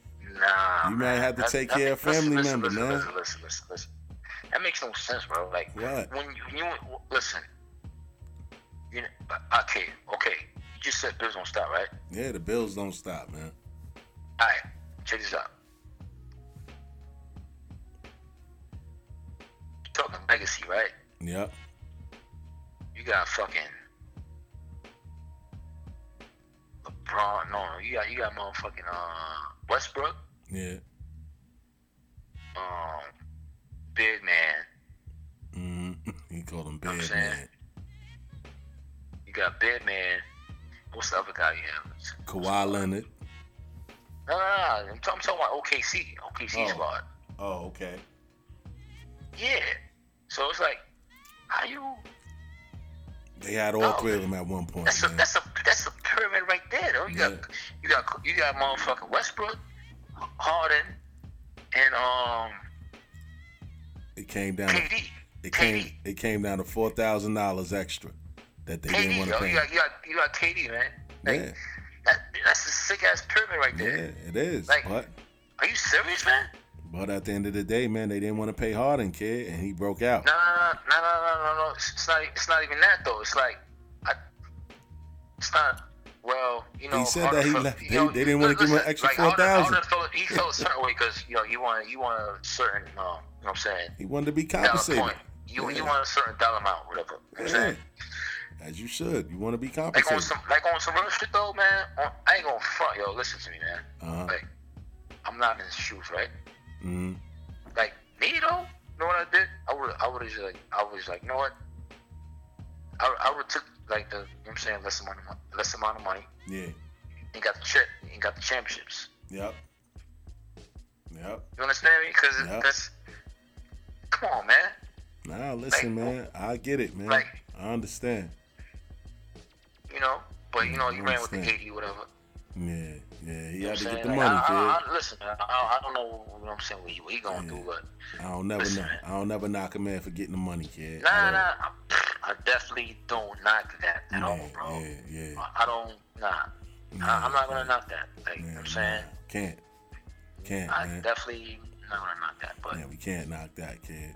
Speaker 3: Nah.
Speaker 2: You
Speaker 3: man.
Speaker 2: might have to
Speaker 3: That-
Speaker 2: take
Speaker 3: that
Speaker 2: care
Speaker 3: make-
Speaker 2: of family
Speaker 3: listen,
Speaker 2: member,
Speaker 3: listen,
Speaker 2: man.
Speaker 3: Listen, listen, listen, listen. That makes no sense, bro. Like
Speaker 2: What?
Speaker 3: when you, when you listen, you know, uh, okay, okay. You just said bills don't stop, right?
Speaker 2: Yeah, the bills don't stop, man.
Speaker 3: All right, check this out. Talking legacy, right?
Speaker 2: Yep.
Speaker 3: You got fucking LeBron. No, no, you got you got motherfucking uh, Westbrook,
Speaker 2: Yeah.
Speaker 3: um, big man.
Speaker 2: hmm [LAUGHS] He called him
Speaker 3: I'm
Speaker 2: bad,
Speaker 3: saying.
Speaker 2: man.
Speaker 3: You got big man. What's the other guy you have?
Speaker 2: Kawhi Leonard.
Speaker 3: No, no, no. I'm, t- I'm talking about OKC, OKC
Speaker 2: Oh.
Speaker 3: squad.
Speaker 2: Oh, okay.
Speaker 3: Yeah. So it's like, how you?
Speaker 2: They had all
Speaker 3: Oh.
Speaker 2: three of them at one point,
Speaker 3: That's a
Speaker 2: man.
Speaker 3: that's a that's a pyramid right there, though. You
Speaker 2: Mm-hmm. Yeah.
Speaker 3: got you got you got motherfucking Westbrook, Harden, and um
Speaker 2: It came down. To,
Speaker 3: KD.
Speaker 2: it
Speaker 3: KD.
Speaker 2: came. It came down to four thousand dollars extra that they didn't
Speaker 3: KD,
Speaker 2: want to
Speaker 3: yo, you
Speaker 2: pay.
Speaker 3: got you got you got KD, man. Like,
Speaker 2: Yeah.
Speaker 3: that, that's a sick ass pyramid right there.
Speaker 2: Yeah, it is.
Speaker 3: Like-
Speaker 2: but
Speaker 3: Are you serious, man?
Speaker 2: but at the end of the day, man, they didn't want to pay Harden, kid, and he broke out.
Speaker 3: No, no, no, no, no, no, no, no. It's it's not. It's not even that though. It's like, I, it's not. Well, you know,
Speaker 2: He said
Speaker 3: Harden
Speaker 2: that he
Speaker 3: felt-
Speaker 2: left-
Speaker 3: you
Speaker 2: they-
Speaker 3: know,
Speaker 2: they didn't wanna
Speaker 3: listen,
Speaker 2: give him an extra
Speaker 3: like, Harden-
Speaker 2: 4,000.
Speaker 3: Harden felt- He felt a certain way because you know you want you want a certain. Um, you know what I'm saying?
Speaker 2: He wanted to be
Speaker 3: Dollar
Speaker 2: compensated.
Speaker 3: point. You
Speaker 2: Yeah.
Speaker 3: you want a certain dollar amount, whatever. You know what I'm
Speaker 2: Yeah.
Speaker 3: saying?
Speaker 2: As you should. You want to be
Speaker 3: Like on
Speaker 2: compensated.
Speaker 3: some like on some real shit though, man. On, I ain't gonna front, yo. Listen to me, man.
Speaker 2: Uh-huh.
Speaker 3: Like, I'm not in his shoes, right?
Speaker 2: hmm
Speaker 3: like me though. You know what I did? I would I would have just like I was like, you know what? I I would took like the you know what I'm saying less amount of money, less amount of money
Speaker 2: Yeah.
Speaker 3: and got the chip and got the championships.
Speaker 2: Yep. Yep.
Speaker 3: You understand me? Because
Speaker 2: Yeah.
Speaker 3: that's come on, man.
Speaker 2: Nah, listen,
Speaker 3: Like,
Speaker 2: man. I get it, man.
Speaker 3: like-
Speaker 2: I understand.
Speaker 3: You know, but you know you
Speaker 2: I
Speaker 3: ran with the
Speaker 2: Mm, understand.
Speaker 3: eighty whatever.
Speaker 2: Yeah. Yeah. He
Speaker 3: You
Speaker 2: had
Speaker 3: know what
Speaker 2: to
Speaker 3: I'm
Speaker 2: get
Speaker 3: saying?
Speaker 2: the
Speaker 3: Like,
Speaker 2: money,
Speaker 3: I,
Speaker 2: kid.
Speaker 3: I, I, listen, man, I, I don't know you know what I'm saying what he, what he gonna
Speaker 2: Yeah.
Speaker 3: do, but
Speaker 2: I don't never
Speaker 3: Listen,
Speaker 2: know.
Speaker 3: man.
Speaker 2: I don't never knock a man for getting the money, kid.
Speaker 3: nah,
Speaker 2: At
Speaker 3: nah,
Speaker 2: all.
Speaker 3: I, I definitely don't knock that at all, bro.
Speaker 2: Yeah, yeah, yeah.
Speaker 3: I, I don't, nah, I, I'm not gonna knock that. Like, you know
Speaker 2: Man,
Speaker 3: what I'm saying?
Speaker 2: nah, Can't. Can't,
Speaker 3: I
Speaker 2: man.
Speaker 3: definitely not gonna knock that, but
Speaker 2: Mm-hmm. Yeah, we can't knock that, kid.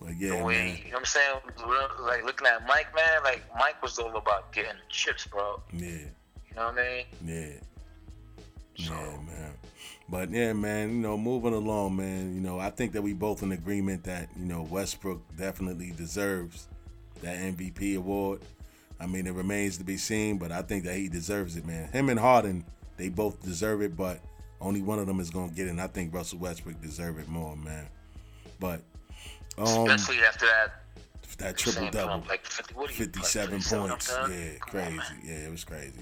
Speaker 2: But yeah,
Speaker 3: the
Speaker 2: man.
Speaker 3: way you know what I'm saying, real- like looking at Mike, man, like Mike was all about getting the chips, bro.
Speaker 2: Yeah.
Speaker 3: You know what I mean?
Speaker 2: Yeah.
Speaker 3: So
Speaker 2: Yeah, man. But yeah, man, you know, moving along, man, you know, I think that we both in agreement that, you know, Westbrook definitely deserves that MVP award. I mean, it remains to be seen, but I think that he deserves it, man. Him and Harden, they both deserve it, but only one of them is going to get it. And I think Russell Westbrook deserve it more, man. But um
Speaker 3: especially after that
Speaker 2: that triple
Speaker 3: Sam
Speaker 2: double,
Speaker 3: Trump, like 50, what do you like,
Speaker 2: 57
Speaker 3: 57,
Speaker 2: points.
Speaker 3: I'm telling you?
Speaker 2: Yeah,
Speaker 3: Come on,
Speaker 2: crazy.
Speaker 3: man.
Speaker 2: Yeah, it was crazy.
Speaker 3: And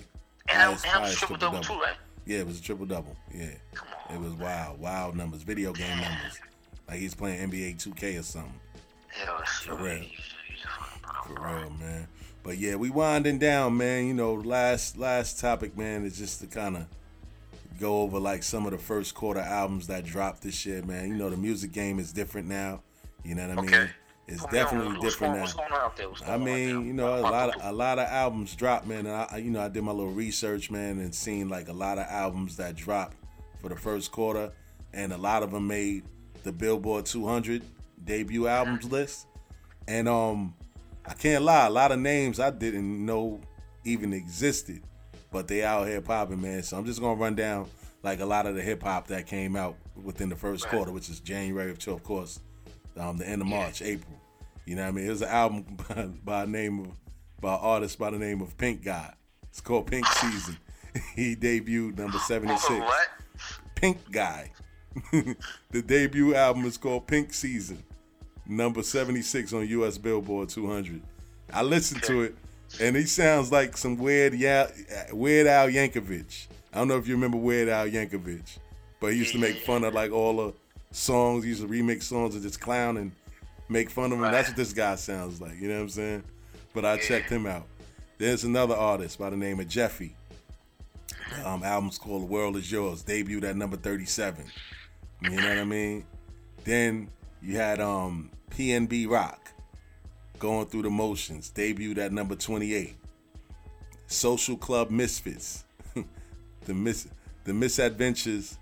Speaker 2: Highest-
Speaker 3: that was, and that was
Speaker 2: highest
Speaker 3: triple double too,
Speaker 2: triple-double.
Speaker 3: right?
Speaker 2: Yeah, it was a triple double. Yeah.
Speaker 3: Come on,
Speaker 2: It was wild, wild numbers, video game numbers. Like he's playing NBA 2K or something.
Speaker 3: yeah, for
Speaker 2: real.
Speaker 3: For
Speaker 2: For real, man. But yeah, we winding down, man. You know, last last topic, man, is just to kind of go over like some of the first quarter albums that dropped this year, man. You know, the music game is different now. You know what I mean?
Speaker 3: Okay.
Speaker 2: It's
Speaker 3: What's
Speaker 2: definitely
Speaker 3: going on?
Speaker 2: different
Speaker 3: What's
Speaker 2: now.
Speaker 3: going on out there? What's
Speaker 2: I
Speaker 3: going on out
Speaker 2: mean,
Speaker 3: there?
Speaker 2: you know, a
Speaker 3: Fuck
Speaker 2: lot
Speaker 3: with
Speaker 2: of a lot of albums dropped, man. And I, I- you know, I did my little research, man, and seen like a lot of albums that dropped for the first quarter, and a lot of them made the Billboard 200 debut albums list. And um, I can't lie, a lot of names I didn't know even existed, but they out here popping, man. So I'm just gonna run down like a lot of the hip hop that came out within the first
Speaker 3: Right.
Speaker 2: quarter, which is January to, of course, um, the end of March, April. You know what I mean? It was an album [LAUGHS] by, by name of by an artist by the name of Pink God. It's called Pink Season. [LAUGHS] he debuted number seventy
Speaker 3: Who-
Speaker 2: six.
Speaker 3: What?
Speaker 2: Pink Guy. [LAUGHS] the debut album is called Pink Season, number 76 on US Billboard 200. I listened to it, and he sounds like some weird, ya- weird Al Yankovic. I don't know if you remember Weird Al Yankovic, but he used to make fun of like all the songs. He used to remake songs and just clown and make fun of him.
Speaker 3: Right.
Speaker 2: That's what this guy sounds like. You know what I'm saying? But I
Speaker 3: Yeah.
Speaker 2: checked him out. There's another artist by the name of Jeffy. Um, album's called "The World Is Yours." Debuted at number 37. You know what I mean? Then you had um, PNB Rock going through the motions. Debuted at number 28. Social Club Misfits, [LAUGHS] the mis the misadventures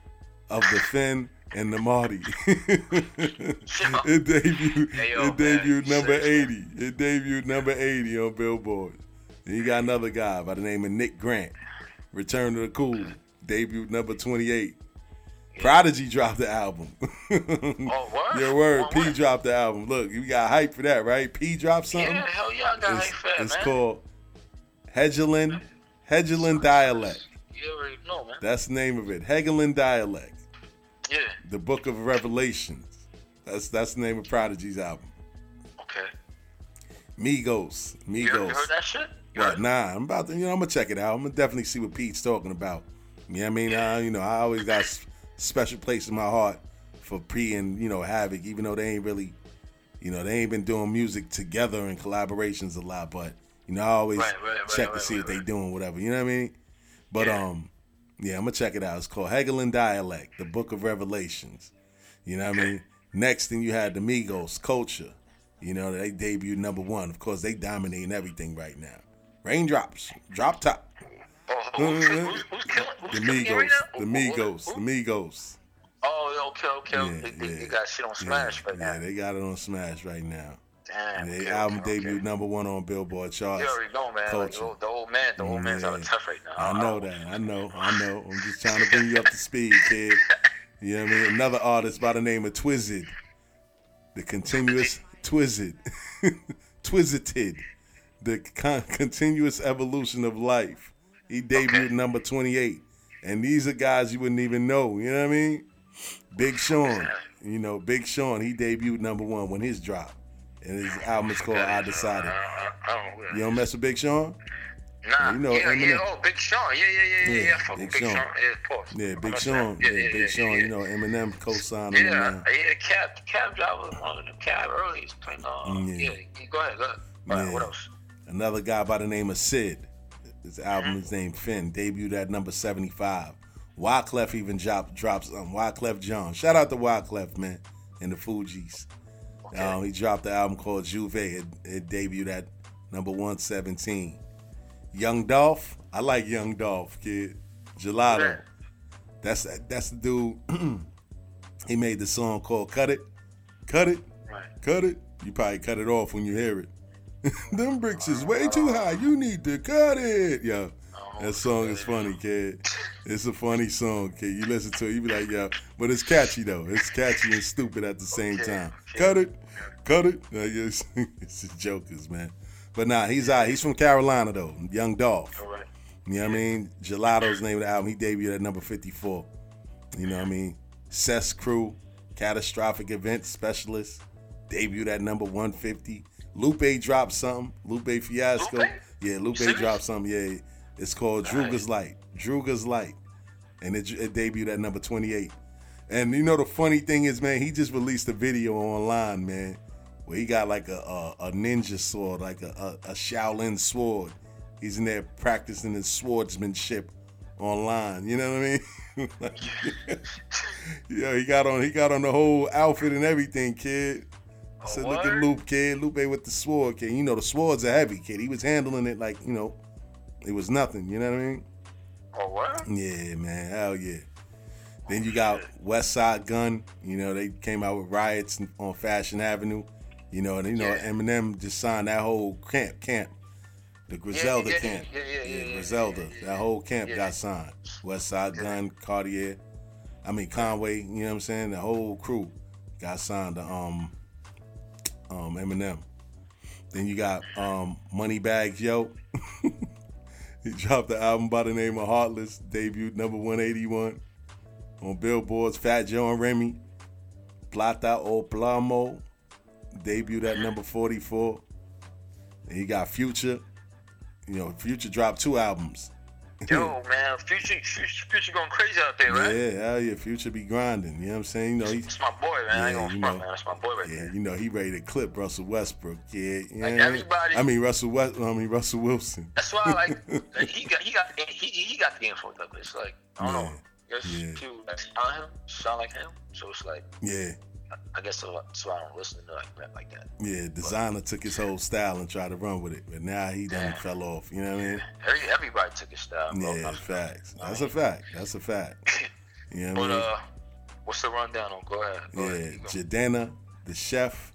Speaker 2: of the Finn and the Marty. [LAUGHS] it debuted
Speaker 3: Hey, yo,
Speaker 2: it
Speaker 3: man,
Speaker 2: debuted
Speaker 3: you
Speaker 2: number
Speaker 3: serious,
Speaker 2: 80. It debuted number 80 on Billboard. Then you got another guy by the name of Nick Grant. Return to the Cool. Debuted number 28. Prodigy dropped the album. [LAUGHS]
Speaker 3: Oh, word?
Speaker 2: Your word.
Speaker 3: One
Speaker 2: P
Speaker 3: word.
Speaker 2: dropped the album. Look, you got hype for that, right? P dropped something.
Speaker 3: Yeah, hell yeah, I got
Speaker 2: it's
Speaker 3: hype for that,
Speaker 2: it's
Speaker 3: man.
Speaker 2: called Hegelin Hegelin Dialect.
Speaker 3: You already know, man.
Speaker 2: That's the name of it. Hegelin Dialect.
Speaker 3: Yeah,
Speaker 2: The Book of Revelations. That's that's the name of Prodigy's album.
Speaker 3: okay.
Speaker 2: Migos.
Speaker 3: You heard, you
Speaker 2: Migos.
Speaker 3: heard that shit? You
Speaker 2: Right.
Speaker 3: heard-
Speaker 2: Nah, I'm about to, you know, I'm gonna check it out. I'm gonna definitely see what Pete's talking about. You know what I mean? I, you know, I always got s- special place in my heart for P and, you know, Havoc, even though they ain't really, you know, they ain't been doing music together and collaborations a lot, but, you know, I always
Speaker 3: Right, right, right,
Speaker 2: check to
Speaker 3: right,
Speaker 2: see
Speaker 3: right,
Speaker 2: what they
Speaker 3: right.
Speaker 2: doing, whatever. You know what I mean? But,
Speaker 3: Yeah.
Speaker 2: um, yeah, I'm gonna check it out. It's called Hegelin Dialect, the Book of Revelations. You know what I mean? Next thing you had the Migos, Culture. You know, they debuted number one. Of course, they dominating everything right now. Raindrops, drop top.
Speaker 3: Oh, who's, who's, who's killing?
Speaker 2: The
Speaker 3: Who's killing it
Speaker 2: Migos,
Speaker 3: right now?
Speaker 2: the
Speaker 3: Who- who-
Speaker 2: Migos,
Speaker 3: who-
Speaker 2: the Migos.
Speaker 3: Oh, yeah, okay, okay.
Speaker 2: Yeah,
Speaker 3: they, they,
Speaker 2: yeah,
Speaker 3: they got shit on Smash
Speaker 2: yeah,
Speaker 3: right
Speaker 2: Yeah,
Speaker 3: now.
Speaker 2: they got it on Smash right now.
Speaker 3: Damn.
Speaker 2: And
Speaker 3: okay,
Speaker 2: their
Speaker 3: okay,
Speaker 2: album
Speaker 3: okay.
Speaker 2: debuted number one on Billboard charts.
Speaker 3: You already know, man. Like,
Speaker 2: Culture.
Speaker 3: the old- the old man, the old man's out of
Speaker 2: Yeah.
Speaker 3: touch right now.
Speaker 2: I know that. I know. I know. I'm just trying to bring you up to speed, kid. You know what I mean? Another artist by the name of Twizzid. The continuous [LAUGHS] Twizzid. Twizzited. The con- continuous evolution of life. He debuted
Speaker 3: Okay.
Speaker 2: number 28. And these are guys you wouldn't even know. You know what I mean? Big Sean. You know, Big Sean, he debuted number one when his drop. And his album is called I Decided.
Speaker 3: I, I don't
Speaker 2: You don't mess with Big Sean?
Speaker 3: Nah,
Speaker 2: You know
Speaker 3: yeah,
Speaker 2: Eminem.
Speaker 3: yeah, oh, Big Sean, yeah, yeah, yeah, yeah,
Speaker 2: Yeah,
Speaker 3: yeah, fuck
Speaker 2: Big
Speaker 3: Big, Sean.
Speaker 2: Sean.
Speaker 3: yeah, pause.
Speaker 2: Yeah,
Speaker 3: I
Speaker 2: Big
Speaker 3: must-
Speaker 2: Sean. Yeah, Big Sean. You know, Eminem co-signed
Speaker 3: yeah,
Speaker 2: him. uh,
Speaker 3: yeah,
Speaker 2: man.
Speaker 3: yeah, cab, cab driver, one of the cab early, he's playing, uh,
Speaker 2: Yeah.
Speaker 3: yeah. go ahead, go ahead. All right,
Speaker 2: Yeah.
Speaker 3: what else?
Speaker 2: Another guy by the name of Sid. His album is named Finn. Debuted at number seventy-five. Wyclef even drop, drops um, Wyclef John. Shout out to Wyclef, man, and the Fugees.
Speaker 3: Okay.
Speaker 2: Um, he dropped the album called Juve. It, it debuted at number 117. Young Dolph. I like Young Dolph, kid. Gelato.
Speaker 3: Yeah.
Speaker 2: That's that's the dude. [CLEARS THROAT] he made the song called Cut It. Cut It.
Speaker 3: Right.
Speaker 2: Cut it. You probably cut it off when you hear it. [LAUGHS] Them bricks is way too high. You need to cut it. Yo,
Speaker 3: Oh,
Speaker 2: that song is funny, kid. It's a funny song, kid. You listen to it, you be like, yo, but it's catchy though. It's catchy and stupid at the same
Speaker 3: Okay,
Speaker 2: time.
Speaker 3: okay.
Speaker 2: Cut it. Cut it. Like, it's, [LAUGHS] it's just jokers, man. But nah, he's out. He's from Carolina though. Young Dolph.
Speaker 3: All right.
Speaker 2: You know what I mean? Gelato's name of the album. He debuted at number 54. You know what I mean? Cess Crew, Catastrophic Event Specialist, debuted at number 150. Lupe dropped something. Lupe Fiasco.
Speaker 3: Lupe?
Speaker 2: Yeah, Lupe
Speaker 3: Serious?
Speaker 2: dropped something. Yeah, it's called
Speaker 3: Alright.
Speaker 2: Druga's Light. Druga's Light. And it, it debuted at number 28. And you know the funny thing is, man, he just released a video online, man, where he got like a a, a ninja sword, like a, a a Shaolin sword. He's in there practicing his swordsmanship online. You know what I mean? [LAUGHS] like, yeah, he got on he got on the whole outfit and everything, kid. I said, look at
Speaker 3: Oh, word?
Speaker 2: Lupe, kid. Lupe with the sword, kid. You know the swords are heavy, kid. He was handling it like you know, it was nothing. You know what I mean? [LAUGHS]
Speaker 3: Oh, what?
Speaker 2: Yeah, man. Hell yeah. Then you got West Side Gun. You know, they came out with riots on Fashion Avenue. You know, and you know,
Speaker 3: Yeah.
Speaker 2: Eminem just signed that whole camp, camp. The Griselda
Speaker 3: yeah,
Speaker 2: camp.
Speaker 3: yeah, yeah, yeah, yeah,
Speaker 2: Griselda.
Speaker 3: yeah, yeah, yeah.
Speaker 2: That whole camp
Speaker 3: Yeah.
Speaker 2: got signed. West Side Gun, Cartier. I mean Conway, you know what I'm saying? The whole crew got signed to um um Eminem. Then you got um Moneybags Yo. [LAUGHS] he dropped the album by the name of Heartless, debuted number 181 on Billboard's Fat Joe and Remy. Plata o Plamo, debuted at number 44. And you got Future. You know, Future dropped two albums.
Speaker 3: Yo, man, future, future, future going crazy out there, right?
Speaker 2: Yeah, hell yeah, future be grinding. You know what I'm saying? You know, he,
Speaker 3: It's my boy, man. I
Speaker 2: Yeah,
Speaker 3: ain't gonna
Speaker 2: you
Speaker 3: front,
Speaker 2: know.
Speaker 3: man. That's my boy right
Speaker 2: yeah,
Speaker 3: there.
Speaker 2: you know, he ready to clip Russell Westbrook. Yeah, yeah.
Speaker 3: everybody-
Speaker 2: I mean Russell West. I mean Russell Wilson.
Speaker 3: That's why,
Speaker 2: [LAUGHS]
Speaker 3: like, like, he got he got he, he got the game fucked up. It's like I don't know.
Speaker 2: Yeah.
Speaker 3: There's
Speaker 2: Yeah.
Speaker 3: people that sound him, sound like him. So it's like
Speaker 2: Yeah,
Speaker 3: I guess so. So I don't listen to like rap like that.
Speaker 2: yeah. Designer took his whole style and tried to run with it, but now he done
Speaker 3: Yeah.
Speaker 2: fell off. You know what I mean?
Speaker 3: Every, everybody took his style. Bro.
Speaker 2: Yeah,
Speaker 3: I'm-
Speaker 2: facts.
Speaker 3: I
Speaker 2: That's a
Speaker 3: mean-
Speaker 2: fact. That's a fact.
Speaker 3: [LAUGHS]
Speaker 2: You know what
Speaker 3: But
Speaker 2: I mean?
Speaker 3: uh, what's the rundown on? Go ahead. Go
Speaker 2: Yeah,
Speaker 3: ahead. You go.
Speaker 2: Jadena, the chef,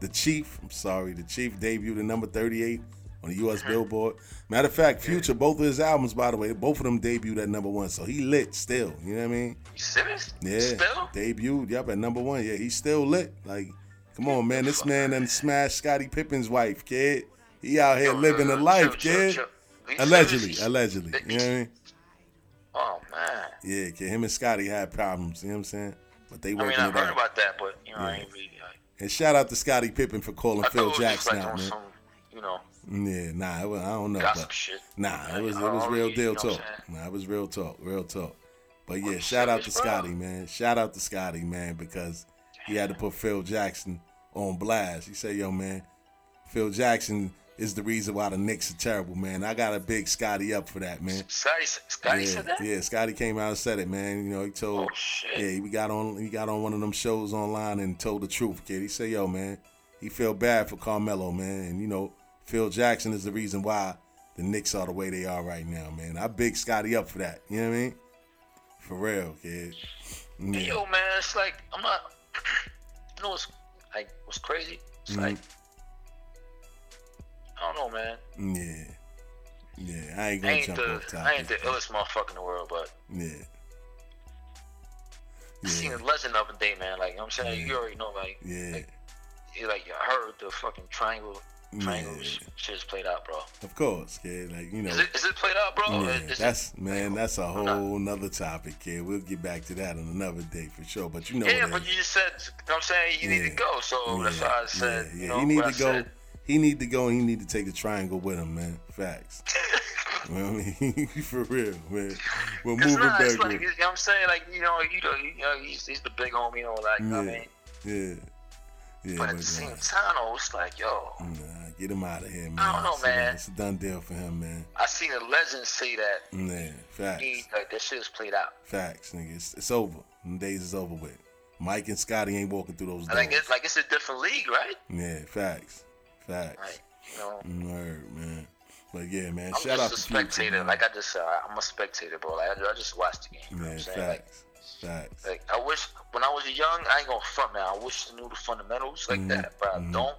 Speaker 2: the chief. I'm sorry, the chief debuted at number 38 on the U.S. Billboard. Matter of fact, Future, both of his albums, by the way, both of them debuted at number one. So he lit still. You know what I mean?
Speaker 3: You serious?
Speaker 2: Yeah,
Speaker 3: Still?
Speaker 2: debuted. Yep, at number one. Yeah, he's still lit. Like, come on, man, this man done smashed Scottie Pippen's wife, kid. He out here
Speaker 3: Yo,
Speaker 2: living
Speaker 3: yo,
Speaker 2: the
Speaker 3: yo,
Speaker 2: life,
Speaker 3: chill, chill,
Speaker 2: kid.
Speaker 3: chill. You
Speaker 2: Allegedly,
Speaker 3: serious?
Speaker 2: allegedly. You know what I mean?
Speaker 3: Oh man.
Speaker 2: Yeah, kid. Him and Scotty had problems. You know what I'm saying? But they
Speaker 3: I mean,
Speaker 2: working
Speaker 3: I
Speaker 2: it
Speaker 3: heard
Speaker 2: out.
Speaker 3: about that, but you know, I
Speaker 2: Yeah.
Speaker 3: ain't really. Like,
Speaker 2: And shout out to Scottie Pippen for calling
Speaker 3: I
Speaker 2: Phil
Speaker 3: thought it was just
Speaker 2: Jackson
Speaker 3: like oh,
Speaker 2: out,
Speaker 3: on
Speaker 2: man.
Speaker 3: some, you know,
Speaker 2: Yeah, nah, it was, I don't know.
Speaker 3: gossip
Speaker 2: But,
Speaker 3: shit.
Speaker 2: nah, it
Speaker 3: Like,
Speaker 2: was it
Speaker 3: I
Speaker 2: was
Speaker 3: don't
Speaker 2: real
Speaker 3: really- you
Speaker 2: deal
Speaker 3: know what
Speaker 2: talk.
Speaker 3: I'm saying?
Speaker 2: Nah, it was real talk, real talk. But
Speaker 3: Well,
Speaker 2: yeah,
Speaker 3: you
Speaker 2: shout out to
Speaker 3: serious, bro?
Speaker 2: Scotty, man. Shout out to Scotty, man, because he had to put Phil Jackson on blast. He said, "Yo, man, Phil Jackson is the reason why the Knicks are terrible, man. I got a big Scotty up for that, man."
Speaker 3: Scotty, Scotty
Speaker 2: yeah,
Speaker 3: said that.
Speaker 2: yeah, Scotty came out and said it, man. You know, he told,
Speaker 3: Oh, shit.
Speaker 2: yeah, we got on, he got on one of them shows online and told the truth, kid. He said, yo, man, he felt bad for Carmelo, man, and you know, Phil Jackson is the reason why the Knicks are the way they are right now, man. I big Scotty up for that. You know what I mean? For real, kid. Yeah,
Speaker 3: Yo, man, it's like I'm not. [CLEARS THROAT] You know what's like what's crazy? It's
Speaker 2: Mm-hmm.
Speaker 3: like I don't know, man.
Speaker 2: yeah, yeah. I ain't
Speaker 3: I
Speaker 2: gonna
Speaker 3: ain't
Speaker 2: jump
Speaker 3: the
Speaker 2: off
Speaker 3: I ain't the uh,
Speaker 2: topic.
Speaker 3: illest motherfucker in the world, but
Speaker 2: Yeah,
Speaker 3: I seen
Speaker 2: yeah,
Speaker 3: a legend of a day, man. Like you know what I'm saying, you already know, like
Speaker 2: yeah.
Speaker 3: like, you like I heard the fucking triangle triangle
Speaker 2: Yeah.
Speaker 3: sh shit's played out, bro.
Speaker 2: Of course, kid. Like you know.
Speaker 3: Is it is it played out, bro? Or
Speaker 2: Yeah,
Speaker 3: Oh, is it-
Speaker 2: that's man, that's a
Speaker 3: not?
Speaker 2: whole nother topic, kid. We'll get back to that on another day for sure. But you know,
Speaker 3: yeah,
Speaker 2: what
Speaker 3: but you just said you know what I'm saying you need
Speaker 2: Yeah.
Speaker 3: to go, so that's why I said you know
Speaker 2: he need
Speaker 3: what I
Speaker 2: to go.
Speaker 3: said. [LAUGHS]
Speaker 2: He need to go, and he need to take the triangle with him, man. Facts.
Speaker 3: [LAUGHS]
Speaker 2: you know what I mean, [LAUGHS] for real, man. We're
Speaker 3: It's
Speaker 2: moving
Speaker 3: not. It's
Speaker 2: back.
Speaker 3: like,
Speaker 2: with
Speaker 3: you know what I'm saying? Like, you know, you know, you know he's, he's the big homie, you know, like, you know what I
Speaker 2: Yeah.
Speaker 3: mean?
Speaker 2: yeah, yeah.
Speaker 3: But
Speaker 2: But Mm.
Speaker 3: at the same
Speaker 2: nah,
Speaker 3: time, though, it's like, yo,
Speaker 2: nah, get him out of here, man.
Speaker 3: I don't know,
Speaker 2: It's a-
Speaker 3: man.
Speaker 2: It's a done deal for him, man.
Speaker 3: I seen a legend say that
Speaker 2: Yeah, facts.
Speaker 3: he, like, that shit is played out.
Speaker 2: Facts, nigga. It's, it's over. Them days is over with. Mike and Scotty ain't walking through those doors.
Speaker 3: Like, it's, like, it's a different league, right?
Speaker 2: Yeah, facts. Facts.
Speaker 3: Like, you know,
Speaker 2: Word, man. But yeah, man.
Speaker 3: I'm
Speaker 2: Mm. shout out to
Speaker 3: just a
Speaker 2: Future,
Speaker 3: spectator.
Speaker 2: man.
Speaker 3: like, I just, uh, I'm a spectator, bro. Like, I, I just watch the game. You know what
Speaker 2: yeah,
Speaker 3: I'm saying? Like,
Speaker 2: facts. facts.
Speaker 3: like, I wish, when I was young, I ain't gonna front, man. I wish I knew the fundamentals
Speaker 2: Mm-hmm.
Speaker 3: like that, but I don't.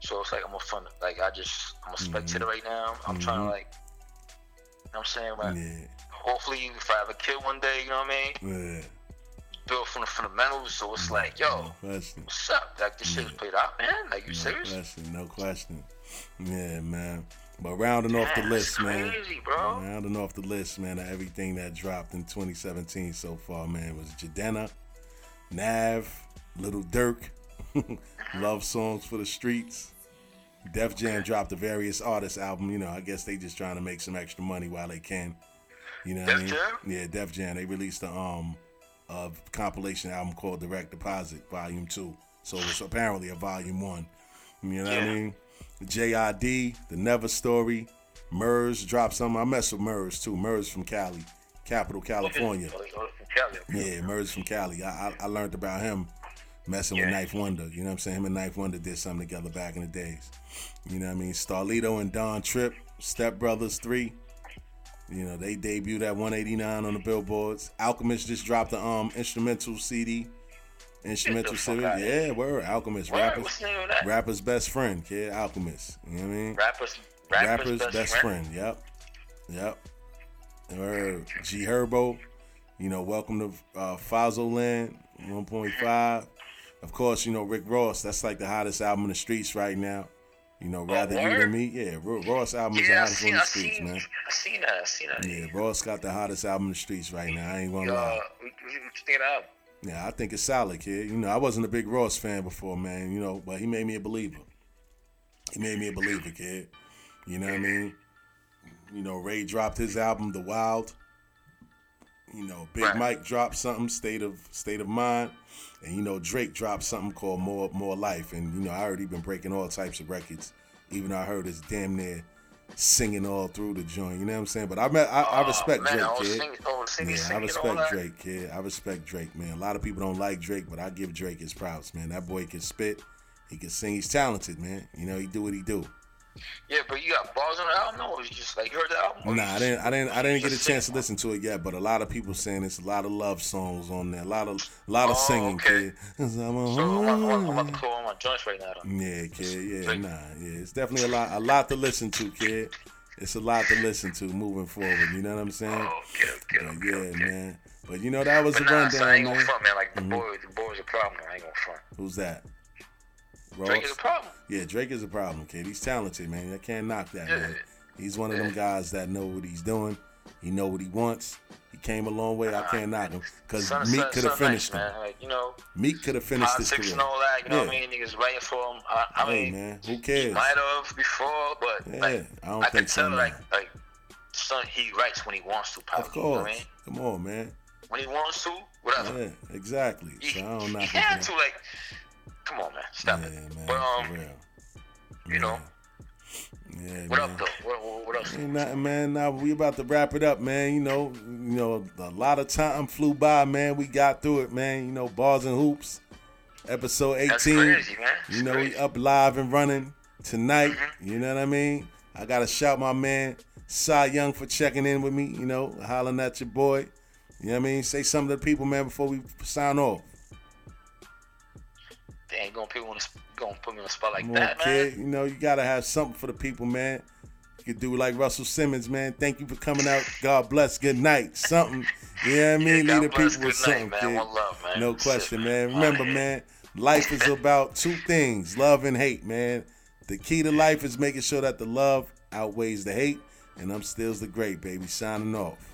Speaker 3: So it's like, I'm a fun, like, I just, I'm a
Speaker 2: Mm-hmm.
Speaker 3: spectator right now. I'm trying to, like, you know what I'm saying? Like,
Speaker 2: yeah,
Speaker 3: hopefully if I have a kid one day, you know what I mean?
Speaker 2: yeah.
Speaker 3: Build from the fundamentals, so
Speaker 2: Mm-hmm.
Speaker 3: it's like, yo,
Speaker 2: No question.
Speaker 3: what's up? Like this shit's played out, man. Like you
Speaker 2: No
Speaker 3: serious?
Speaker 2: question. No question. Yeah, man. But rounding off the
Speaker 3: Man,
Speaker 2: list,
Speaker 3: that's
Speaker 2: man.
Speaker 3: crazy, bro.
Speaker 2: Rounding off the list, man, of everything that dropped in 2017 so far, man, was Jadena, Nav, Little Dirk, [LAUGHS] Love Songs for the Streets. Def Jam dropped the various artists album. You know, I guess they just trying to make some extra money while they can. You know, what I
Speaker 3: Def
Speaker 2: mean?
Speaker 3: Jam?
Speaker 2: Yeah, Def Jam. They released a um a compilation album called Direct Deposit Volume Two. So it's apparently a Volume One. You know what I
Speaker 3: Yeah.
Speaker 2: mean? JID, The Never Story, Murs dropped something. I mess with Murs too. Murs from Cali, Capital California.
Speaker 3: Oh, oh, from Cali, okay.
Speaker 2: Yeah, Murs from Cali. I, I I learned about him messing with
Speaker 3: Yeah.
Speaker 2: Knife Wonder. You know what I'm saying? Him and Knife Wonder did something together back in the days. You know what I mean? Starlito and Don Tripp, Step Brothers 3. You know, they debuted at 189 on the billboards. Alchemist just dropped the um instrumental CD. Instrumental
Speaker 3: fuck
Speaker 2: CD.
Speaker 3: outta
Speaker 2: Yeah, word. Alchemist.
Speaker 3: Word,
Speaker 2: rappers,
Speaker 3: what's the name of that?
Speaker 2: rapper's best friend, kid. Alchemist. You know what I mean?
Speaker 3: Rappers,
Speaker 2: Rapper's, best, friend. Yep. Yep. Or G Herbo. You know, welcome to uh, Fazo Land 1.5. Of course, you know, Rick Ross. That's like the hottest album in the streets right now. You know, Rather You Than
Speaker 3: Oh, word?
Speaker 2: Me. Yeah, Ro- Ross album is the
Speaker 3: Yeah, I
Speaker 2: hottest one
Speaker 3: seen,
Speaker 2: in
Speaker 3: I
Speaker 2: the streets,
Speaker 3: seen,
Speaker 2: man.
Speaker 3: I seen that, I seen that.
Speaker 2: Yeah, Ross got the hottest album in the streets right now. I ain't gonna
Speaker 3: Uh,
Speaker 2: lie.
Speaker 3: we, we, we think it out.
Speaker 2: Yeah, I think it's solid, kid. You know, I wasn't a big Ross fan before, man. You know, but he made me a believer. He made me a believer, kid. You know what I mean? You know, Ray dropped his album, The Wild. You know, Big
Speaker 3: Right.
Speaker 2: Mike dropped something, State of State of Mind, and you know Drake dropped something called More More Life. And you know, I already been breaking all types of records. Even though I heard it's damn near singing all through the joint. You know what I'm saying? But I met, I, I respect
Speaker 3: Oh, man,
Speaker 2: Drake,
Speaker 3: old
Speaker 2: kid.
Speaker 3: Sing, old Cindy
Speaker 2: Yeah, I
Speaker 3: singing all
Speaker 2: respect
Speaker 3: that.
Speaker 2: Drake, kid. I respect Drake, man. A lot of people don't like Drake, but I give Drake his props, man. That boy can spit. He can sing. He's talented, man. You know, he do what he do.
Speaker 3: Yeah, but you got bars on the album, or you just like you heard the album? or
Speaker 2: Nah,
Speaker 3: you
Speaker 2: I didn't, I didn't, I didn't get a chance to listen to it yet. But a lot of people saying it's a lot of love songs on there, a lot of, a lot of
Speaker 3: Oh,
Speaker 2: singing,
Speaker 3: okay.
Speaker 2: kid. [LAUGHS] 'Cause I'm a-
Speaker 3: So I'm, about- I'm,
Speaker 2: Mm.
Speaker 3: about to pull on my joints right now. Though.
Speaker 2: yeah, kid. Yeah,
Speaker 3: Drake.
Speaker 2: nah, yeah. It's definitely a lot, a lot to listen to, kid. It's a lot to listen to moving forward. You know what I'm saying?
Speaker 3: Oh, okay, okay,
Speaker 2: But
Speaker 3: okay,
Speaker 2: yeah,
Speaker 3: okay.
Speaker 2: man. But you know that was
Speaker 3: But
Speaker 2: the
Speaker 3: nah,
Speaker 2: rundown,
Speaker 3: so I ain't gonna
Speaker 2: man.
Speaker 3: front, man. Like the boy, the boy is a problem. I ain't gonna front.
Speaker 2: Who's that?
Speaker 3: Drake is
Speaker 2: Ross?
Speaker 3: a problem.
Speaker 2: Yeah, Drake is a problem, kid. He's talented, man. I can't knock that,
Speaker 3: Yeah.
Speaker 2: man. He's one of them guys that know what he's doing. He know what he wants. He came a long way. I can't knock him because
Speaker 3: Uh-huh. Son of
Speaker 2: Meek
Speaker 3: Sun-
Speaker 2: could have
Speaker 3: Sun
Speaker 2: finished
Speaker 3: Nice,
Speaker 2: him.
Speaker 3: man. Like you know,
Speaker 2: Meek could have finished this
Speaker 3: politics
Speaker 2: career.
Speaker 3: and all that. You know what I
Speaker 2: Yeah.
Speaker 3: mean? Niggas writing for him. I, I
Speaker 2: Hey,
Speaker 3: mean,
Speaker 2: man, who cares?
Speaker 3: might have before, but
Speaker 2: Yeah,
Speaker 3: like,
Speaker 2: I don't
Speaker 3: can
Speaker 2: think so,
Speaker 3: tell
Speaker 2: man.
Speaker 3: like like son, he writes when he wants to. Probably,
Speaker 2: Of
Speaker 3: you know what I
Speaker 2: course.
Speaker 3: mean?
Speaker 2: Come on, man.
Speaker 3: when he wants to, whatever.
Speaker 2: Yeah, exactly. So
Speaker 3: He,
Speaker 2: I don't
Speaker 3: he
Speaker 2: knock him.
Speaker 3: had
Speaker 2: man.
Speaker 3: to like. Come on, man,
Speaker 2: Yeah,
Speaker 3: stop
Speaker 2: man.
Speaker 3: it. But
Speaker 2: For
Speaker 3: um,
Speaker 2: real.
Speaker 3: you know,
Speaker 2: Yeah,
Speaker 3: what
Speaker 2: man.
Speaker 3: up though? What, what, what else?
Speaker 2: Ain't nothing, man. Now we about to wrap it up, man. You know, you know, a lot of time flew by, man. We got through it, man. You know, bars and hoops, episode eighteen.
Speaker 3: That's crazy, man. That's
Speaker 2: You know, we
Speaker 3: crazy. Mm-hmm.
Speaker 2: up live and running tonight. You know what I mean? I gotta shout my man Cy Young for checking in with me. You know, hollering at your boy. You know what I mean? Say something to the people, man, before we sign off.
Speaker 3: They ain't gonna people wanna, gonna put me on the spot like
Speaker 2: Come on,
Speaker 3: that,
Speaker 2: kid.
Speaker 3: man.
Speaker 2: You know, you gotta have something for the people, man. You could do like Russell Simmons, man. Thank you for coming out. God bless. Good night. Something.
Speaker 3: [LAUGHS]
Speaker 2: You know what I mean?
Speaker 3: God
Speaker 2: Leave the
Speaker 3: bless.
Speaker 2: people with
Speaker 3: Good night,
Speaker 2: something,
Speaker 3: man.
Speaker 2: kid.
Speaker 3: One love, man.
Speaker 2: No
Speaker 3: That's it,
Speaker 2: question,
Speaker 3: man.
Speaker 2: man. Remember,
Speaker 3: Alright.
Speaker 2: man, life is about two things love and hate, man. The key to life is making sure that the love outweighs the hate. And I'm stills the great, baby. Signing off.